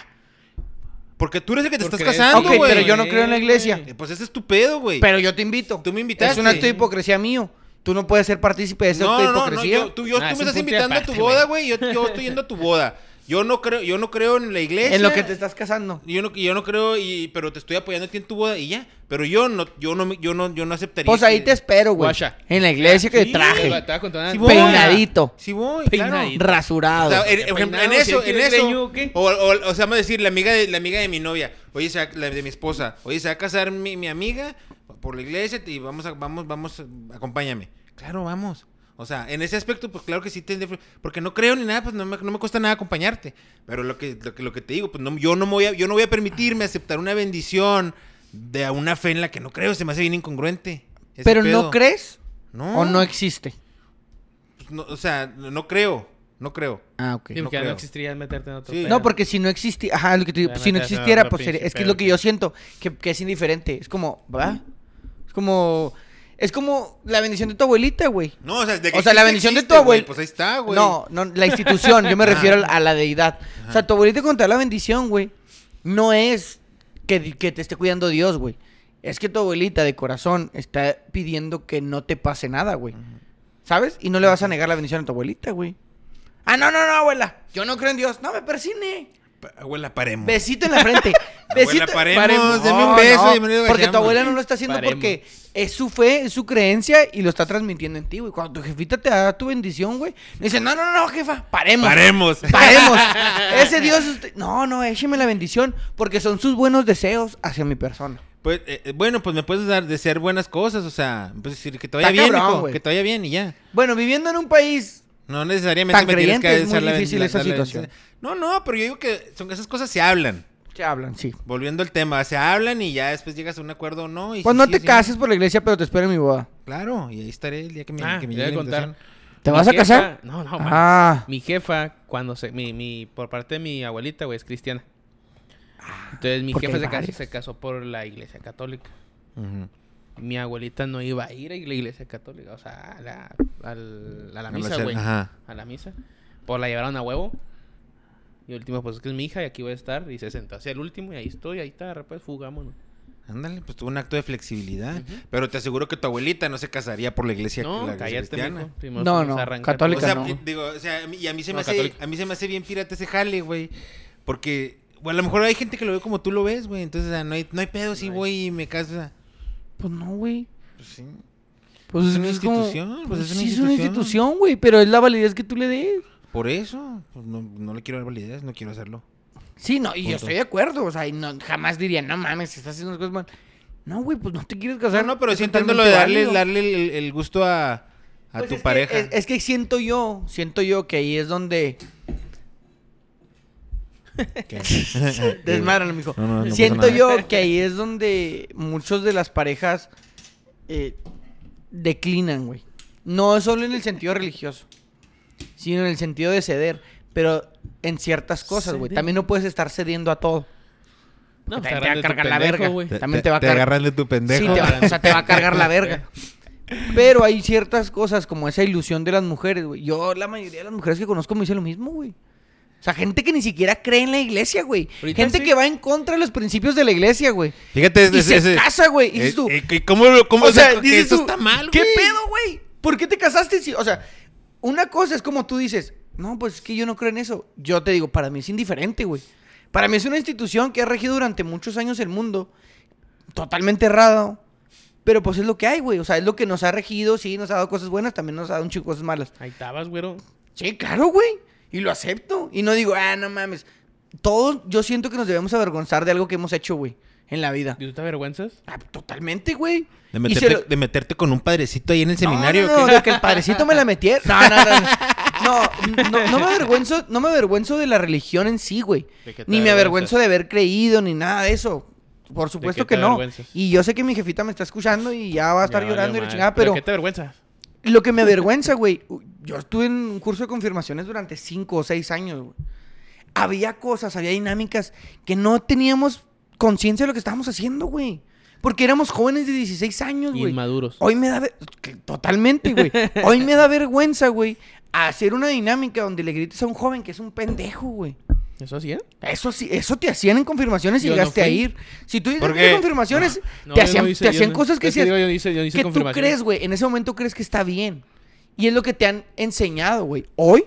Speaker 1: Porque tú eres el que te
Speaker 2: Porque
Speaker 1: estás
Speaker 2: eres-
Speaker 1: casando,
Speaker 3: Ok,
Speaker 1: güey.
Speaker 3: pero yo no creo en la iglesia.
Speaker 1: Eh, Pues ese es tu pedo, güey.
Speaker 3: Pero yo te invito.
Speaker 1: Tú me invitaste.
Speaker 3: Es un acto de hipocresía mío. Tú no puedes ser partícipe de ese
Speaker 1: No,
Speaker 3: acto de
Speaker 1: no, no, no,
Speaker 3: hipocresía.
Speaker 1: yo, tú, yo-
Speaker 2: Ah,
Speaker 1: tú
Speaker 2: es
Speaker 1: me
Speaker 2: un
Speaker 1: estás
Speaker 2: punto y
Speaker 1: invitando a tu
Speaker 2: aparte,
Speaker 1: boda, güey. Yo, yo estoy yendo a tu boda. Yo no creo, yo no creo en la iglesia.
Speaker 3: en lo que te estás casando.
Speaker 1: Yo no, yo no creo, y, pero te estoy apoyando a ti en tu boda y ya. Pero yo no, yo no, me- yo no, yo no aceptaría.
Speaker 3: Pues ahí
Speaker 1: que-
Speaker 3: te espero, güey.
Speaker 2: Guacha.
Speaker 3: En la iglesia que
Speaker 1: Sí,
Speaker 2: Te
Speaker 3: traje.
Speaker 2: va- te va a contar una-
Speaker 1: Sí voy.
Speaker 3: Peinadito.
Speaker 1: Sí voy,
Speaker 2: Peinadito.
Speaker 1: claro. O
Speaker 3: Rasurado.
Speaker 1: sea, en, por ejemplo, en eso,
Speaker 2: ¿Si
Speaker 1: en
Speaker 2: eres greñudo
Speaker 1: eso.
Speaker 2: o qué?
Speaker 1: O, o- o sea, vamos a decir, la amiga de, la amiga de mi novia, oye, se va- la de mi esposa, oye, se va a casar mi, mi amiga por la iglesia y vamos, a, vamos, vamos, acompáñame. Claro, vamos. O sea, en ese aspecto, pues claro que sí, tendré- porque no creo ni nada, pues no me, no me cuesta nada acompañarte. Pero lo que, lo que, lo que te digo, pues no, yo, no me voy a, yo no voy a permitirme aceptar una bendición de una fe en la que no creo, se me hace bien incongruente. ese
Speaker 3: pero
Speaker 1: pedo. Ah.
Speaker 3: no crees
Speaker 1: No,
Speaker 3: o no existe.
Speaker 1: pues, no, o sea, no no creo, no creo.
Speaker 3: Ah, ok.
Speaker 2: Sí,
Speaker 1: No
Speaker 2: porque ya no,
Speaker 1: creo.
Speaker 2: existiría meterte en otro
Speaker 1: Sí.
Speaker 2: pedo.
Speaker 3: No, porque si no existía, ajá, lo que te digo,
Speaker 2: Ya
Speaker 3: si
Speaker 2: no
Speaker 3: no
Speaker 2: te hace
Speaker 3: existiera,
Speaker 2: otro
Speaker 3: pues sería,
Speaker 2: pinche
Speaker 3: es que es lo
Speaker 2: pedo,
Speaker 3: que
Speaker 2: ¿qué?
Speaker 3: yo siento, que, que es indiferente, es como, ¿va? Es como, es como la bendición de tu abuelita, güey.
Speaker 1: No, o sea, de
Speaker 3: O sea, la bendición de tu
Speaker 1: güey,
Speaker 3: abuela.
Speaker 1: Pues ahí está, güey.
Speaker 3: No, no, la institución, yo me refiero a la deidad. O sea, tu abuelita con toda la bendición, güey, no es que, que te esté cuidando Dios, güey. Es que tu abuelita de corazón está pidiendo que no te pase nada, güey. ¿Sabes? Y no le vas a negar la bendición a tu abuelita, güey. Ah, no, no, no, abuela. Yo no creo en Dios. No me persine.
Speaker 1: Pa- Abuela, paremos.
Speaker 3: Besito en la frente. Besito.
Speaker 1: [LAUGHS] Abuela, paremos, deme un beso, bienvenido a
Speaker 3: porque tu
Speaker 1: Bayamo.
Speaker 3: abuela no lo está haciendo
Speaker 2: Paremos.
Speaker 3: porque es su fe, es su creencia y lo está transmitiendo en ti, güey. Cuando tu jefita te da tu bendición, güey, dice, no, no, no, jefa, paremos. [LAUGHS]
Speaker 1: Paremos. [LAUGHS]
Speaker 3: Paremos. Ese Dios, es usted- no, no, écheme la bendición porque son sus buenos deseos hacia mi persona.
Speaker 1: Pues, eh, eh, bueno, pues me puedes dar de ser buenas cosas, o sea, pues decir que te vaya
Speaker 3: Está
Speaker 1: bien,
Speaker 3: cabrón,
Speaker 1: hijo,
Speaker 3: güey.
Speaker 1: que te vaya bien y ya.
Speaker 3: Bueno, viviendo en un país,
Speaker 1: No necesariamente
Speaker 3: Tan creyente es muy
Speaker 1: hacer
Speaker 3: difícil esa
Speaker 1: darle-
Speaker 3: situación.
Speaker 1: No, no, pero yo digo que son esas cosas se hablan.
Speaker 3: que hablan, sí.
Speaker 1: Volviendo al tema, se hablan y ya después llegas a un acuerdo o no. Y
Speaker 3: Pues
Speaker 1: si
Speaker 3: no
Speaker 1: sí,
Speaker 3: te
Speaker 1: si
Speaker 3: cases por la iglesia, pero te espero en mi boda.
Speaker 1: Claro, y ahí estaré el día que me,
Speaker 2: Ah,
Speaker 1: que me
Speaker 2: te
Speaker 1: llegue
Speaker 2: voy a
Speaker 1: la
Speaker 2: contar.
Speaker 1: invitación.
Speaker 3: ¿Te
Speaker 2: Mi
Speaker 3: vas a
Speaker 2: jefa-
Speaker 3: casar?
Speaker 2: No, no, man.
Speaker 3: Ah,
Speaker 2: Mi jefa, cuando se. Mi, mi, por parte de mi abuelita, güey, es cristiana. Entonces mi
Speaker 3: Ah. porque
Speaker 2: jefa
Speaker 3: hay
Speaker 2: se casó,
Speaker 3: varias.
Speaker 2: se casó por la iglesia católica.
Speaker 1: Ujú.
Speaker 2: Mi abuelita no iba a ir a la iglesia católica, o sea, a la, al- a la
Speaker 1: A
Speaker 2: misa,
Speaker 1: hacer-
Speaker 2: güey.
Speaker 1: ajá.
Speaker 2: A la misa. Pues la llevaron a huevo. Y último, pues es que es mi hija y aquí voy a estar. Y se sentó hacia el último y ahí estoy, ahí está, pues fugámonos.
Speaker 1: Ándale, pues tuvo un acto de flexibilidad. Pero te aseguro que tu abuelita no se casaría por la iglesia,
Speaker 2: No,
Speaker 1: la iglesia
Speaker 2: cállate,
Speaker 1: cristiana.
Speaker 2: mijo. Primero
Speaker 3: No,
Speaker 2: vamos a
Speaker 3: no,
Speaker 2: arrancar
Speaker 3: católica
Speaker 1: O sea,
Speaker 3: no.
Speaker 1: eh, digo, o sea, a mí- y a mí se me
Speaker 2: No,
Speaker 1: hace,
Speaker 2: católica.
Speaker 1: a mí se me hace bien pirata ese jale, güey, porque o a lo mejor hay gente que lo ve como tú lo ves, güey, entonces o sea, no hay no hay pedo si
Speaker 2: No hay.
Speaker 1: voy y me caso, o sea,
Speaker 3: pues no, güey.
Speaker 1: pues sí.
Speaker 3: Pues
Speaker 1: Es
Speaker 3: es,
Speaker 1: una
Speaker 3: que es como-
Speaker 1: institución, pues es una
Speaker 3: sí, es una
Speaker 1: institución.
Speaker 3: institución, güey, pero es la validez que tú le des.
Speaker 1: Por eso, pues, no, no le quiero dar validez, no quiero hacerlo.
Speaker 3: Sí, no, y yo
Speaker 1: Punto.
Speaker 3: estoy de acuerdo, o sea, y no, jamás diría, no mames, estás haciendo las cosas mal. No, güey, pues no te quieres
Speaker 1: O sea,
Speaker 3: casar.
Speaker 1: no, pero
Speaker 3: es
Speaker 1: sí entiendo lo de
Speaker 3: totalmente
Speaker 1: darle,
Speaker 3: válido.
Speaker 1: darle el, el gusto a, a
Speaker 3: Pues
Speaker 1: tu
Speaker 3: es que-
Speaker 1: pareja.
Speaker 3: es, es que siento yo, siento yo que ahí es donde... [LAUGHS]
Speaker 1: ¿Qué?
Speaker 3: Desmáralo, mijo.
Speaker 1: Eh, No, no, no pasa
Speaker 3: siento
Speaker 1: nada.
Speaker 3: yo que ahí es donde muchos de las parejas eh, declinan, güey. No solo en el sentido religioso, sino en el sentido de ceder, pero en ciertas cosas, güey.
Speaker 2: Ceder.
Speaker 3: También no puedes estar cediendo a todo.
Speaker 2: No,
Speaker 3: También
Speaker 2: agarran de
Speaker 3: te va a
Speaker 2: tu
Speaker 3: cargar la
Speaker 2: pendejo,
Speaker 3: verga.
Speaker 2: güey.
Speaker 3: También te va a cargar-
Speaker 1: agarran de tu pendejo.
Speaker 3: Sí, te va- o sea, te va a cargar la verga. [LAUGHS] Pero hay ciertas cosas como esa ilusión de las mujeres, güey. Yo, la mayoría de las mujeres que conozco me dicen lo mismo, güey. O sea, gente que ni siquiera cree en la iglesia, güey.
Speaker 2: Ahorita
Speaker 3: Gente
Speaker 2: sí.
Speaker 3: que va en contra de los principios de la iglesia, güey.
Speaker 1: Fíjate,
Speaker 3: Y se casa, güey. Y dices tú-
Speaker 1: eh, eh, ¿Cómo, lo- cómo
Speaker 3: O sea,
Speaker 1: saco que
Speaker 3: dices
Speaker 1: eso
Speaker 3: tú,
Speaker 1: está mal,
Speaker 3: ¿Qué
Speaker 1: güey?
Speaker 3: pedo, güey? ¿Por qué te casaste? Si, o sea, una cosa es como tú dices, no, pues es que yo no creo en eso. Yo te digo, para mí es indiferente, güey. Para mí es una institución que ha regido durante muchos años el mundo, totalmente errado, Pero pues es lo que hay, güey. O sea, es lo que nos ha regido, sí, nos ha dado cosas buenas, también nos ha dado un chingo de cosas malas.
Speaker 2: Ahí estabas, güero.
Speaker 3: Sí, claro, güey. Y lo acepto. Y no digo, ah, no mames. Todos, yo siento que nos debemos avergonzar de algo que hemos hecho, güey, en la vida.
Speaker 2: ¿Y tú te avergüenzas?
Speaker 3: Ah, totalmente, güey.
Speaker 1: De
Speaker 3: Y
Speaker 1: meterte,
Speaker 3: se lo-
Speaker 1: de meterte con un padrecito ahí en el seminario.
Speaker 3: No, no, no,
Speaker 1: ¿o qué?
Speaker 3: de que el padrecito me la metiera. No, no, no. No, no, no me avergüenzo, no me avergüenzo de la religión en sí, güey.
Speaker 2: ¿De qué te
Speaker 3: Ni me avergüenzo
Speaker 2: avergüenzas?
Speaker 3: de haber creído, ni nada de eso. Por supuesto
Speaker 2: qué
Speaker 3: que
Speaker 2: te
Speaker 3: no.
Speaker 2: avergüenzas?
Speaker 3: Y yo sé que mi jefita me está escuchando y ya va a estar
Speaker 2: Ya valió
Speaker 3: llorando y la
Speaker 2: madre.
Speaker 3: chingada,
Speaker 2: ¿Pero
Speaker 3: pero
Speaker 2: qué te avergüenzas?
Speaker 3: lo que me avergüenza, güey. u- Yo estuve en un curso de confirmaciones durante cinco o seis años, güey. Había cosas, había dinámicas que no teníamos conciencia de lo que estábamos haciendo, güey. Porque éramos jóvenes de 16 años, Pues, güey.
Speaker 2: Inmaduros.
Speaker 3: Hoy me da... ver- que- Totalmente, güey. Hoy me da vergüenza, güey, hacer una dinámica donde le grites a un joven que es un pendejo, güey.
Speaker 2: ¿Eso sí, eh?
Speaker 3: Eso sí, eso te hacían en confirmaciones y
Speaker 2: Yo no
Speaker 3: llegaste a
Speaker 2: fui.
Speaker 3: ir. Si tú
Speaker 1: ¿Por
Speaker 3: dices
Speaker 1: qué?
Speaker 3: en confirmaciones,
Speaker 2: No,
Speaker 3: te
Speaker 2: yo
Speaker 3: hacían,
Speaker 2: no hice- yo
Speaker 3: te hacían
Speaker 2: no-
Speaker 3: cosas que,
Speaker 2: es
Speaker 3: hacías-
Speaker 2: digo, yo no hice- yo no hice
Speaker 3: que tú
Speaker 2: confirmaciones.
Speaker 3: crees, güey. En ese momento crees que está bien. Y es lo que te han enseñado, güey. Hoy,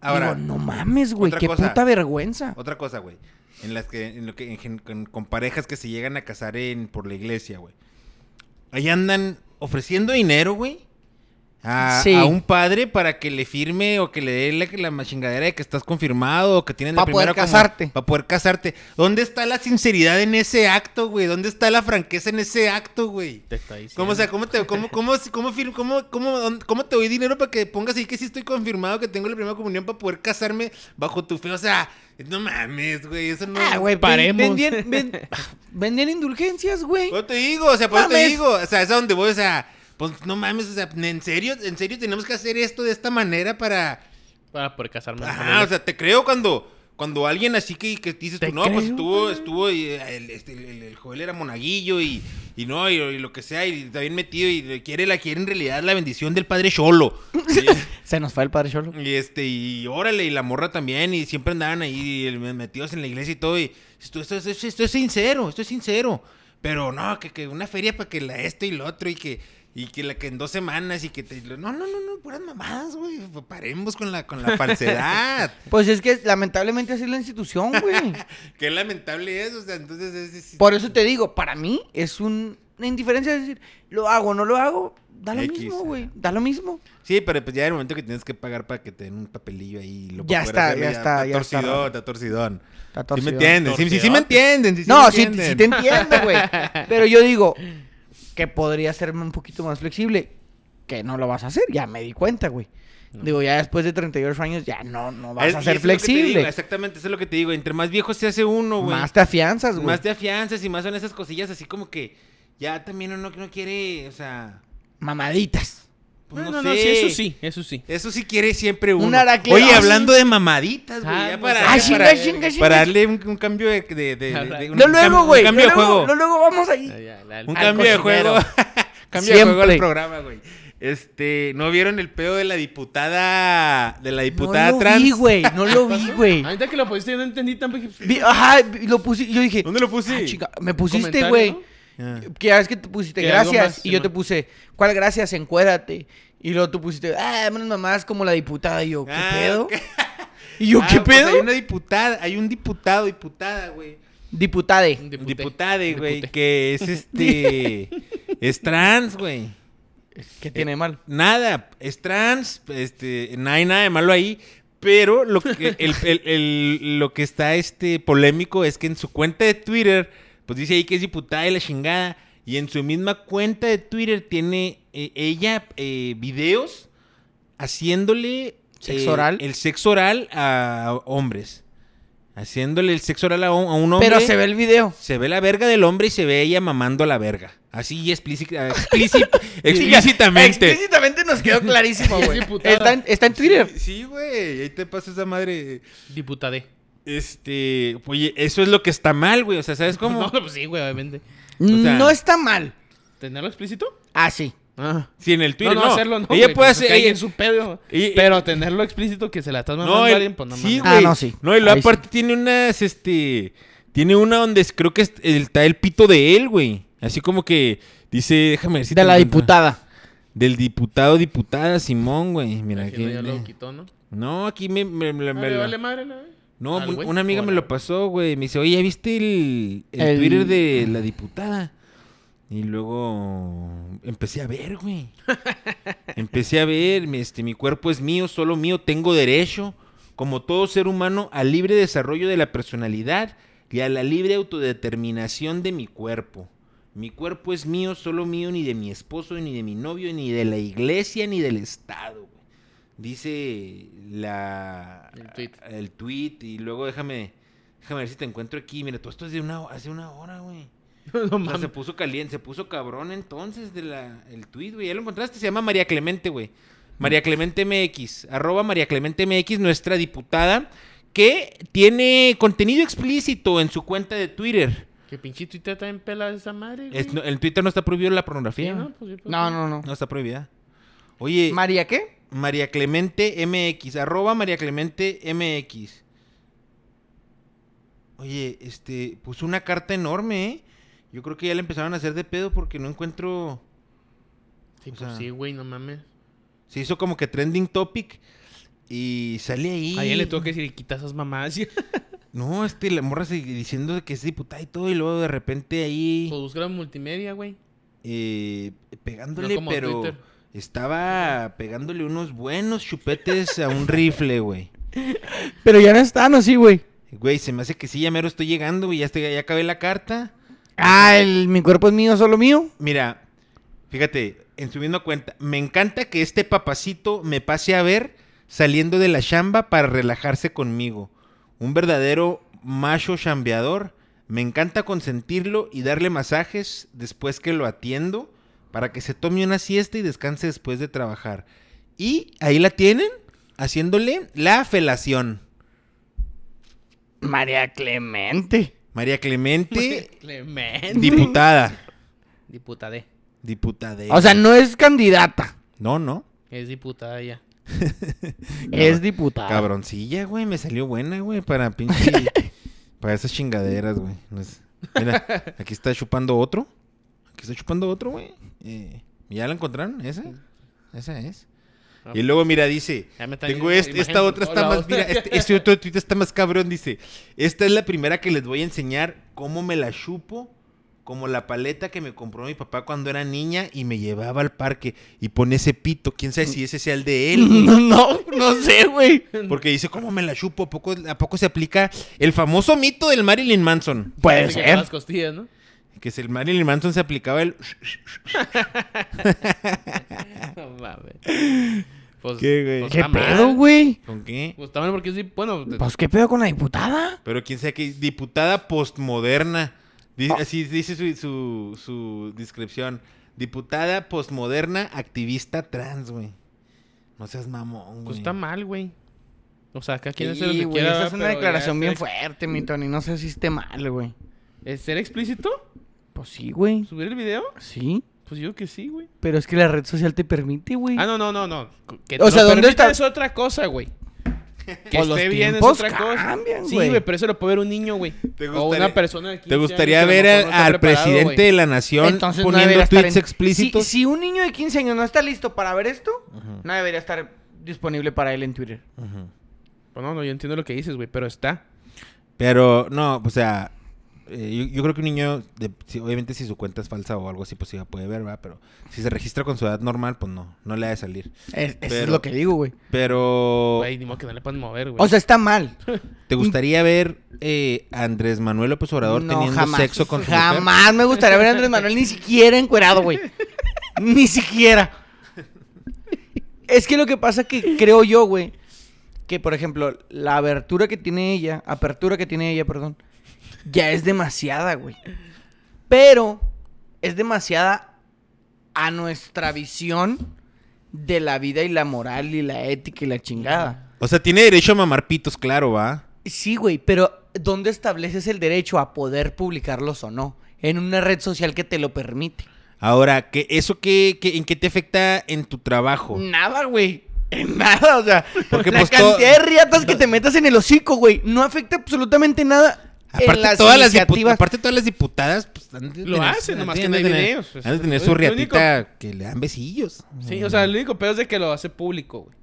Speaker 1: Ahora,
Speaker 3: digo, no mames, güey.
Speaker 1: otra
Speaker 3: Qué
Speaker 1: cosa.
Speaker 3: puta vergüenza.
Speaker 1: otra cosa, güey. En las que, en lo que, en gen- con, con parejas que se llegan a casar en, por la iglesia, güey. Ahí andan ofreciendo dinero, güey. A,
Speaker 3: Sí.
Speaker 1: a un padre para que le firme o que le dé la, la machingadera de que estás confirmado o que tienes la
Speaker 3: Pa' poder
Speaker 1: primera comu-
Speaker 3: casarte.
Speaker 1: pa' poder casarte. ¿Dónde está la sinceridad en ese acto, güey? ¿Dónde está la franqueza en ese acto, güey?
Speaker 2: Te está diciendo.
Speaker 1: ¿Cómo, o sea, cómo te, cómo, cómo, cómo, fir- cómo, cómo, dónde- cómo te doy dinero para que pongas ahí que sí estoy confirmado que tengo la primera comunión para poder casarme bajo tu fe? O sea, no mames, güey, eso no.
Speaker 3: Ah, güey, ven-
Speaker 2: Paremos.
Speaker 3: Vendían, ven- vendían indulgencias, güey.
Speaker 1: Por eso te digo, o sea, por eso te
Speaker 3: Mames.
Speaker 1: digo, o sea, es a donde voy, o sea, pues no mames, o sea, en serio, en serio tenemos que hacer esto de esta manera para.
Speaker 2: Para poder Ah, casarme.
Speaker 1: Ajá, o sea, te creo cuando. Cuando alguien así que, que dices
Speaker 2: Te
Speaker 1: tú, no, pues
Speaker 2: creo,
Speaker 1: estuvo,
Speaker 2: güey.
Speaker 1: estuvo, y, eh, el, este, el- el- el Joel era monaguillo y, y no, y, y lo que sea, y está bien metido y le quiere, la quiere en realidad la bendición del padre Cholo.
Speaker 2: [LAUGHS]
Speaker 3: Se nos fue el padre Cholo.
Speaker 1: Y este, y órale, y la morra también, y siempre andaban ahí y me- metidos en la iglesia y todo, y esto, esto, esto- esto es sincero, esto es sincero. Pero no, que, que una feria para que la esto y lo otro, y que, y que la que en dos semanas, y que te. No, no, no, no, puras mamadas, güey. Paremos con la, con la falsedad.
Speaker 3: Pues es que lamentablemente así es la institución, güey.
Speaker 1: Qué lamentable es, o sea, entonces es. es-
Speaker 3: Por eso te digo, para mí es un- una indiferencia es decir, lo hago o no lo hago, da lo
Speaker 1: X,
Speaker 3: mismo,
Speaker 1: ajá.
Speaker 3: güey. Da lo mismo.
Speaker 1: Sí, pero pues ya el momento que tienes que pagar para que te den un papelillo ahí. y Lo
Speaker 3: Ya
Speaker 1: para poder
Speaker 3: está,
Speaker 1: hacerlo,
Speaker 3: ya está,
Speaker 1: Está
Speaker 3: ya está,
Speaker 1: torcidón,
Speaker 3: Rafa.
Speaker 1: está torcidón.
Speaker 3: Está
Speaker 1: Sí me
Speaker 3: torcido.
Speaker 1: entienden, sí, sí, sí me
Speaker 2: Torcidón.
Speaker 1: entienden. sí, sí me
Speaker 3: No, sí, sí
Speaker 1: entienden.
Speaker 3: te entiendo,
Speaker 1: [LAUGHS]
Speaker 3: güey. Pero yo digo que podría ser un poquito más flexible. Que no lo vas a hacer, ya me di cuenta, güey. Digo, ya después de 38 años, ya no, no vas
Speaker 1: Es-
Speaker 3: a
Speaker 1: y
Speaker 3: ser
Speaker 1: eso es lo que te digo,
Speaker 3: flexible.
Speaker 1: exactamente, eso es lo que te digo. Entre más viejo se hace uno, güey.
Speaker 3: Más te afianzas, güey.
Speaker 1: Más te afianzas y más son esas cosillas así como que ya también uno no quiere, o sea,
Speaker 3: Mamaditas.
Speaker 1: pues
Speaker 2: no,
Speaker 1: no,
Speaker 2: no,
Speaker 1: sé.
Speaker 2: no, sí, eso sí, eso sí.
Speaker 1: Eso sí quiere siempre uno.
Speaker 3: Un aracle-
Speaker 1: Oye,
Speaker 3: Ah,
Speaker 1: hablando de mamaditas, güey,
Speaker 2: Ah,
Speaker 1: ya
Speaker 2: no
Speaker 1: para,
Speaker 2: sé.
Speaker 1: para,
Speaker 3: Ah, chinga, chinga, chinga.
Speaker 1: para darle un, un cambio de, de- de- de- de- un
Speaker 3: No
Speaker 1: cam-
Speaker 3: luego, güey.
Speaker 1: un
Speaker 3: No
Speaker 1: cambio de
Speaker 3: luego,
Speaker 1: juego.
Speaker 3: no luego vamos ahí.
Speaker 1: Un
Speaker 3: Al
Speaker 1: cambio de
Speaker 3: cocinero.
Speaker 1: juego. [LAUGHS] cambio de juego al
Speaker 3: Siempre.
Speaker 1: programa, güey. Este, ¿no vieron el pedo de la diputada de la diputada
Speaker 3: no lo
Speaker 1: trans?
Speaker 3: vi, güey. No lo
Speaker 1: [LAUGHS]
Speaker 3: vi, güey.
Speaker 2: Ahorita que lo pusiste, yo no entendí tan.
Speaker 3: Vi- Ajá, vi- lo puse. Yo dije,
Speaker 1: ¿Dónde lo puse?
Speaker 3: "Ah, chinga, me pusiste,
Speaker 2: comentario,
Speaker 3: güey.
Speaker 2: ¿no?
Speaker 1: Ah.
Speaker 3: Que ya ves que te pusiste
Speaker 2: Que algo
Speaker 3: gracias.
Speaker 2: más,
Speaker 3: y yo te
Speaker 2: Simón.
Speaker 3: puse, ¿cuál gracias? Encuérdate. Y luego tú pusiste, ah, unas mamás como la diputada. Y yo, ¿qué
Speaker 1: Ah,
Speaker 3: pedo?
Speaker 1: ok.
Speaker 3: [LAUGHS] Y yo,
Speaker 1: Ah,
Speaker 3: ¿qué
Speaker 1: pues
Speaker 3: pedo?
Speaker 1: hay una diputada, hay un diputado, diputada, güey.
Speaker 3: Diputade.
Speaker 2: Diputé.
Speaker 1: Diputade, güey,
Speaker 2: Diputé.
Speaker 1: que es
Speaker 3: [LAUGHS]
Speaker 1: este. es trans, güey.
Speaker 3: ¿Qué tiene de mal?
Speaker 1: Nada, es trans, este, no hay nada de malo ahí. Pero lo
Speaker 3: [LAUGHS]
Speaker 1: que, el- el- el- lo que está este polémico es que en su cuenta de Twitter, pues dice ahí que es diputada y la chingada. Y en su misma cuenta de Twitter tiene eh, ella eh, videos haciéndole
Speaker 3: ¿Sexo
Speaker 1: eh,
Speaker 3: oral?
Speaker 1: el sexo oral a hombres. Haciéndole el sexo oral a, un- a un hombre.
Speaker 3: Pero se ve el video.
Speaker 1: Se ve la verga del hombre y se ve ella mamando la verga. Así explícit-
Speaker 3: [LAUGHS]
Speaker 1: explícit- explícitamente.
Speaker 3: Explícitamente
Speaker 1: [LAUGHS]
Speaker 3: nos quedó clarísimo,
Speaker 2: Es
Speaker 3: güey.
Speaker 2: diputada.
Speaker 3: Está en, está en Twitter.
Speaker 1: Sí, güey. Ahí te pasa esa madre.
Speaker 2: Diputade.
Speaker 1: Este. Oye, eso es lo que está mal, güey. O sea, ¿sabes
Speaker 2: ¿Cómo? [LAUGHS] No,
Speaker 1: cómo?
Speaker 2: pues sí, güey, obviamente.
Speaker 1: O sea-
Speaker 3: no está mal.
Speaker 2: ¿Tenerlo explícito?
Speaker 3: Ah, sí.
Speaker 2: Ah.
Speaker 1: Si en el Twitter. No,
Speaker 2: no, no, hacerlo no.
Speaker 1: Ella puede
Speaker 2: güey, pues,
Speaker 1: hacer.
Speaker 2: que ahí
Speaker 1: ella-
Speaker 2: en su pedo.
Speaker 1: y-
Speaker 2: pero tenerlo explícito que se la estás
Speaker 1: No,
Speaker 2: mandando a
Speaker 1: el-
Speaker 2: alguien, pues no
Speaker 1: sí,
Speaker 2: mames.
Speaker 1: güey.
Speaker 3: Ah, no, sí.
Speaker 1: No, y luego
Speaker 3: Ahí sí.
Speaker 1: aparte tiene unas, este. Tiene una donde es- creo que es- el- está el pito de él, güey. Así como que dice, déjame ver si
Speaker 3: De
Speaker 1: te
Speaker 3: la
Speaker 1: encuentro.
Speaker 3: diputada.
Speaker 1: Del diputado, diputada Simón, güey. Mira,
Speaker 2: Imagino,
Speaker 1: aquí.
Speaker 2: ya lo quitó, ¿no?
Speaker 1: No, aquí me. me- me- me
Speaker 2: Ah, le
Speaker 1: la-
Speaker 2: vale madre, la güey.
Speaker 1: No,
Speaker 2: Al
Speaker 1: un-
Speaker 2: güey.
Speaker 1: una amiga me
Speaker 2: Hola.
Speaker 1: lo pasó, güey. Me dice, oye, ¿ya viste el, el
Speaker 2: Ah.
Speaker 3: El-
Speaker 1: Twitter de la diputada? Y luego empecé a ver, güey.
Speaker 2: [LAUGHS]
Speaker 1: Empecé a ver, mi- este, mi cuerpo es mío, solo mío, tengo derecho, como todo ser humano, al libre desarrollo de la personalidad y a la libre autodeterminación de mi cuerpo. Mi cuerpo es mío, solo mío, ni de mi esposo, ni de mi novio, ni de la iglesia, ni del Estado. güey. Dice la...
Speaker 2: El tuit.
Speaker 1: el tuit, y luego déjame, déjame ver si te encuentro aquí. Mira, todo esto es de una, hace una hora, güey.
Speaker 2: No
Speaker 1: O sea, se
Speaker 2: mames.
Speaker 1: puso caliente, se puso cabrón entonces de la, el tweet, güey. Ya lo encontraste, se llama María Clemente, güey. María Clemente MX, arroba María Clemente MX, nuestra diputada, que tiene contenido explícito en su cuenta de Twitter.
Speaker 2: Que pinche Twitter también pela esa madre, güey.
Speaker 1: Es- no, el Twitter no está prohibido la pornografía.
Speaker 2: Sí,
Speaker 1: ¿no?
Speaker 2: ¿no? Pues sí, pues
Speaker 3: No,
Speaker 2: sí.
Speaker 3: no, no.
Speaker 1: No está prohibida. Oye,
Speaker 3: ¿María qué?
Speaker 1: María Clemente MX, arroba María Clemente MX. Oye, este, puso una carta enorme, ¿eh? Yo creo que ya le empezaron a hacer de pedo porque no encuentro...
Speaker 2: Sí,
Speaker 1: O
Speaker 2: pues
Speaker 1: sea-
Speaker 2: sí, güey, no mames.
Speaker 1: Se hizo como que trending topic y sale ahí.
Speaker 2: A ella le tuvo que decir, quita esas [LAUGHS] mamadas. y-
Speaker 1: No, este, la morra sigue diciendo que es diputada y todo, y luego de repente ahí
Speaker 2: Pues buscar en multimedia, güey.
Speaker 1: eh,
Speaker 2: No
Speaker 1: pegándole,
Speaker 2: como
Speaker 1: pero
Speaker 2: Twitter.
Speaker 1: estaba pegándole unos buenos chupetes a un rifle, güey.
Speaker 3: Pero ya no están así, güey.
Speaker 1: Güey, se me hace que sí, ya mero estoy llegando, güey, ya, estoy- ya acabé la carta.
Speaker 3: Ah, el, mi cuerpo es mío, solo mío.
Speaker 1: Mira, fíjate, en su misma cuenta, me encanta que este papacito me pase a ver saliendo de la chamba para relajarse conmigo. Un verdadero macho chambeador. Me encanta consentirlo y darle masajes después que lo atiendo para que se tome una siesta y descanse después de trabajar. Y ahí la tienen haciéndole la felación.
Speaker 3: María Clemente.
Speaker 1: María Clemente,
Speaker 2: [LAUGHS] Clemente.
Speaker 1: diputada.
Speaker 2: Diputade.
Speaker 1: Diputada.
Speaker 3: O sea, no es candidata.
Speaker 1: no, no.
Speaker 2: Es diputada ya.
Speaker 3: Es
Speaker 1: [LAUGHS]
Speaker 3: diputada.
Speaker 1: Cabroncilla, güey, me salió buena, güey, para pinche.
Speaker 3: [LAUGHS]
Speaker 1: para esas chingaderas, güey. No es- Mira, aquí está chupando otro. Aquí está chupando otro, güey. Eh, ¿Ya la encontraron? ¿Esa? Esa es.
Speaker 2: Ah,
Speaker 1: Y luego, mira, dice.
Speaker 2: Ya me están
Speaker 1: Tengo
Speaker 2: yendo
Speaker 1: este,
Speaker 2: imágenes
Speaker 1: esta
Speaker 2: por
Speaker 1: otra
Speaker 2: todos
Speaker 1: está más.
Speaker 2: lados.
Speaker 1: Mira, este, este otro tuit está más cabrón. Dice: Esta es la primera que les voy a enseñar cómo me la chupo. Como la paleta que me compró mi papá cuando era niña y me llevaba al parque y pone ese pito. Quién sabe si ese sea el de él. güey?
Speaker 3: [LAUGHS] No, no, no sé, güey.
Speaker 1: Porque dice, ¿cómo me la chupo? ¿A poco, ¿A poco se aplica el famoso mito del Marilyn Manson?
Speaker 3: [LAUGHS] Puede
Speaker 2: Se quedaron
Speaker 3: ser.
Speaker 2: Las costillas, ¿no?
Speaker 1: Que si el Marilyn Manson se aplicaba el...
Speaker 2: No mames. Pues,
Speaker 1: ¿Qué, güey?
Speaker 2: pues
Speaker 3: Ah. ¿Qué
Speaker 2: está mal.
Speaker 3: pedo, güey?
Speaker 1: ¿Con qué?
Speaker 2: Pues está mal porque es dip- Bueno, te-
Speaker 3: Pues qué pedo con la diputada.
Speaker 1: Pero quién sabe qué... Diputada postmoderna. Di- Así dice su, su, su descripción. Diputada postmoderna activista trans, güey. No seas mamón,
Speaker 2: pues
Speaker 1: güey.
Speaker 2: está mal, güey. O sea, acá quien es lo
Speaker 3: Sí,
Speaker 2: que
Speaker 3: güey,
Speaker 2: quiera.
Speaker 3: esa es una
Speaker 2: pero ya
Speaker 3: declaración
Speaker 2: ser
Speaker 3: bien
Speaker 2: ex-
Speaker 3: fuerte, mi Tony. No sé si esté mal, güey.
Speaker 2: ¿Es ser explícito?
Speaker 3: Pues sí, güey.
Speaker 2: ¿Subir el video?
Speaker 3: Sí.
Speaker 2: Pues yo que sí, güey.
Speaker 3: Pero es que la red social te permite, güey.
Speaker 2: Ah, no, no, no, no. Que
Speaker 3: O
Speaker 2: te
Speaker 3: sea,
Speaker 2: lo
Speaker 3: ¿dónde
Speaker 2: permita
Speaker 3: está?
Speaker 2: Es otra cosa, güey. Que
Speaker 3: O los
Speaker 2: esté bien es
Speaker 3: tiempos
Speaker 2: otra cosa.
Speaker 3: cambian,
Speaker 2: sí,
Speaker 3: güey.
Speaker 2: güey, pero eso lo puede ver un niño, güey.
Speaker 1: ¿Te
Speaker 2: O una
Speaker 1: gustaría-
Speaker 2: persona de 15
Speaker 1: ¿Te
Speaker 2: años
Speaker 1: gustaría
Speaker 2: que a lo
Speaker 1: ver
Speaker 2: mejor
Speaker 1: al,
Speaker 2: no está
Speaker 1: al
Speaker 2: preparado,
Speaker 1: presidente
Speaker 2: güey.
Speaker 1: de la nación
Speaker 3: Entonces no
Speaker 1: poniendo
Speaker 3: debería estar
Speaker 1: tweets
Speaker 3: en-
Speaker 1: explícitos?
Speaker 3: Si, si un niño de 15 años no está listo para ver esto,
Speaker 1: Ujú,
Speaker 3: no debería estar disponible para él en Twitter.
Speaker 1: ujú.
Speaker 2: Pues no, no, yo entiendo lo que dices, güey, pero está.
Speaker 1: Pero, no, o sea, eh, yo, yo creo que un niño, de- si- obviamente si su cuenta es falsa o algo así, pues sí la puede ver, ¿verdad? Pero si se registra con su edad normal, pues no, no le ha de salir.
Speaker 3: Es- eso es
Speaker 1: Pero-
Speaker 3: lo que digo, güey.
Speaker 1: Pero,
Speaker 2: Güey, ni modo que no le puedan mover, güey.
Speaker 3: O sea, está mal.
Speaker 1: ¿te gustaría ver eh, a Andrés Manuel López Obrador
Speaker 3: Mm. No,
Speaker 1: teniendo
Speaker 3: jamás.
Speaker 1: sexo con su mujer?
Speaker 3: Jamás me gustaría ver a Andrés Manuel ni siquiera encuerado, güey. Ni siquiera. Es que lo que pasa que creo yo, güey, que por ejemplo, la abertura que tiene ella, apertura que tiene ella, perdón, ya es demasiada, güey. Pero es demasiada a nuestra visión de la vida y la moral y la ética y la chingada.
Speaker 1: O sea, tiene derecho a mamar pitos, claro, ¿va?
Speaker 3: Sí, güey, pero ¿dónde estableces el derecho a poder publicarlos o no? En una red social que te lo permite.
Speaker 1: Ahora, ¿qué, ¿eso qué, qué- en qué te afecta en tu trabajo?
Speaker 3: Nada, güey. En nada, o sea,
Speaker 1: Oh. Porque,
Speaker 3: la
Speaker 1: pues, todo-
Speaker 3: cantidad de riatas que te metas en el hocico, güey, no afecta absolutamente nada
Speaker 1: Aparte,
Speaker 3: en las
Speaker 1: todas las dipu-
Speaker 3: iniciativas.
Speaker 1: aparte todas las diputadas pues, han de
Speaker 2: Lo hacen, nomás que
Speaker 1: han de
Speaker 2: no hay
Speaker 1: tener-
Speaker 2: videos, pues.
Speaker 1: Han de tener
Speaker 2: Lo
Speaker 1: su
Speaker 2: único-
Speaker 1: riatita que le dan besillos.
Speaker 2: Sí, o sea, el único pedo es de que lo hace público, güey.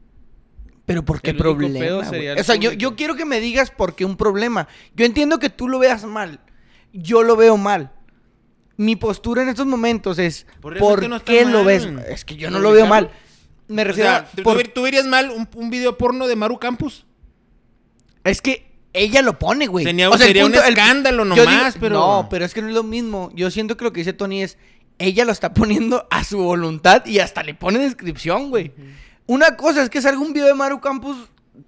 Speaker 3: Pero ¿por qué
Speaker 2: El único
Speaker 3: problema?
Speaker 2: pedo
Speaker 3: güey?
Speaker 2: sería el
Speaker 3: O sea, yo,
Speaker 2: público.
Speaker 3: yo quiero que me digas por qué un problema. Yo entiendo que tú lo veas mal. Yo lo veo mal. mi postura en estos momentos es,
Speaker 1: Pues
Speaker 3: ¿por,
Speaker 1: realmente no está
Speaker 3: qué lo
Speaker 1: mal.
Speaker 3: ves? Es que yo no lo veo mal. Me
Speaker 1: O
Speaker 3: refiero
Speaker 1: sea,
Speaker 3: a...
Speaker 1: ¿tú,
Speaker 3: por-
Speaker 1: ver- tú verías mal un, un video porno de Maru Campus?
Speaker 3: Es que ella lo pone, güey.
Speaker 1: Tenía-
Speaker 3: el
Speaker 1: sería un
Speaker 3: punto- el-
Speaker 1: escándalo
Speaker 3: yo
Speaker 1: nomás, pero-
Speaker 3: No, pero es que no es lo mismo. Yo siento que lo que dice Tony es... Ella lo está poniendo a su voluntad y hasta le pone descripción, güey. Una cosa es que salga un video de Maru Campus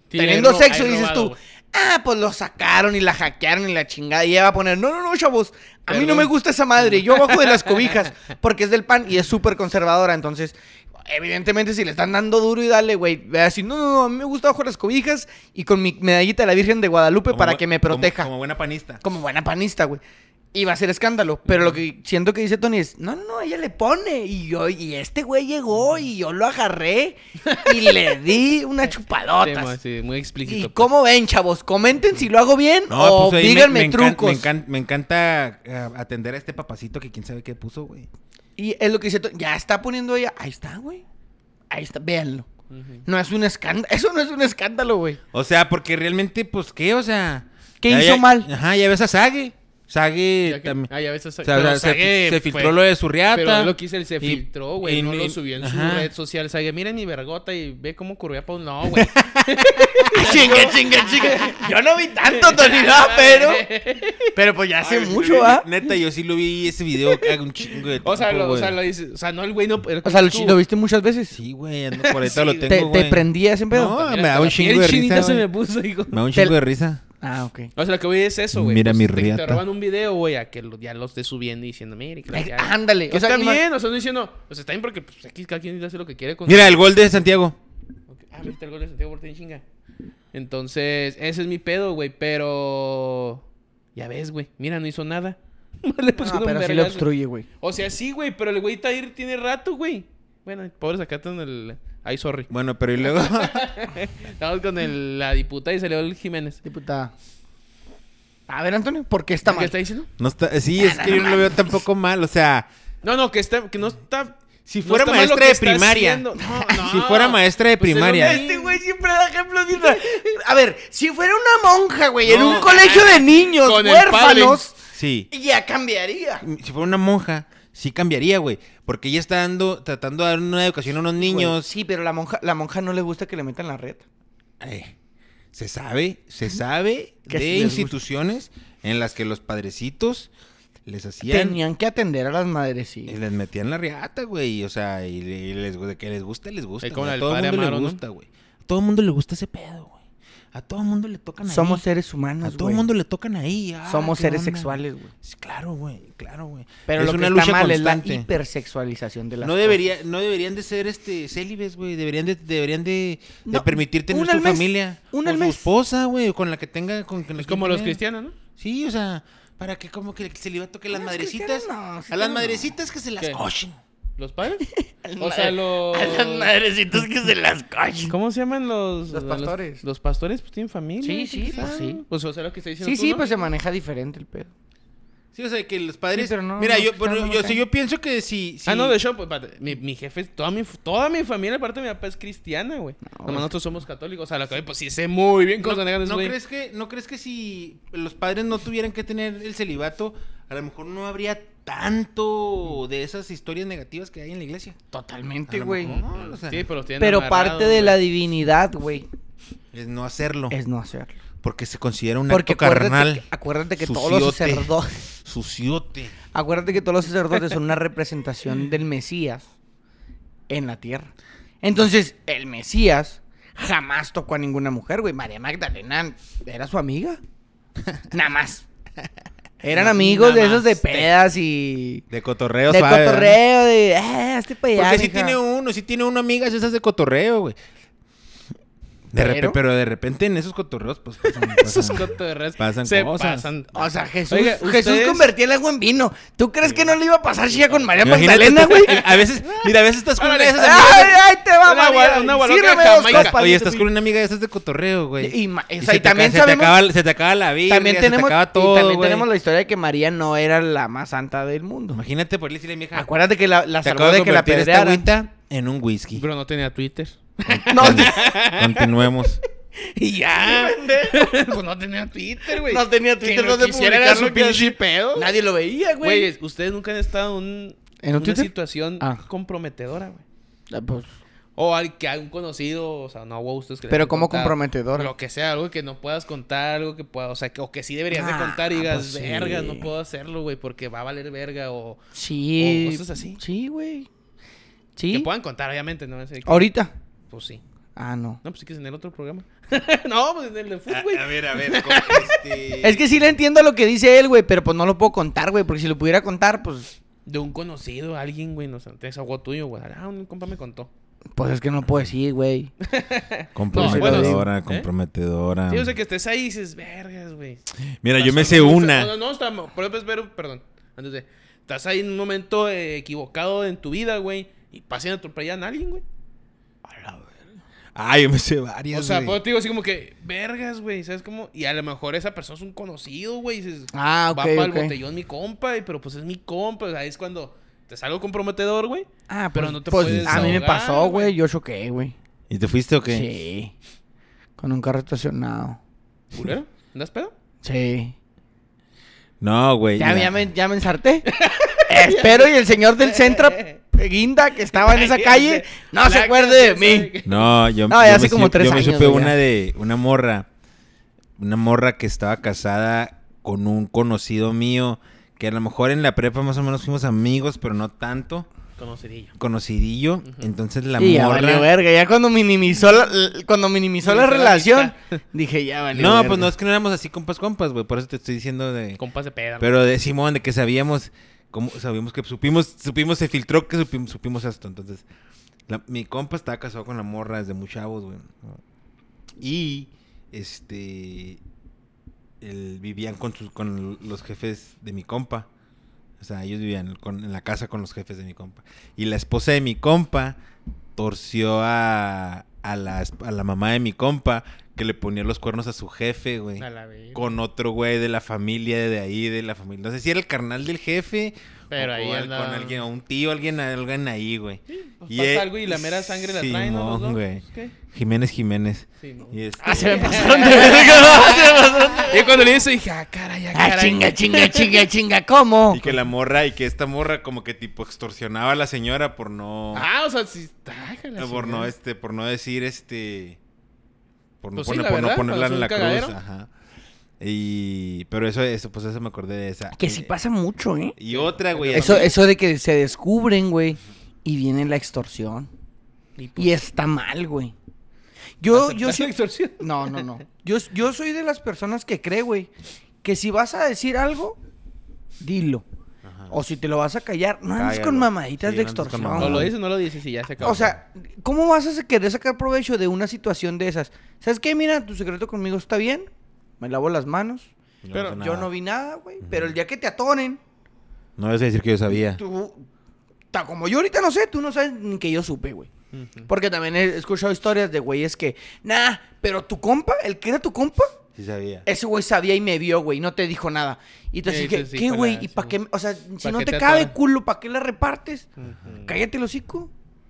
Speaker 2: Sí,
Speaker 3: teniendo
Speaker 2: ahí ro-
Speaker 3: sexo
Speaker 2: ahí
Speaker 3: y dices
Speaker 2: robado,
Speaker 3: tú...
Speaker 2: güey.
Speaker 3: Ah, pues lo sacaron y la hackearon y la chingada. Y ella va a poner, no, no, no, chavos, a mí no
Speaker 2: Perdón.
Speaker 3: me gusta esa madre. Yo bajo de las cobijas porque es del pan y es súper conservadora. Entonces, evidentemente, si le están dando duro y dale, güey, ve así, no, no, no, a mí me gusta bajo las cobijas y con mi medallita de la Virgen de Guadalupe
Speaker 1: Como
Speaker 3: Pues, para
Speaker 1: bu-
Speaker 3: que me
Speaker 1: como-
Speaker 3: proteja.
Speaker 1: Como,
Speaker 3: Como,
Speaker 1: buena panista.
Speaker 3: buena panista, güey. Y va a ser escándalo. Pero lo que siento que dice Tony es, no, no, no, ella le pone. Y yo, y este güey llegó y yo lo agarré y le di
Speaker 1: [LAUGHS]
Speaker 3: una
Speaker 2: Sí,
Speaker 3: chupadota.
Speaker 2: mo- sí, muy explícito.
Speaker 3: ¿Y
Speaker 2: pues.
Speaker 3: cómo ven, chavos? Comenten si lo hago bien o
Speaker 1: pues ahí me-
Speaker 3: díganme
Speaker 1: me encan-
Speaker 3: trucos.
Speaker 1: me, encan- me encanta eh, atender a este papacito que quién sabe qué puso, güey.
Speaker 3: Y es lo que dice, to- ya está poniendo ella. Ahí está, güey. Ahí está, véanlo.
Speaker 2: Ujú.
Speaker 3: No es un escándalo. [LAUGHS] Eso no es un escándalo, güey.
Speaker 1: O sea, porque realmente, pues, ¿qué? O sea...
Speaker 3: ¿Qué
Speaker 1: ya-
Speaker 3: hizo
Speaker 1: ya-
Speaker 3: mal?
Speaker 1: Ajá, ya ves a Sage. Sage
Speaker 2: Ya que-
Speaker 1: también.
Speaker 2: Ah, ya ves,
Speaker 1: o sea, o sea, se, se filtró lo de su riata.
Speaker 2: pues, Pero es lo que hice, él se
Speaker 1: Y-
Speaker 2: filtró, güey.
Speaker 1: y-
Speaker 2: No
Speaker 1: y-
Speaker 2: lo subió en
Speaker 1: ajá. [LAUGHS]
Speaker 2: su red social. O sea, que mira mi vergota y ve cómo curvía pa' un... No, güey.
Speaker 3: chingue, chingue, chingue. Yo no
Speaker 2: [LAUGHS]
Speaker 3: vi tanto, Tony, no, pero. Pero pues ya hace
Speaker 1: Ay, sí
Speaker 3: mucho,
Speaker 1: lo vi.
Speaker 3: ¿ah?
Speaker 1: Neta, yo sí lo vi ese video que hago un chingo de
Speaker 2: O sea,
Speaker 1: tiempo,
Speaker 2: lo, o
Speaker 1: güey.
Speaker 2: sea, lo dice... O sea, no, el güey no...
Speaker 3: Oh, O sea, lo, lo viste muchas veces.
Speaker 1: Sí, güey, ando por ahí, todo lo
Speaker 2: Sí,
Speaker 1: tengo,
Speaker 3: ¿Te, te
Speaker 1: güey.
Speaker 3: prendía ese pedo?
Speaker 1: No, me
Speaker 2: Mira,
Speaker 1: da un
Speaker 2: la
Speaker 1: chingo
Speaker 2: piel
Speaker 1: de
Speaker 2: chinita
Speaker 1: risa,
Speaker 2: se me
Speaker 1: güey.
Speaker 2: puso, hijo.
Speaker 1: Me da un
Speaker 3: Te-
Speaker 1: chingo de risa.
Speaker 3: Ah, ok.
Speaker 2: O sea, lo que voy es eso, güey. Pues,
Speaker 1: Mira mi
Speaker 2: te- Te,
Speaker 1: riata.
Speaker 2: roban un video, güey, a que lo- ya lo esté subiendo y diciendo, mire, que la-
Speaker 3: Eh,
Speaker 2: ya-
Speaker 3: Ándale.
Speaker 2: Que
Speaker 3: O sea,
Speaker 2: está
Speaker 3: ima-
Speaker 2: bien, o sea, no diciendo, o sea, está bien porque pues, aquí cada quien hace lo que quiere con
Speaker 1: Mira, el gol de Santiago.
Speaker 2: Ok. Ah, mira, el gol de Santiago Ortiz, chinga. Entonces, ese es mi pedo, güey, pero ya ves, güey. Mira, no hizo nada. [LAUGHS] Le pusieron
Speaker 3: No,
Speaker 2: Pues un
Speaker 3: Ah, pero sí lo
Speaker 2: vergazo.
Speaker 3: obstruye, güey.
Speaker 2: O sea, sí, güey, pero el güey está ahí tiene rato, güey. Bueno, pobres acá están el ay, sorry.
Speaker 1: Bueno, pero y luego. [LAUGHS]
Speaker 2: Estamos con el, la diputa y salió el Jiménez.
Speaker 3: Diputada. A ver, Antonio, ¿por qué está
Speaker 2: ¿Qué
Speaker 3: mal?
Speaker 2: está diciendo?
Speaker 1: no está... Sí, es que yo no lo veo tampoco mal. O sea,
Speaker 2: No, no, que está que no está
Speaker 1: si
Speaker 2: no
Speaker 1: fuera
Speaker 2: está mal lo
Speaker 1: maestra
Speaker 2: que
Speaker 1: de
Speaker 2: está
Speaker 1: primaria.
Speaker 2: haciendo. No, [LAUGHS] no.
Speaker 1: Si fuera maestra de
Speaker 2: Pues era
Speaker 1: primaria.
Speaker 2: una-
Speaker 3: Este güey siempre da ejemplos bien raros. [LAUGHS] A ver, si fuera una monja, güey, en
Speaker 2: No.
Speaker 3: un colegio de niños
Speaker 2: Con el
Speaker 3: huérfanos,
Speaker 1: Sí.
Speaker 3: ya cambiaría.
Speaker 1: Si fuera una monja, sí cambiaría, güey. Porque ella está dando, tratando de dar una educación a unos
Speaker 3: Güey,
Speaker 1: niños.
Speaker 3: sí, pero la monja, la monja no le gusta que le metan la red.
Speaker 1: Eh, se sabe, se sabe
Speaker 3: Que
Speaker 1: de
Speaker 3: sí les gusta.
Speaker 1: instituciones en las que los padrecitos les hacían.
Speaker 3: Tenían que atender a las madres,
Speaker 1: Y
Speaker 3: sí.
Speaker 1: les metían la riata, güey. y, O sea, y, le- y les, de que les gusta, les gusta.
Speaker 2: Es como
Speaker 1: güey,
Speaker 2: la
Speaker 1: a
Speaker 2: del
Speaker 1: todo el
Speaker 2: padre
Speaker 1: mundo
Speaker 2: Amaro,
Speaker 1: le
Speaker 2: ¿no?
Speaker 1: gusta, güey. A todo el mundo le gusta ese pedo, güey. A todo el mundo le tocan ahí.
Speaker 3: Somos seres
Speaker 1: A
Speaker 3: humanos,
Speaker 1: todo
Speaker 3: güey.
Speaker 1: el mundo le tocan ahí. ah,
Speaker 3: Somos
Speaker 1: qué
Speaker 3: seres
Speaker 1: onda.
Speaker 3: sexuales, güey.
Speaker 1: Sí, Claro, güey. Claro, güey.
Speaker 3: Pero
Speaker 1: es
Speaker 3: lo que
Speaker 1: una
Speaker 3: está
Speaker 1: lucha
Speaker 3: mal
Speaker 1: constante.
Speaker 3: es la hipersexualización de las
Speaker 1: No, debería, no deberían de ser este célibes, güey. Deberían de, deberían de, de
Speaker 3: No,
Speaker 1: permitir tener
Speaker 3: una al
Speaker 1: su
Speaker 3: mes,
Speaker 1: familia.
Speaker 3: una
Speaker 1: o
Speaker 3: al
Speaker 1: su
Speaker 3: mes.
Speaker 1: esposa, güey. Con la que tenga. Con, con la
Speaker 2: Es
Speaker 1: que
Speaker 2: como los
Speaker 1: tenga.
Speaker 2: cristianos, ¿no?
Speaker 1: Sí, o sea, para que como que el celibato que las
Speaker 3: No, los
Speaker 1: madrecitas.
Speaker 3: cristianos no,
Speaker 1: a las
Speaker 3: cristianos no.
Speaker 1: madrecitas que se las
Speaker 2: ¿Qué?
Speaker 1: cochen.
Speaker 2: ¿Los [LAUGHS] padres?
Speaker 3: cosas.
Speaker 2: o sea, los...
Speaker 3: A las madrecitas que se las cochen.
Speaker 2: ¿Cómo se llaman los...
Speaker 3: Los pastores.
Speaker 2: Los, pastores, pues, tienen familia.
Speaker 3: Sí, sí,
Speaker 2: quizá.
Speaker 3: pues, sí.
Speaker 2: Pues, o sea, lo que está diciendo
Speaker 3: Sí,
Speaker 2: tú,
Speaker 3: sí,
Speaker 2: ¿no?
Speaker 3: pues se maneja diferente el pedo.
Speaker 1: Sí, o sea, que los padres.
Speaker 3: Sí, pero no,
Speaker 1: Mira,
Speaker 3: no,
Speaker 1: yo,
Speaker 3: no,
Speaker 1: bueno,
Speaker 3: no, no
Speaker 1: yo,
Speaker 3: sé.
Speaker 1: sí, yo pienso que si. si-
Speaker 2: Ah, no, de hecho, pues, espérate, mi, mi jefe, toda mi, toda mi familia, aparte de mi papá, es cristiana, güey. Nomás
Speaker 3: güey.
Speaker 2: nosotros somos católicos. O sea, lo que pues sí sé muy bien cómo se manejan esos
Speaker 1: ¿No
Speaker 2: güeyes.
Speaker 1: crees, que, ¿No crees que si los padres no tuvieran que tener el celibato, a lo mejor no habría tanto de esas historias negativas que hay en la iglesia? A
Speaker 3: Totalmente,
Speaker 1: lo
Speaker 3: güey.
Speaker 1: mejor no, o sea,
Speaker 2: Sí, pero los tienen
Speaker 3: Pero
Speaker 2: amarrados,
Speaker 3: parte de
Speaker 2: güey.
Speaker 3: la divinidad, güey,
Speaker 1: Es no hacerlo.
Speaker 3: es no hacerlo.
Speaker 1: Porque se considera un
Speaker 3: Porque
Speaker 1: acto carnal.
Speaker 3: acuérdate, que- acuérdate que todos los
Speaker 1: Suciote.
Speaker 3: sacerdotes,
Speaker 1: Suciote.
Speaker 3: acuérdate que todos los sacerdotes son una representación del Mesías en la tierra. Entonces, el Mesías jamás tocó a ninguna mujer, güey. María Magdalena era su amiga. Nada más. Eran amigos de esos de
Speaker 1: Namaste.
Speaker 3: pedas y
Speaker 1: De cotorreo,
Speaker 3: de
Speaker 1: suave, ¿verdad?
Speaker 3: cotorreo, de eh, este payaso.
Speaker 1: Porque si tiene uno, si tiene uno amigas esas de cotorreo, güey. De
Speaker 3: Pero-
Speaker 1: repe- pero de repente en esos cotorreos, pues
Speaker 3: [LAUGHS]
Speaker 1: pasan, pasan-
Speaker 2: Esos cotorreos
Speaker 1: pasan
Speaker 2: se
Speaker 1: cosas.
Speaker 2: pasan.
Speaker 3: O sea, Jesús,
Speaker 2: Oiga,
Speaker 3: Jesús
Speaker 2: ustedes-
Speaker 3: convertía el agua en vino. ¿Tú crees que no le iba a pasar ya con María
Speaker 1: Imagínate
Speaker 3: Magdalena,
Speaker 1: tú-
Speaker 3: güey? [LAUGHS]
Speaker 1: A veces, mira, a veces estás con una
Speaker 2: Órale.
Speaker 1: de esas amigas.
Speaker 3: ¡Ay, ay, te va,
Speaker 2: Una
Speaker 3: María!
Speaker 2: guara- una guaraca
Speaker 3: Sírveme
Speaker 2: de
Speaker 3: dos
Speaker 2: Jamaica.
Speaker 3: copas.
Speaker 1: Oye, estás con una amiga de esas de cotorreo, güey.
Speaker 3: Y ma- o sea,
Speaker 1: se te
Speaker 3: y también
Speaker 1: aca- se te
Speaker 3: sabemos-
Speaker 1: acaba, se te acaba la vida,
Speaker 3: También tenemos,
Speaker 1: se te acaba
Speaker 3: y
Speaker 1: todo,
Speaker 3: también
Speaker 1: güey.
Speaker 3: tenemos la historia de que María no era la más santa del mundo.
Speaker 1: Imagínate por decirle a mi hija,
Speaker 3: Acuérdate que la, la
Speaker 1: te
Speaker 3: salvó
Speaker 1: acabo
Speaker 3: de que la
Speaker 1: esta
Speaker 3: pedrearan.
Speaker 1: agüita en un whisky. [LAUGHS]
Speaker 2: Pero no tenía Twitter.
Speaker 3: [LAUGHS] No,
Speaker 1: Continuemos.
Speaker 3: [LAUGHS]
Speaker 2: Y ya. pues no tenía Twitter, güey.
Speaker 3: No tenía
Speaker 2: Que
Speaker 3: Twitter,
Speaker 2: no
Speaker 3: no de
Speaker 2: quisiera era
Speaker 3: publicar
Speaker 2: su
Speaker 3: lo que
Speaker 2: pinche
Speaker 3: hacía.
Speaker 2: pedo.
Speaker 3: Nadie lo veía, güey.
Speaker 2: Güey, ustedes nunca han estado en, un-
Speaker 3: ¿En un
Speaker 2: una
Speaker 3: Twitter?
Speaker 2: situación
Speaker 3: Ah.
Speaker 2: comprometedora, güey.
Speaker 3: Ah, pues,
Speaker 2: O al que algún conocido, o sea, no, wow, ustedes que les
Speaker 3: Pero
Speaker 2: han
Speaker 3: como
Speaker 2: contado.
Speaker 3: comprometedora.
Speaker 2: Lo que sea, algo que no puedas contar, algo que pueda, o sea, que, o que sí deberías de
Speaker 3: Ah,
Speaker 2: contar y digas,
Speaker 3: pues sí.
Speaker 2: verga, no puedo hacerlo, güey, porque va a valer verga o
Speaker 3: sí.
Speaker 2: O cosas así.
Speaker 3: Sí, güey.
Speaker 2: que
Speaker 3: Sí.
Speaker 2: puedan contar, obviamente, no Así que-
Speaker 3: Ahorita.
Speaker 2: Pues sí.
Speaker 3: Ah, no.
Speaker 2: No, pues sí que es en el otro programa. [LAUGHS] no, pues en el de fútbol, güey.
Speaker 1: A, a ver, a ver. con este-
Speaker 3: Es que sí le entiendo lo que dice él, güey, pero pues no lo puedo contar, güey, porque si lo pudiera contar, pues
Speaker 2: De un conocido, alguien, güey, no sé, te algo tuyo, güey. Ah, un compa me contó.
Speaker 3: pues es que no lo puedo decir, güey.
Speaker 1: Comprometedora,
Speaker 2: ¿Eh?
Speaker 1: comprometedora.
Speaker 3: Ah.
Speaker 2: Sí, o sea, que estés ahí y dices, vergas, güey.
Speaker 1: Mira, yo me
Speaker 2: Pasó-
Speaker 1: sé
Speaker 2: no,
Speaker 1: una.
Speaker 2: No, no, no, está, pero, pues, pero, perdón, antes de... Estás ahí en un momento eh, equivocado en tu vida, güey, y pasan a atropellar a alguien, güey.
Speaker 1: Ah, yo me sé varias.
Speaker 2: O sea,
Speaker 1: güey.
Speaker 2: pues, te digo así como que, vergas, güey, ¿sabes cómo? Y a lo mejor esa persona es un conocido, güey, y dices,
Speaker 3: Ah,
Speaker 2: va
Speaker 3: ok,
Speaker 2: para el
Speaker 3: ok.
Speaker 2: botellón mi compa, y- pero pues es mi compa, o sea, es cuando te sale algo comprometedor, güey.
Speaker 3: Ah,
Speaker 2: Pero
Speaker 3: pues,
Speaker 2: no te
Speaker 3: pues,
Speaker 2: puedes
Speaker 3: a mí me
Speaker 2: ahogar,
Speaker 3: pasó,
Speaker 2: güey.
Speaker 3: güey, yo choqué, güey.
Speaker 1: ¿Y te fuiste o qué?
Speaker 3: Sí. Con un carro estacionado.
Speaker 2: ¿Culero? ¿Andas pedo?
Speaker 3: Sí.
Speaker 1: No, güey.
Speaker 3: Ya,
Speaker 1: mira.
Speaker 3: ya me, ya me ensarté. [LAUGHS] Espero y el señor del centro, Guinda, que estaba en esa calle, no se
Speaker 2: La
Speaker 3: acuerde de
Speaker 2: que se
Speaker 3: mí.
Speaker 2: sabe que-
Speaker 1: No, yo,
Speaker 3: No, ya
Speaker 1: yo
Speaker 3: hace
Speaker 1: me
Speaker 3: como
Speaker 1: supe-
Speaker 3: tres
Speaker 1: yo me
Speaker 3: años,
Speaker 1: supe
Speaker 3: güey, ya.
Speaker 1: una de una morra, una morra que estaba casada con un conocido mío, que a lo mejor en la prepa más o menos fuimos amigos, pero no tanto,
Speaker 2: Conocidillo.
Speaker 1: conocidillo. Entonces la
Speaker 3: Y ya
Speaker 1: morra...
Speaker 3: valió verga. Ya cuando minimizó la, l- cuando minimizó la
Speaker 2: Minimizó la
Speaker 3: relación, dije, ya valió
Speaker 1: no,
Speaker 3: verga.
Speaker 1: pues no es que no éramos así compas compas, güey, por eso te estoy diciendo de...
Speaker 2: Compas de peda.
Speaker 1: Pero de Simón, de que sabíamos, como sabíamos que supimos, supimos, se filtró que supim- supimos, esto. Entonces, la- mi compa estaba casado con la morra desde muy chavos, güey. Y, este, él, vivían con, sus, con los jefes de mi compa. O sea, ellos vivían con- en la casa con los jefes de mi compa. Y la esposa de mi compa torció a, a, la, esp- a la mamá de mi compa que le ponía los cuernos a su jefe, güey
Speaker 2: A la verga.
Speaker 1: con otro güey de la familia de ahí, de la familia. No sé si era el carnal del jefe
Speaker 2: Pero
Speaker 1: o
Speaker 2: ahí
Speaker 1: con,
Speaker 2: anda-
Speaker 1: con alguien, o un tío, alguien, alguien ahí, güey.
Speaker 2: Pues
Speaker 1: Y
Speaker 2: pasa
Speaker 1: e-
Speaker 2: algo y la mera sangre la traen, ¿no? Los
Speaker 1: Simón,
Speaker 2: dos.
Speaker 1: güey.
Speaker 2: ¿Qué?
Speaker 1: Jiménez Jiménez.
Speaker 2: Sí, no.
Speaker 1: Y este-
Speaker 2: [LAUGHS]
Speaker 3: Ah, se me pasaron de verga. [LAUGHS] se me pasaron.
Speaker 2: Y cuando le hizo dije, ah, caray, ah,
Speaker 3: Ah,
Speaker 2: caray.
Speaker 3: chinga, chinga, chinga, chinga, [LAUGHS] ¿cómo?
Speaker 1: y que la morra, y que esta morra como que tipo extorsionaba a la señora por no.
Speaker 2: Ah, o sea, sí. ah, jala,
Speaker 1: por no,
Speaker 2: señora.
Speaker 1: este, por no decir este. Por no,
Speaker 2: Pues sí,
Speaker 1: poner-
Speaker 2: la
Speaker 1: por no
Speaker 2: verdad,
Speaker 1: ponerla
Speaker 2: cuando
Speaker 1: en la
Speaker 2: es un
Speaker 1: cruz.
Speaker 2: cagadero.
Speaker 1: Ajá. Y. Pero eso, eso, pues eso me acordé de esa.
Speaker 3: Que sí
Speaker 1: Eh,
Speaker 3: pasa mucho, ¿eh?
Speaker 1: Y otra, güey.
Speaker 3: Eso,
Speaker 1: también-
Speaker 3: eso de que se descubren, güey, y viene la extorsión.
Speaker 2: Y pues,
Speaker 3: Y está mal, güey. Yo,
Speaker 2: ¿aceptar
Speaker 3: yo
Speaker 2: la
Speaker 3: soy...
Speaker 2: extorsión?
Speaker 3: No, no, no. Yo, yo soy de las personas que cree, güey, que si vas a decir algo, dilo.
Speaker 1: Ajá.
Speaker 3: O si te lo vas a callar, no andes
Speaker 1: Ah. Cállalo.
Speaker 3: con mamaditas
Speaker 1: Sí,
Speaker 3: de
Speaker 1: no andes con
Speaker 3: extorsión.
Speaker 1: mamadas.
Speaker 2: O
Speaker 3: güey.
Speaker 2: lo dices, no lo dices y ya se acabó.
Speaker 3: O sea, ¿cómo vas a sa- querer sacar provecho de una situación de esas? ¿Sabes qué? Mira, tu secreto conmigo está bien. Me lavo las manos.
Speaker 1: No
Speaker 2: pero
Speaker 1: sé
Speaker 3: Yo
Speaker 1: nada.
Speaker 3: no vi nada, güey. Pero el día que te atoren,
Speaker 1: No vas a decir que yo sabía.
Speaker 3: tú... ta- como yo ahorita no sé, tú no sabes ni que yo supe, güey.
Speaker 2: Ujú.
Speaker 3: Porque también he escuchado historias de güeyes que... Nah, pero tu compa, el que era tu compa...
Speaker 1: Sí sabía.
Speaker 3: Ese güey sabía y me vio, güey, no te dijo nada. Y entonces
Speaker 2: Eh,
Speaker 3: dije,
Speaker 2: entonces,
Speaker 3: ¿qué,
Speaker 2: híjole,
Speaker 3: güey? ¿Y
Speaker 2: sí,
Speaker 3: para qué?
Speaker 2: güey.
Speaker 3: O sea, si
Speaker 2: ¿Pa'
Speaker 3: no
Speaker 2: qué
Speaker 3: te
Speaker 2: te
Speaker 3: cabe
Speaker 2: atoran?
Speaker 3: culo, ¿para qué la repartes?
Speaker 2: Ujú.
Speaker 3: Cállate el hocico.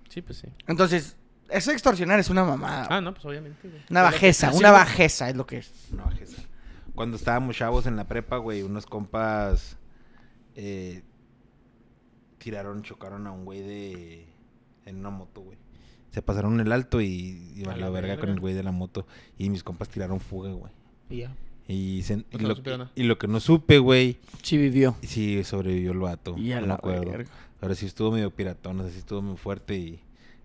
Speaker 2: Sí, pues sí.
Speaker 3: Entonces, eso de extorsionar es una mamada.
Speaker 2: Ah, no, pues obviamente. güey.
Speaker 3: Una bajeza, una bajeza es lo que es.
Speaker 1: No, Jesús. Cuando estábamos chavos en la prepa, güey, unos compas eh, tiraron, chocaron a un güey de en una moto, güey. Se pasaron el alto y, y
Speaker 2: A
Speaker 1: valió
Speaker 2: la
Speaker 1: verga, con
Speaker 2: verga.
Speaker 1: el güey de la moto. Y mis compas tiraron fuga, güey.
Speaker 2: Y ya.
Speaker 1: Y, se- y
Speaker 2: que no
Speaker 1: lo,
Speaker 2: supieron nada.
Speaker 1: y lo que no supe, güey,
Speaker 3: Sí vivió.
Speaker 1: sí sobrevivió el vato.
Speaker 3: Y a
Speaker 1: no me
Speaker 3: la
Speaker 1: acuerdo.
Speaker 3: verga.
Speaker 1: Ahora sí estuvo medio piratón, así estuvo muy fuerte y,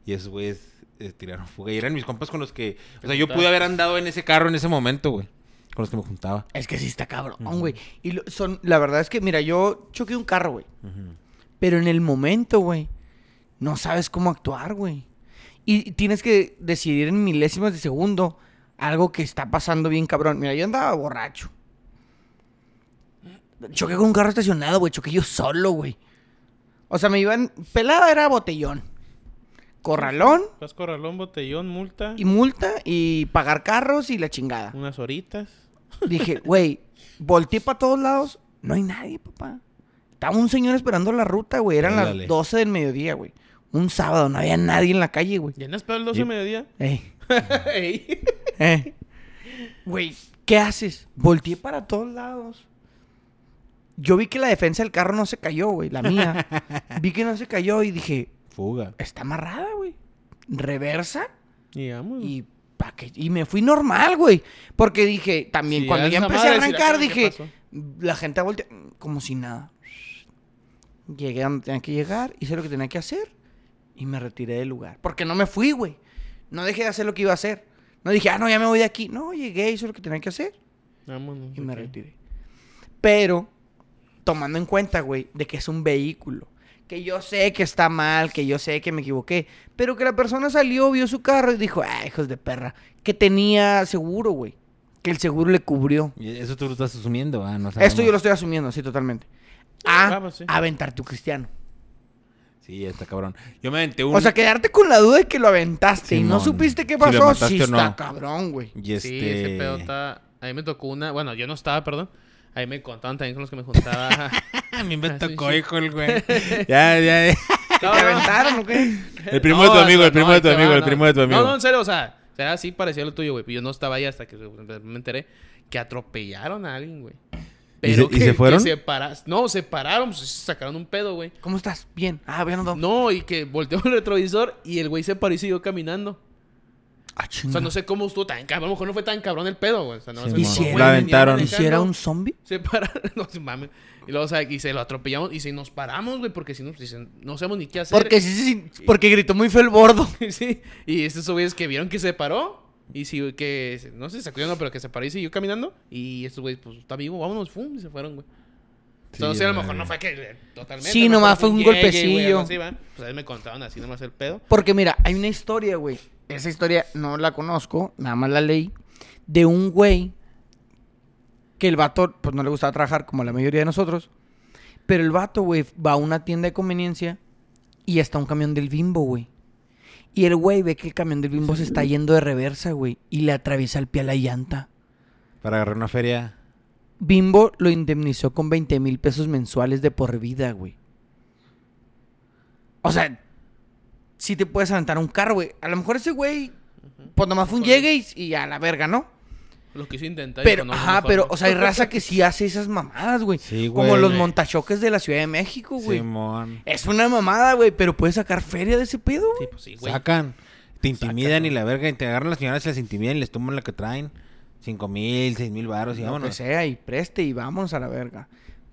Speaker 1: y esos güeyes eh, tiraron fuga. Y eran mis compas con los que. O sea, yo
Speaker 2: juntabas.
Speaker 1: pude haber andado en ese carro en ese momento, güey. Con los que me juntaba.
Speaker 3: Es que sí está cabrón, güey. Y lo- son, la verdad es que, mira, yo choqué un carro, güey. Pero en el momento, güey, no sabes cómo actuar, güey. Y tienes que decidir en milésimas de segundo algo que está pasando bien cabrón. Mira, yo andaba borracho. Choqué con un carro estacionado, güey. Choqué yo solo, güey. O sea, me iban... Pelada era botellón. Corralón
Speaker 2: Vas corralón, botellón, multa,
Speaker 3: y multa y pagar carros y la chingada.
Speaker 2: unas horitas.
Speaker 3: Dije, güey, volteé para todos lados, no hay nadie, papá. Estaba un señor esperando la ruta, güey. Eran
Speaker 1: Órale.
Speaker 3: las 12 del mediodía, güey. Un sábado, no había nadie en la calle, güey. [LAUGHS]
Speaker 2: ¿Ya no esperas el 12 de
Speaker 1: Y-
Speaker 2: mediodía?
Speaker 3: Ey,
Speaker 2: [LAUGHS] Ey.
Speaker 3: eh. Güey, ¿qué haces? Volteé para todos lados. Yo vi que la defensa del carro no se cayó, güey, la
Speaker 2: [LAUGHS]
Speaker 3: mía. vi que no se cayó y dije,
Speaker 1: Fuga.
Speaker 3: está amarrada, güey. Reversa
Speaker 2: Y vamos.
Speaker 3: y pa' que- y me fui normal, güey. Porque dije, también
Speaker 2: Sí,
Speaker 3: cuando ya
Speaker 2: esa
Speaker 3: empecé a
Speaker 2: madre, si la
Speaker 3: arrancar,
Speaker 2: cagan, ¿qué
Speaker 3: dije,
Speaker 2: pasó?
Speaker 3: la gente volteó como si nada. Llegué a donde tenía que llegar, hice lo que tenía que hacer y me retiré del lugar. Porque no me fui, güey. No dejé de hacer lo que iba a hacer. No dije, ah, no, ya me voy de aquí. No, llegué, hice lo que tenía que hacer
Speaker 2: Vámonos.
Speaker 3: y me
Speaker 2: ok.
Speaker 3: retiré. Pero, tomando en cuenta, güey, de que es un vehículo. Que yo sé que está mal, que yo sé que me equivoqué. Pero que la persona salió, vio su carro y dijo, ah, hijos de perra. Que tenía seguro, güey. Que el seguro le cubrió.
Speaker 1: Y Eso tú lo estás asumiendo, ah, no
Speaker 3: Esto yo lo
Speaker 1: sabemos.
Speaker 3: estoy asumiendo, sí, totalmente. A
Speaker 2: Ah, pues sí.
Speaker 3: aventar tu cristiano.
Speaker 1: Sí, está cabrón. Yo me aventé un...
Speaker 3: O sea, quedarte con la duda de que lo aventaste y
Speaker 1: Simón.
Speaker 3: no supiste qué
Speaker 1: Si lo
Speaker 3: pasó.
Speaker 1: mataste
Speaker 3: sí,
Speaker 1: o no.
Speaker 3: está cabrón, güey.
Speaker 1: Y este...
Speaker 2: Sí, ese pedo está... A mí me tocó una... Bueno, yo no estaba, perdón. Ahí me contaban también con los que me
Speaker 1: [LAUGHS]
Speaker 2: juntaba.
Speaker 1: A mí me
Speaker 2: Ah, sí,
Speaker 1: tocó,
Speaker 2: sí.
Speaker 1: hijo, el
Speaker 2: [LAUGHS]
Speaker 1: güey. Ya, ya, ya.
Speaker 2: No,
Speaker 3: ¿Te
Speaker 2: no.
Speaker 3: aventaron o qué?
Speaker 1: El primo de tu
Speaker 2: No,
Speaker 1: amigo, el
Speaker 2: no,
Speaker 1: primo
Speaker 2: ahí
Speaker 1: de tu
Speaker 2: te va,
Speaker 1: amigo, el
Speaker 2: no.
Speaker 1: primo de tu amigo.
Speaker 2: No, no, en serio, o sea, era así parecido a lo tuyo, güey. Yo no estaba ahí hasta que me enteré que atropellaron a alguien, güey.
Speaker 1: ¿Y se- y
Speaker 2: que-
Speaker 1: se
Speaker 2: que
Speaker 1: fueron?
Speaker 2: se para- No, se pararon, pues, se sacaron un pedo, güey.
Speaker 3: ¿Cómo estás? Bien. Ah, bien, no.
Speaker 2: No, y que volteó el retrovisor y el güey se paró y siguió caminando.
Speaker 3: Ah,
Speaker 2: O sea,
Speaker 3: chinga.
Speaker 2: no sé cómo estuvo tan cabrón. A lo mejor no fue tan cabrón el pedo, güey. O sea, no
Speaker 1: Sí,
Speaker 2: sé
Speaker 1: mo.
Speaker 3: ¿Y
Speaker 2: cómo,
Speaker 3: si
Speaker 1: La
Speaker 2: güey,
Speaker 3: era-
Speaker 1: aventaron.
Speaker 3: ¿Y
Speaker 2: venía
Speaker 3: si era
Speaker 2: manejando.
Speaker 3: un zombie?
Speaker 2: Se pararon, [LAUGHS] no se mames. Y luego, o sea, y se lo atropellamos y se nos paramos, güey, porque si no, pues, dicen, no sabemos ni qué hacer.
Speaker 3: Porque sí, sí, sí, porque gritó muy feo el bordo.
Speaker 2: [LAUGHS] sí. Y estos güeyes que vieron que se paró. Y sí, que. se- No sé si se sacudió o no, pero que se paró y siguió caminando. Y estos güeyes, pues está vivo, vámonos, fum, y se fueron, güey. O sea, no
Speaker 1: Sí,
Speaker 2: sé, a lo
Speaker 1: la
Speaker 2: mejor no
Speaker 1: verdad.
Speaker 2: fue que. eh, Totalmente.
Speaker 3: Sí,
Speaker 2: a lo
Speaker 3: nomás
Speaker 2: mejor
Speaker 3: fue un
Speaker 2: llegue, güey, algo
Speaker 3: golpecillo.
Speaker 2: así, ¿va? Pues ahí me contaban así nomás el pedo.
Speaker 3: Porque mira, hay una historia, güey. Esa historia no la conozco, nada más la leí. De un güey que el vato, pues no le gustaba trabajar como la mayoría de nosotros. Pero el vato, güey, va a una tienda de conveniencia y está un camión del bimbo, güey. Y el güey ve que el camión del bimbo se está yendo de reversa, güey. Y le atraviesa el pie a la llanta.
Speaker 1: Para agarrar una feria.
Speaker 3: Bimbo lo indemnizó con 20 mil pesos mensuales de por vida, güey. O sea, sí te puedes aventar un carro, güey. A lo mejor ese güey, pues nomás fue un
Speaker 2: Híjole.
Speaker 3: llegue y, y a la verga, ¿no?
Speaker 2: Lo quiso intentar. y
Speaker 3: Pero,
Speaker 2: dijo, no,
Speaker 3: ajá,
Speaker 2: mejor
Speaker 3: pero,
Speaker 2: no.
Speaker 3: o sea, hay raza que sí hace esas mamadas, güey.
Speaker 1: Sí,
Speaker 3: Como
Speaker 1: güey.
Speaker 3: los montachoques de la Ciudad de México, güey.
Speaker 1: Simón.
Speaker 3: es una mamada, güey, pero puedes sacar feria de ese pedo,
Speaker 2: Sí,
Speaker 3: güey.
Speaker 2: pues sí, güey.
Speaker 1: Sacan. Te intimidan
Speaker 2: Sacan,
Speaker 1: y la verga. Y te agarran las señoras y las intimidan y les toman la que traen. Cinco mil, seis mil baros y
Speaker 3: Lo que
Speaker 2: pues,
Speaker 1: vámonos.
Speaker 3: sea, y pues, eh, preste y vámonos a la verga.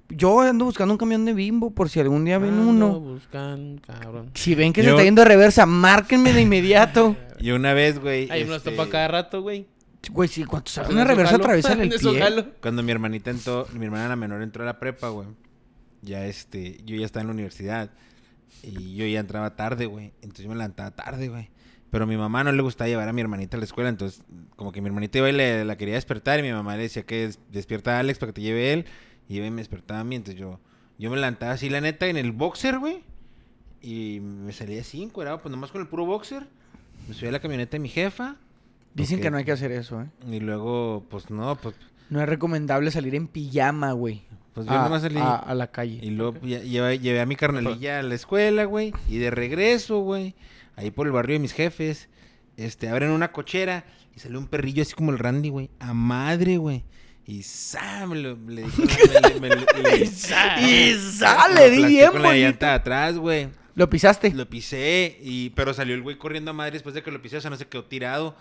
Speaker 3: Yo ando buscando un camión de bimbo por si algún día ven
Speaker 2: Ando
Speaker 3: uno.
Speaker 2: buscando, cabrón.
Speaker 3: Si ven que se
Speaker 1: Yo-
Speaker 3: está yendo de reversa, márquenme de inmediato. [LAUGHS]
Speaker 1: Y una vez, güey.
Speaker 2: Ahí me los
Speaker 1: este,
Speaker 2: topa cada rato, güey.
Speaker 3: Güey, sí, cuando se
Speaker 2: En
Speaker 3: una
Speaker 1: Pues,
Speaker 2: eso
Speaker 3: reversa
Speaker 2: jalo,
Speaker 3: atraviesan el
Speaker 2: en eso
Speaker 3: pie.
Speaker 2: [LAUGHS] jalo.
Speaker 1: Cuando mi hermanita entró, mi hermana la menor entró a la prepa, güey. Ya este, yo ya estaba en la universidad. Y yo ya entraba tarde, güey. Entonces yo me levantaba tarde, güey. Pero a mi mamá no le gustaba llevar a mi hermanita a la escuela. Entonces, como que mi hermanita iba y le- la quería despertar. Y mi mamá le decía que "Des- despierta a Alex para que te lleve él. Y iba y me despertaba a mí. Entonces yo, yo me levantaba así, la neta, en el boxer, güey. Y me salía así, encuerado, pues nomás con el puro boxer. Me subía a la camioneta de mi jefa.
Speaker 3: Dicen
Speaker 1: Ok.
Speaker 3: que no hay que hacer eso, ¿eh?
Speaker 1: Y luego, pues no, pues,
Speaker 3: No es recomendable salir en pijama, güey.
Speaker 1: pues yo
Speaker 3: a,
Speaker 1: nomás salí.
Speaker 3: a- a la
Speaker 1: Y
Speaker 3: calle.
Speaker 1: luego ya- llevé, llevé a mi carnalilla a la escuela, güey. Y de regreso, güey. Ahí por el barrio de mis jefes. Este, abren una cochera. Y salió un perrillo así como el Randy, güey. A madre, güey. Y ¡sam! Le, le,
Speaker 3: [LAUGHS]
Speaker 1: le- me- me- me- le-
Speaker 3: Y
Speaker 1: me
Speaker 3: sale, di
Speaker 1: aplasté
Speaker 3: bien,
Speaker 1: con la
Speaker 3: bonito.
Speaker 1: llanta de atrás, güey.
Speaker 3: Lo pisaste.
Speaker 1: Lo pisé. Y, pero salió el güey corriendo a madre después de que lo pisé. O sea, no se quedó tirado.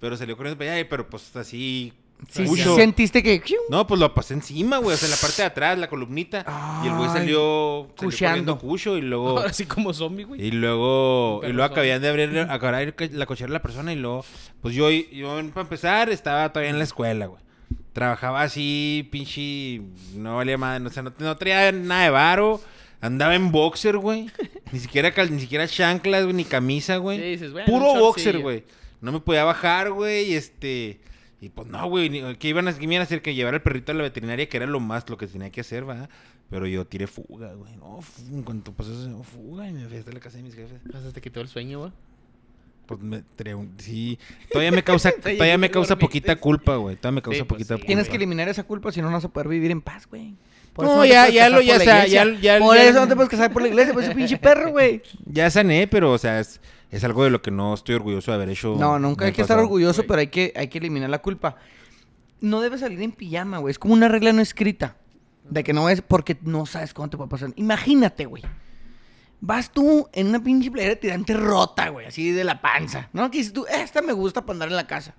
Speaker 1: Pero salió corriendo para allá. y- Pero pues así...
Speaker 3: Sí, sí,
Speaker 1: mucho.
Speaker 3: sentiste que.
Speaker 1: No, pues lo pasé encima, güey. O sea, en la parte de atrás, la columnita. y el güey salió,
Speaker 3: Ay,
Speaker 1: salió corriendo
Speaker 3: cucheando.
Speaker 1: cucho y
Speaker 3: [LAUGHS]
Speaker 1: luego...
Speaker 2: Ahora sí como zombie, güey.
Speaker 1: Y luego,
Speaker 2: Un
Speaker 1: y luego
Speaker 2: perro
Speaker 1: acabían de abrir, acabar de abrir ca- la cochera de la persona y luego, pues yo, yo para empezar estaba todavía en la escuela, güey. Trabajaba así, pinche, no valía madre, no, o sea, no, no traía nada de varo, andaba en boxer, güey. Ni siquiera, cal- ni siquiera chanclas, güey, ni camisa, güey.
Speaker 2: Sí, dices, bueno,
Speaker 1: Puro
Speaker 2: un
Speaker 1: boxer,
Speaker 2: shortcillo.
Speaker 1: güey. No me podía bajar, güey, y este... Y pues no, güey, ni- ¿qué iban a, qué me iban a hacer? Que llevar al perrito a la veterinaria, que era lo más, lo que tenía que hacer, va. Pero yo tiré fuga, güey. No, fu- en cuanto pasó eso, fuga, y me fui hasta la casa de mis jefes.
Speaker 2: Hasta te quitó el sueño, güey.
Speaker 1: Pues me tiré un- Sí, todavía me
Speaker 2: [LAUGHS]
Speaker 1: causa,
Speaker 2: Te
Speaker 1: todavía me
Speaker 2: llegaste
Speaker 1: causa
Speaker 2: dormido.
Speaker 1: poquita culpa, güey. Todavía me causa
Speaker 2: pues
Speaker 1: poquita
Speaker 2: sí.
Speaker 1: culpa.
Speaker 3: Tienes que eliminar esa culpa, si no, no vas a poder vivir en paz, güey. Por
Speaker 1: No,
Speaker 3: eso te
Speaker 1: ya-
Speaker 3: puedes
Speaker 1: ya
Speaker 3: casar
Speaker 1: lo- ya
Speaker 3: por la
Speaker 1: sea,
Speaker 3: iglesia.
Speaker 1: ya- ya-
Speaker 3: Por
Speaker 1: ya-
Speaker 3: eso no te puedes casar por la iglesia, por ese pinche perro, güey.
Speaker 1: Ya sané, pero, o sea, es, es algo de lo que no estoy orgulloso de haber hecho.
Speaker 3: No, nunca
Speaker 1: en
Speaker 3: hay
Speaker 1: el
Speaker 3: que estar
Speaker 1: pasado.
Speaker 3: orgulloso,
Speaker 2: Güey.
Speaker 3: pero hay que, hay que eliminar la culpa. no debes salir en pijama, güey. Es como una regla no escrita. De que no es porque no sabes cuándo te puede pasar. Imagínate, güey. Vas tú en una pinche playera de tirante rota, güey, así de la panza. ¿No? Que dices tú, esta me gusta para andar en la casa.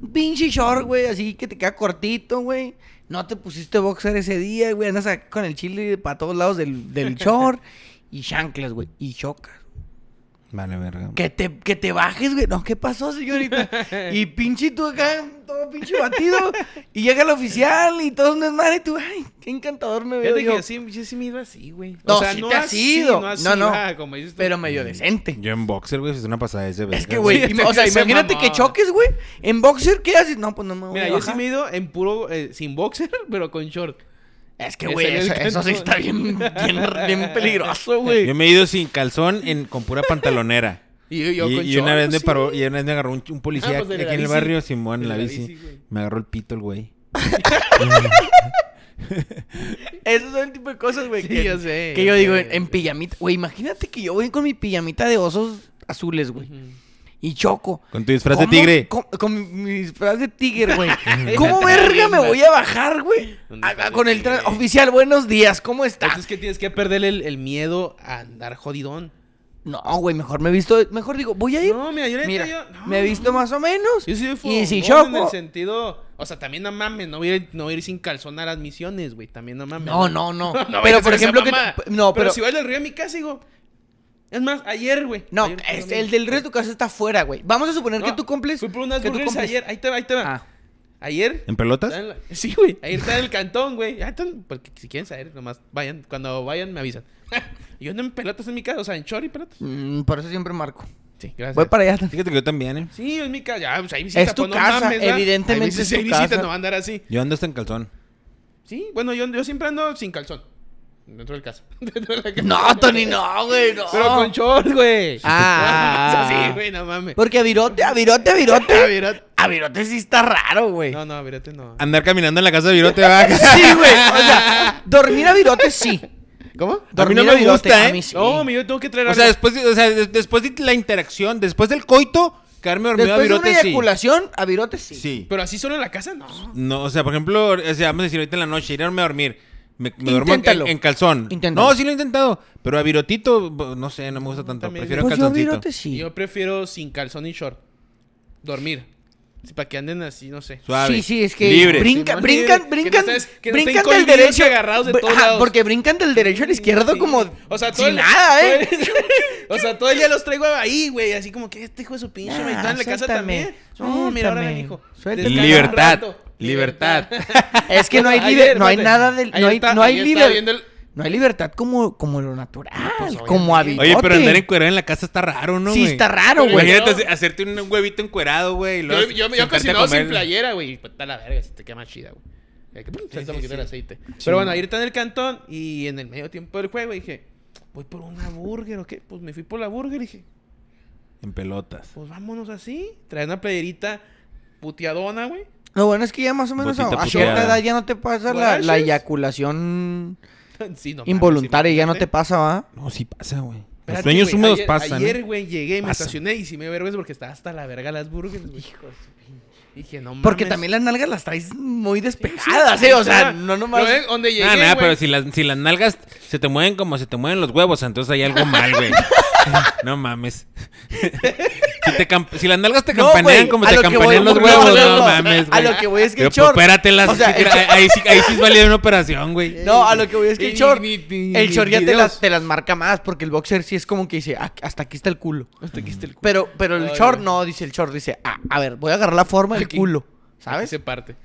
Speaker 3: Un Pinche short, güey, así que te queda cortito, güey. No te pusiste boxer ese día, güey. Andas acá con el chile para todos lados del, del short. y chanclas, güey. Y chocas.
Speaker 1: Vale, verga.
Speaker 3: Que te, que te bajes, güey. No, ¿qué
Speaker 2: [LAUGHS]
Speaker 3: pasó, señorita? Y pinche tú acá, todo pinche batido. y llega el oficial y todo un desmadre. Y tú, ay, qué encantador me veo.
Speaker 2: Fíjate
Speaker 3: yo.
Speaker 2: que sí, yo sí me iba así, güey.
Speaker 3: No, sí te has ido.
Speaker 2: No, así,
Speaker 3: No, no.
Speaker 2: ah, como dices tú.
Speaker 3: Pero medio decente.
Speaker 1: Yo en boxer, güey, es una pasada de ese verga,
Speaker 3: Es que, güey,
Speaker 2: Sí,
Speaker 3: ima- o sea,
Speaker 2: se
Speaker 3: imagínate
Speaker 2: mamó.
Speaker 3: que choques, güey. En boxer, ¿qué haces? No, pues no me voy
Speaker 2: Mira,
Speaker 3: a
Speaker 2: yo sí
Speaker 3: bajar.
Speaker 2: me he ido en puro, eh, sin boxer, [LAUGHS] pero con short.
Speaker 3: Es que,
Speaker 2: me
Speaker 3: güey,
Speaker 2: salió el
Speaker 3: eso, eso sí
Speaker 2: canto.
Speaker 3: está bien, bien,
Speaker 2: Ah,
Speaker 3: bien peligroso,
Speaker 1: Yo
Speaker 3: güey.
Speaker 1: me he ido sin calzón en, con pura pantalonera.
Speaker 2: Y yo, yo
Speaker 1: y,
Speaker 2: con
Speaker 1: y una
Speaker 2: short,
Speaker 1: vez me
Speaker 2: sí.
Speaker 1: paró, y una vez me agarró un, un policía
Speaker 2: Ah, pues, de
Speaker 1: aquí
Speaker 2: la
Speaker 1: en el
Speaker 2: bici.
Speaker 1: barrio, Simón, en
Speaker 2: De
Speaker 1: la
Speaker 2: la
Speaker 1: bici.
Speaker 2: bici, güey.
Speaker 1: me agarró el pito el güey.
Speaker 3: Esos son el tipo de cosas, güey.
Speaker 2: Sí,
Speaker 3: que
Speaker 2: yo sé,
Speaker 3: que
Speaker 2: yo
Speaker 3: yo digo,
Speaker 2: sé,
Speaker 3: en,
Speaker 2: yo
Speaker 3: en
Speaker 2: sé.
Speaker 3: pijamita. Güey, imagínate que yo voy con mi pijamita de osos azules, güey.
Speaker 2: Ujú.
Speaker 3: Y choco.
Speaker 1: Con tu disfraz de
Speaker 3: ¿Cómo-
Speaker 1: tigre.
Speaker 3: cómo- Con, mi disfraz de tigre,
Speaker 2: [LAUGHS]
Speaker 3: güey. ¿Cómo verga me voy a bajar, güey?
Speaker 2: Un
Speaker 3: A- a-
Speaker 2: disfraz de
Speaker 3: Con el tra-
Speaker 2: tigre. Este
Speaker 3: oficial, buenos días, ¿cómo está?
Speaker 2: Entonces que tienes que perder el, el miedo a andar jodidón.
Speaker 3: No, güey, mejor me he visto, mejor digo, voy a ir.
Speaker 2: No, mira, yo neta,
Speaker 3: Mira,
Speaker 2: yo- no,
Speaker 3: me he
Speaker 2: no,
Speaker 3: visto más o menos.
Speaker 2: Yo sí fui
Speaker 3: y si
Speaker 2: fumón en el
Speaker 3: choco.
Speaker 2: sentido, o sea, también no mames, no voy a ir, no voy a ir sin calzón a las misiones, güey, también no mames.
Speaker 3: No,
Speaker 2: [LAUGHS]
Speaker 3: no, no.
Speaker 2: voy a
Speaker 3: pero
Speaker 2: hacer esa
Speaker 3: por ejemplo que
Speaker 2: mamada.
Speaker 3: no, pero,
Speaker 2: si voy al río a mi casa digo, es más, ayer, güey.
Speaker 3: no,
Speaker 2: ayer-
Speaker 3: es- el del resto de tu casa está fuera, güey. Vamos a suponer que
Speaker 2: No,
Speaker 3: tú cumples
Speaker 2: Fui por unas
Speaker 3: que tú
Speaker 2: burgers
Speaker 3: cumples-
Speaker 2: ayer, ahí te va, ahí te va.
Speaker 3: Ah.
Speaker 2: Ayer
Speaker 1: ¿En pelotas?
Speaker 2: Está en la- Sí, güey. Ahí está en el cantón, güey. Ah, están- Porque si quieren saber, nomás vayan. Cuando vayan, me avisan. [LAUGHS] Yo ando en pelotas en mi casa, o sea, en short y pelotas.
Speaker 3: Mm, por eso siempre marco.
Speaker 2: Sí, gracias.
Speaker 3: Voy para allá.
Speaker 1: Fíjate que yo también, ¿eh?
Speaker 2: Sí, es mi casa. Ya, pues ahí visita.
Speaker 3: Es tu
Speaker 2: pues, no
Speaker 3: casa,
Speaker 2: mames, ¿verdad?
Speaker 3: evidentemente
Speaker 2: Ahí visita-
Speaker 3: es tu
Speaker 2: ahí visita,
Speaker 3: casa.
Speaker 2: no va a andar así.
Speaker 1: Yo ando hasta en calzón.
Speaker 2: Sí, bueno, yo, yo siempre ando sin calzón. Dentro del casa. [LAUGHS] Dentro de la casa.
Speaker 3: No, Tony, no, güey, no.
Speaker 2: Pero con short, güey.
Speaker 3: Ah.
Speaker 2: O sea, [LAUGHS] sí, güey, no mames.
Speaker 3: Porque a virote, a virote, a virote.
Speaker 2: Ah, virote.
Speaker 3: A virote sí está raro, güey.
Speaker 2: No, no, virote no.
Speaker 1: Andar caminando en la casa de Virote [LAUGHS] va.
Speaker 3: Sí, güey.
Speaker 2: [LAUGHS]
Speaker 3: O sea, dormir a virote sí.
Speaker 2: ¿Cómo?
Speaker 1: no
Speaker 3: Dormir
Speaker 1: me
Speaker 3: a virote
Speaker 1: gusta,
Speaker 3: a
Speaker 1: ¿eh?
Speaker 3: mí sí.
Speaker 2: No, mi, yo tengo que traer
Speaker 1: O
Speaker 2: algo.
Speaker 1: sea, después, de- o sea, de- después de la interacción, después del coito, quedarme dormido
Speaker 3: Después de
Speaker 1: a
Speaker 3: una
Speaker 1: Virote sí.
Speaker 3: eyaculación, a virote sí.
Speaker 1: Sí.
Speaker 2: Pero así solo en la casa, no.
Speaker 1: No, o sea, por ejemplo, o sea, vamos a decir ahorita en la noche, irme a dormir. Me, me duermo en,
Speaker 3: Inténtalo.
Speaker 1: en calzón.
Speaker 3: Inténtalo.
Speaker 1: No, sí lo he intentado. Pero a virotito, bo- no sé, no me gusta tanto.
Speaker 2: También.
Speaker 1: Prefiero
Speaker 3: Pues yo a
Speaker 1: calzoncito.
Speaker 3: virote sí.
Speaker 2: Yo prefiero sin calzón y short. Dormir. Sí, para que anden así, no sé.
Speaker 1: Suave.
Speaker 3: Sí, sí, es que
Speaker 1: Libre.
Speaker 3: brinca-
Speaker 2: Sí,
Speaker 3: brincan,
Speaker 2: que
Speaker 3: brincan,
Speaker 2: no estés- que no
Speaker 3: brincan
Speaker 2: estén
Speaker 3: del
Speaker 2: cohibidos y
Speaker 3: derecho
Speaker 2: agarrados de
Speaker 3: Br-
Speaker 2: todos
Speaker 3: ajá,
Speaker 2: lados.
Speaker 3: Porque brincan del derecho al izquierdo
Speaker 2: Sí.
Speaker 3: como
Speaker 2: O sea, todo
Speaker 3: sin
Speaker 2: el-
Speaker 3: nada, ¿eh?
Speaker 2: [LAUGHS] todo el- o sea, todo el día los traigo ahí, güey. Así como que este hijo de su pinche
Speaker 3: Ya,
Speaker 2: me está en la casa
Speaker 3: suéltame,
Speaker 2: también. No, mira, ahora
Speaker 3: suéltame,
Speaker 2: hijo.
Speaker 3: suéltame.
Speaker 2: Descansa un
Speaker 1: Libertad,
Speaker 2: rato.
Speaker 1: libertad.
Speaker 3: [LAUGHS] Es que no hay
Speaker 2: Ayer,
Speaker 3: liber- no hay
Speaker 2: espérate.
Speaker 3: nada del no
Speaker 2: Ayer
Speaker 3: hay
Speaker 2: está-
Speaker 3: no hay
Speaker 2: ayer estaba viendo
Speaker 3: libertad.
Speaker 2: el-
Speaker 3: No hay libertad como como lo natural,
Speaker 2: Pues,
Speaker 3: como
Speaker 2: obviamente.
Speaker 3: hábito.
Speaker 1: Oye, pero andar encuerado en la casa está raro, ¿no?
Speaker 3: Sí,
Speaker 1: güey?
Speaker 3: está raro, güey.
Speaker 1: Imagínate
Speaker 2: Pero-
Speaker 1: hace- hacerte un huevito encuerado, güey. y
Speaker 2: Yo,
Speaker 1: luego
Speaker 2: yo, yo,
Speaker 1: sentarte a
Speaker 2: cocinado sin
Speaker 1: comer.
Speaker 2: playera, güey. Pues está la verga, si te queda más chida, güey. Ya que, pum, se toma
Speaker 1: sí,
Speaker 2: quitar
Speaker 1: sí.
Speaker 2: el aceite. Pero bueno, ahí está en el cantón y en el medio tiempo del juego dije, voy por una burger o qué. Pues me fui por la burger y dije,
Speaker 1: En pelotas.
Speaker 2: pues vámonos así. Trae una playerita puteadona, güey. [LAUGHS]
Speaker 3: Lo bueno es que ya más o menos a,
Speaker 1: Botita
Speaker 3: a cierta
Speaker 1: puteada.
Speaker 3: edad ya no te pasa la, la
Speaker 2: Guaraches.
Speaker 3: eyaculación
Speaker 2: Sí, no mames,
Speaker 3: involuntaria, ya no te
Speaker 2: imagínate.
Speaker 3: pasa, ¿va?
Speaker 1: No, sí pasa, güey. Los
Speaker 2: Espérate,
Speaker 1: sueños
Speaker 2: güey,
Speaker 1: húmedos
Speaker 2: ayer-
Speaker 1: pasan.
Speaker 2: Ayer,
Speaker 1: ¿eh?
Speaker 2: güey, llegué y me
Speaker 1: Pasa.
Speaker 2: estacioné y sí me dio vergüenza porque estaba hasta la verga las burgers, güey. Dije, no mames.
Speaker 3: Porque también las nalgas las traes muy despejadas, ¿eh? O sea, no nomás.
Speaker 2: Lo ven donde llegué,
Speaker 1: Nada, nada,
Speaker 2: güey.
Speaker 1: Ah, pero si las, si las nalgas se te mueven como se te mueven los huevos, entonces hay algo mal,
Speaker 2: [LAUGHS]
Speaker 1: güey. no mames. [LAUGHS] si, te camp- si las nalgas te
Speaker 3: No,
Speaker 1: campanean
Speaker 3: güey,
Speaker 1: como
Speaker 3: a
Speaker 1: te
Speaker 3: lo que
Speaker 1: campanean
Speaker 3: voy-
Speaker 1: los huevos, no,
Speaker 3: no, no, no.
Speaker 1: mames,
Speaker 3: A
Speaker 1: güey.
Speaker 3: lo que voy es
Speaker 1: Pero,
Speaker 3: que el
Speaker 1: pues,
Speaker 3: short.
Speaker 1: Espérate, las-
Speaker 3: O sea,
Speaker 1: sí,
Speaker 3: el
Speaker 1: ahí, ahí sí, ahí sí es válida una operación,
Speaker 3: [LAUGHS]
Speaker 1: güey.
Speaker 3: No, a lo que voy es que el
Speaker 2: Ni-
Speaker 3: short.
Speaker 2: ni- ni-
Speaker 3: El short ya te
Speaker 2: videos.
Speaker 3: las, te las marca más, porque el boxer sí es como que dice, "Ah, hasta aquí está el culo.
Speaker 2: Hasta aquí está el culo.
Speaker 3: Pero, pero el
Speaker 2: Ay,
Speaker 3: short
Speaker 2: güey.
Speaker 3: no, dice el short, dice, "Ah, a ver, voy a agarrar la forma del
Speaker 2: Aquí.
Speaker 3: culo.
Speaker 2: ¿Sabes?
Speaker 3: ¿Sabes?
Speaker 2: Se parte.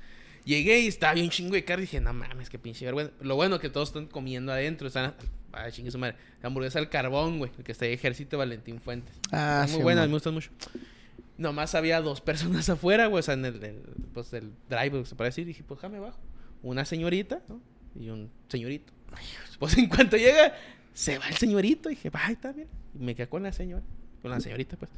Speaker 2: Llegué y estaba bien chingo de carne. Dije, no mames, qué pinche vergüenza. Lo bueno que todos están comiendo adentro. Están, ah, chingue su madre. La hamburguesa al carbón, güey. El que está ahí, Ejército Valentín Fuentes.
Speaker 3: Ah,
Speaker 2: Están muy
Speaker 3: sí,
Speaker 2: buenas,
Speaker 3: man.
Speaker 2: me gustan mucho. Nomás había dos personas [LAUGHS] afuera, güey. O sea, en el, el- pues, el driver, se puede decir. Dije, pues, déjame bajo. Una señorita, ¿no? Y un señorito. Pues en cuanto llega, se va el señorito. Dije, bye, está bien. Y me quedé con la señora. Con la señorita, pues.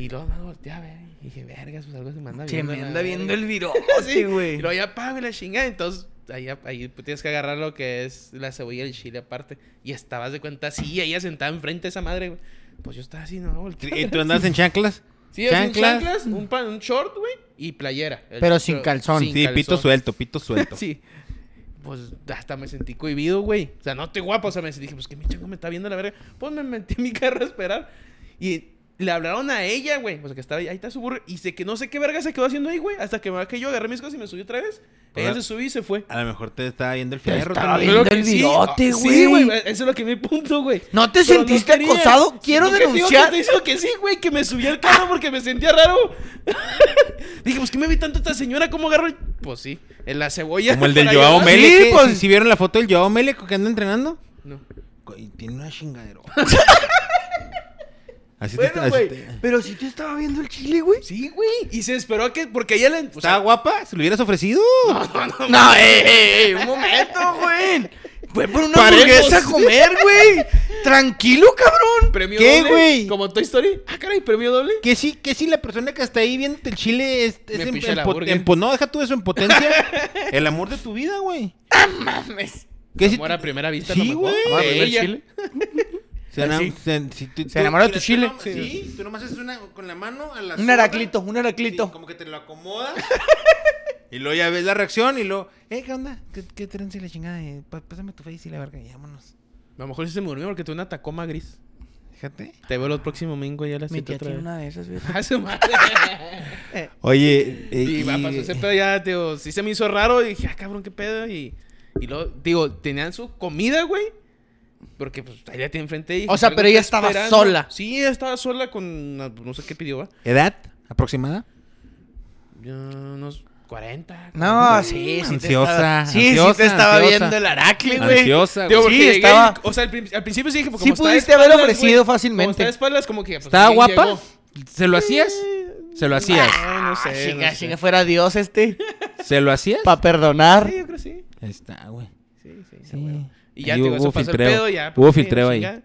Speaker 2: Y luego me volteé a ver. Y dije, vergas, pues algo se me anda
Speaker 3: Se
Speaker 2: viendo.
Speaker 3: me
Speaker 2: la
Speaker 3: anda viendo
Speaker 2: verga". [LAUGHS]
Speaker 3: el
Speaker 2: Sí,
Speaker 3: virote,
Speaker 2: Y
Speaker 3: güey.
Speaker 2: luego ya pago la chingada. Entonces, ahí, ahí pues, tienes que agarrar lo que es la cebolla y el chile aparte. Y estabas de cuenta así, ella sentada enfrente de esa madre, güey. Pues yo estaba así, no, volteando.
Speaker 1: ¿Y tú andas en chanclas?
Speaker 2: Sí, así en chanclas, un, pan, un short, güey. y playera. El-
Speaker 4: Pero sin calzón.
Speaker 1: Sí, pito
Speaker 2: calzón.
Speaker 1: suelto, pito suelto.
Speaker 2: Sí. Pues hasta me sentí cohibido, güey. O sea, no te guapo. O sea, me dije, pues que mi chango me está viendo la verga. Pues me metí en mi carro a esperar. Y le hablaron a ella, güey. O sea, que estaba ahí, ahí está su burro. Y sé que no sé qué verga se quedó haciendo ahí, güey. Hasta que me que yo agarré mis cosas y me subí otra vez.
Speaker 1: O
Speaker 2: ella
Speaker 1: sea,
Speaker 2: se subió y se fue.
Speaker 1: A lo mejor te estaba viendo el fierro
Speaker 3: Pues, ah, estaba
Speaker 1: también.
Speaker 3: viendo
Speaker 2: Creo que
Speaker 3: el
Speaker 2: sí.
Speaker 3: virote,
Speaker 2: Ah, Sí,
Speaker 3: güey.
Speaker 2: güey. Eso es lo que me punto, güey.
Speaker 3: ¿No te
Speaker 2: Pero
Speaker 3: sentiste
Speaker 2: quería.
Speaker 3: acosado? Quiero
Speaker 2: Lo que te digo
Speaker 3: denunciar. Ah.
Speaker 2: que Te digo que sí, güey, que me subí al carro porque me sentía raro. [LAUGHS] Dije, pues, ¿qué me vi tanto esta señora? ¿Cómo agarro? el- Pues sí, en la cebolla.
Speaker 1: Como el
Speaker 2: para
Speaker 1: del Joao
Speaker 2: llevar.
Speaker 1: Mele.
Speaker 3: Sí,
Speaker 1: que-
Speaker 3: pues-
Speaker 1: si, si vieron la foto del Joao Mele que anda entrenando.
Speaker 2: No.
Speaker 1: Güey, tiene una chingadera. [LAUGHS] así te
Speaker 2: Bueno,
Speaker 1: así
Speaker 2: güey,
Speaker 1: te-
Speaker 3: Pero si te estaba viendo el chile, güey.
Speaker 2: Sí, güey. Y se esperó a que. Porque ella le. o
Speaker 1: ¿Estaba
Speaker 2: sea,
Speaker 1: guapa? ¿Se lo hubieras
Speaker 2: [LAUGHS]
Speaker 1: ofrecido?
Speaker 3: No, eh, eh, eh, un momento, güey. Fue por una
Speaker 2: Paremos.
Speaker 3: hamburguesa a comer, güey. Tranquilo, cabrón.
Speaker 2: premio
Speaker 1: ¿Qué,
Speaker 2: doble,
Speaker 1: güey?
Speaker 2: Como Toy Story. Ah, caray, premio doble.
Speaker 1: Que sí, que sí, la persona que está ahí viéndote el chile es, es
Speaker 2: Me
Speaker 1: en,
Speaker 2: picha
Speaker 1: en
Speaker 2: la
Speaker 1: po-
Speaker 2: burger.
Speaker 1: en po- No, deja tú eso en
Speaker 2: [LAUGHS]
Speaker 1: potencia. el amor de tu vida, güey. ¿Qué si
Speaker 2: Amor a primera vista,
Speaker 1: Sí,
Speaker 2: lo mejor.
Speaker 1: güey.
Speaker 2: Amor a
Speaker 1: De
Speaker 2: primer
Speaker 1: ella.
Speaker 2: chile.
Speaker 1: se, enam-
Speaker 4: Sí.
Speaker 1: se- si tú-
Speaker 4: Se
Speaker 1: tú-
Speaker 4: enamora de tu
Speaker 1: mira, tú
Speaker 4: chile.
Speaker 1: nom- Sí. tú nomás haces una con la mano a la
Speaker 3: Un
Speaker 1: zurda,
Speaker 3: heraclito, un
Speaker 1: sí,
Speaker 3: heraclito.
Speaker 1: como que te lo acomodas. [LAUGHS] y luego ya ves la reacción y luego, eh, ¿qué onda? ¿Qué, qué trenza y la chingada? Eh, pa- Pásame tu face y la verga, y vámonos.
Speaker 2: A lo mejor sí se me durmió porque tuve una tacoma gris.
Speaker 1: Fíjate.
Speaker 2: Te veo el próximo domingo ya a las
Speaker 3: Mi
Speaker 2: 7
Speaker 3: tía
Speaker 2: otra
Speaker 3: tiene
Speaker 2: vez. [LAUGHS]
Speaker 3: una de esas, güey.
Speaker 2: Ah, su madre.
Speaker 1: Oye, eh,
Speaker 2: Y va, pasó
Speaker 1: y-
Speaker 2: ese pedo ya, tío. Sí se me hizo raro y dije, ah, cabrón, qué pedo. Y, y luego, digo, tenían su comida, güey. Porque pues ahí la tiene enfrente. y dije,
Speaker 3: O sea,
Speaker 2: "Algo
Speaker 3: pero ella
Speaker 2: está
Speaker 3: estaba sola.
Speaker 2: Sí, ella estaba sola con. No, no sé qué pidió, ¿va?
Speaker 1: edad aproximada.
Speaker 2: Ya unos 40.
Speaker 3: No, sí, sí. te
Speaker 1: Ansiosa,
Speaker 3: estaba- Sí, sí,
Speaker 1: ansiosa,
Speaker 3: te estaba
Speaker 1: ansiosa.
Speaker 3: viendo el Aracle, güey.
Speaker 1: Ansiosa,
Speaker 2: Tío,
Speaker 1: güey.
Speaker 2: porque
Speaker 3: Sí,
Speaker 2: llegué
Speaker 3: estaba-
Speaker 2: y- o sea, al, prin- al principio sí dije, pues,
Speaker 3: Sí
Speaker 2: como está de
Speaker 3: pudiste haber
Speaker 2: espaldas,
Speaker 3: ofrecido
Speaker 2: güey, como
Speaker 3: fácilmente.
Speaker 2: está de espaldas, como que. pues,
Speaker 1: ¿Estaba
Speaker 2: ¿quién
Speaker 1: guapa?
Speaker 2: llegó? Ah,
Speaker 1: ¿Se lo hacías? ¿Se lo hacías?
Speaker 2: No, no sé.
Speaker 3: Ah, chinga,
Speaker 2: no sé.
Speaker 3: chinga, fuera Dios este.
Speaker 1: ¿Se lo hacías?
Speaker 3: Para perdonar.
Speaker 2: Sí, yo creo que sí.
Speaker 1: Ahí Está, güey.
Speaker 2: Sí, sí,
Speaker 1: Sí.
Speaker 2: sí. Y ya
Speaker 1: Ahí
Speaker 2: te
Speaker 1: hubo
Speaker 2: digo, eso pasó el
Speaker 1: filtreo.
Speaker 2: pedo, ya.
Speaker 1: Hubo
Speaker 2: pues, sí,
Speaker 1: filtreo
Speaker 2: la
Speaker 1: ahí.
Speaker 2: chingada.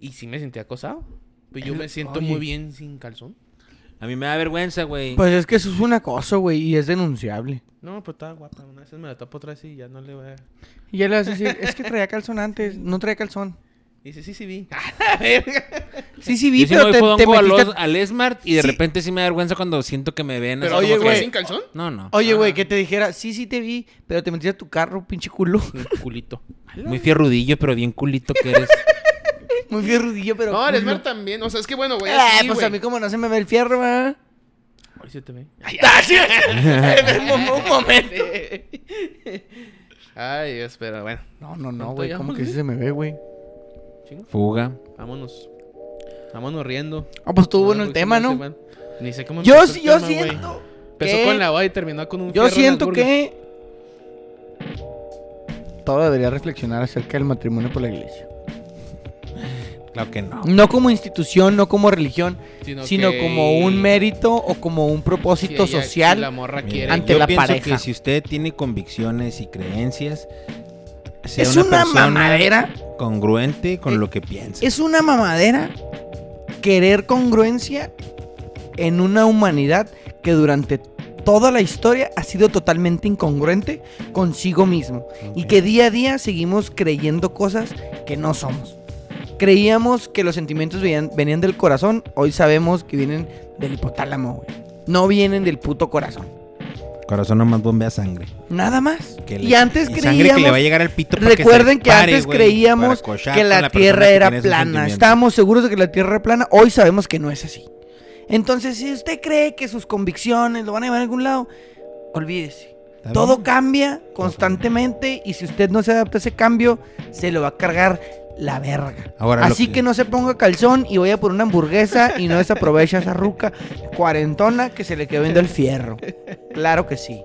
Speaker 2: Y sí me sentí acosado. Pues yo
Speaker 1: Ay,
Speaker 2: me siento
Speaker 1: oye.
Speaker 2: muy bien sin calzón.
Speaker 1: A mí me da vergüenza, güey.
Speaker 3: Pues es que eso es un acoso, güey, y es denunciable.
Speaker 2: No, pues estaba guapa. Una vez me la tapo otra vez y ya no le voy a...
Speaker 3: Y ya le vas a decir, es que traía calzón antes, no traía calzón.
Speaker 2: Y dice, sí, sí vi. ¡A la verga!
Speaker 3: Sí, sí, vi,
Speaker 1: Yo sí me
Speaker 3: pero
Speaker 1: voy
Speaker 3: te, te
Speaker 1: fodongo al,
Speaker 3: metiste...
Speaker 1: Os- al Esmart y de
Speaker 3: Sí.
Speaker 1: repente sí me da vergüenza cuando siento que me ven. así
Speaker 2: Pero
Speaker 1: como
Speaker 3: oye,
Speaker 1: que-
Speaker 2: ¿por qué
Speaker 3: güey.
Speaker 2: sin calzón?
Speaker 1: No, no.
Speaker 3: Oye, güey,
Speaker 2: Ah.
Speaker 3: que te dijera, sí, sí te vi, pero te metiste a tu carro, pinche culo.
Speaker 2: Un culito.
Speaker 1: Muy fierrudillo, pero bien culito que
Speaker 3: [LAUGHS]
Speaker 1: eres.
Speaker 3: Muy fierrudillo, pero
Speaker 2: No, el
Speaker 3: culo.
Speaker 2: Esmer también. O sea, es que bueno, güey.
Speaker 3: Ah,
Speaker 2: así,
Speaker 3: pues
Speaker 2: güey.
Speaker 3: a mí como no se me ve el fierro, ¿verdad?
Speaker 2: Ahora sí te ve.
Speaker 3: Ah, sí. Me mamó [LAUGHS] un momento.
Speaker 2: [LAUGHS] Ay, Dios, pero bueno.
Speaker 3: No, no, no,
Speaker 2: ¿Cuánto
Speaker 3: güey, ¿cómo
Speaker 2: llevamos,
Speaker 3: que sí
Speaker 2: güey?
Speaker 3: se me ve, güey?
Speaker 2: Chingo.
Speaker 1: Fuga.
Speaker 2: Vámonos. Vámonos riendo.
Speaker 3: Ah, pues estuvo
Speaker 2: Nos
Speaker 3: bueno
Speaker 2: vemos
Speaker 3: el
Speaker 2: la
Speaker 3: tema,
Speaker 2: próxima
Speaker 3: ¿no?
Speaker 2: semana. Ni sé cómo
Speaker 3: Yo,
Speaker 2: empezó
Speaker 3: sí-
Speaker 2: el
Speaker 3: yo
Speaker 2: tema, güey.
Speaker 3: siento...
Speaker 2: Empezó
Speaker 3: que-
Speaker 2: con la boda y terminó con un
Speaker 3: Yo
Speaker 2: fierro en las
Speaker 3: siento
Speaker 2: burgas.
Speaker 3: que... Todo debería reflexionar acerca del matrimonio por la iglesia.
Speaker 1: Claro que no.
Speaker 3: No como institución, no como religión,
Speaker 2: Sino,
Speaker 3: sino
Speaker 2: que-
Speaker 3: como un mérito o como un
Speaker 2: que
Speaker 3: propósito
Speaker 2: ella-
Speaker 3: social.
Speaker 2: que La morra quiere. [LAUGHS]
Speaker 3: ante
Speaker 1: yo
Speaker 3: la
Speaker 1: pienso
Speaker 3: pareja.
Speaker 1: que si usted tiene convicciones y creencias, sea
Speaker 3: Es una,
Speaker 1: persona
Speaker 3: mamadera,
Speaker 1: congruente con
Speaker 3: Eh,
Speaker 1: lo que piensa.
Speaker 3: es una mamadera querer congruencia en una humanidad que durante toda la historia ha sido totalmente incongruente consigo mismo y
Speaker 1: Ok.
Speaker 3: que día a día seguimos creyendo cosas que no somos. Creíamos que los sentimientos venían, venían del corazón, hoy sabemos que vienen del hipotálamo, güey. No vienen del puto corazón.
Speaker 1: Corazón nomás bombea sangre.
Speaker 3: Nada más.
Speaker 1: Que
Speaker 3: y
Speaker 1: le-
Speaker 3: antes
Speaker 1: y sangre que le va a
Speaker 3: creíamos
Speaker 1: llegar al pito. para se
Speaker 3: Recuerden que,
Speaker 1: pare,
Speaker 3: antes
Speaker 1: güey,
Speaker 3: creíamos
Speaker 1: para cochar
Speaker 3: que
Speaker 1: con
Speaker 3: la,
Speaker 1: persona
Speaker 3: Tierra
Speaker 1: que
Speaker 3: era
Speaker 1: tiene esos
Speaker 3: plana.
Speaker 1: sentimientos.
Speaker 3: Estábamos seguros de que la Tierra era plana. Hoy sabemos que no es así. Entonces, si usted cree que sus convicciones lo van a llevar a algún lado, olvídese.
Speaker 1: ¿Está
Speaker 3: Todo
Speaker 1: bien?
Speaker 3: cambia constantemente y si usted no se adapta a ese cambio, se lo va a cargar la verga.
Speaker 1: Ahora lo
Speaker 3: Así que... no se ponga calzón y vaya por una hamburguesa y no desaprovecha esa ruca cuarentona que se le quedó viendo el fierro. Claro que sí.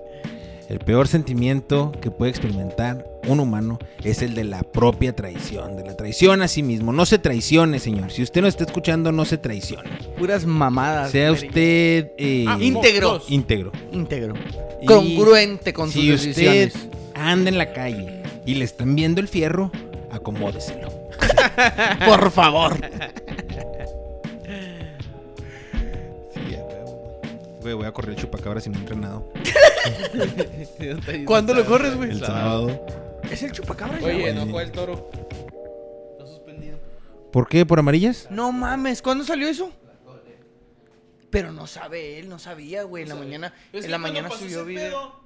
Speaker 1: El peor sentimiento que puede experimentar un humano es el de la propia traición, de la traición a sí mismo. No se traicione, señor. Si usted no está escuchando, no se traicione.
Speaker 3: Puras mamadas.
Speaker 1: Sea
Speaker 3: Mary.
Speaker 1: usted eh,
Speaker 2: Ah,
Speaker 3: íntegro.
Speaker 2: dos.
Speaker 1: íntegro.
Speaker 3: íntegro.
Speaker 1: Y
Speaker 3: congruente con
Speaker 1: si
Speaker 3: sus
Speaker 1: usted
Speaker 3: decisiones.
Speaker 1: anda en la calle y le están viendo el fierro, acomódeselo. [LAUGHS]
Speaker 3: Por favor.
Speaker 1: Sí, a huevo, güey. Güey, voy a correr el chupacabras y no he entrenado.
Speaker 3: ¿Cuándo lo corres, güey?
Speaker 1: El sábado.
Speaker 3: Es el chupacabra. ya, güey.
Speaker 2: Oye, no
Speaker 1: güey.
Speaker 2: fue el toro. Está suspendido.
Speaker 1: ¿Por qué? ¿Por amarillas?
Speaker 3: No mames, ¿cuándo salió eso? Pero no sabe él, no sabía, güey. En la mañana, en la mañana subió video.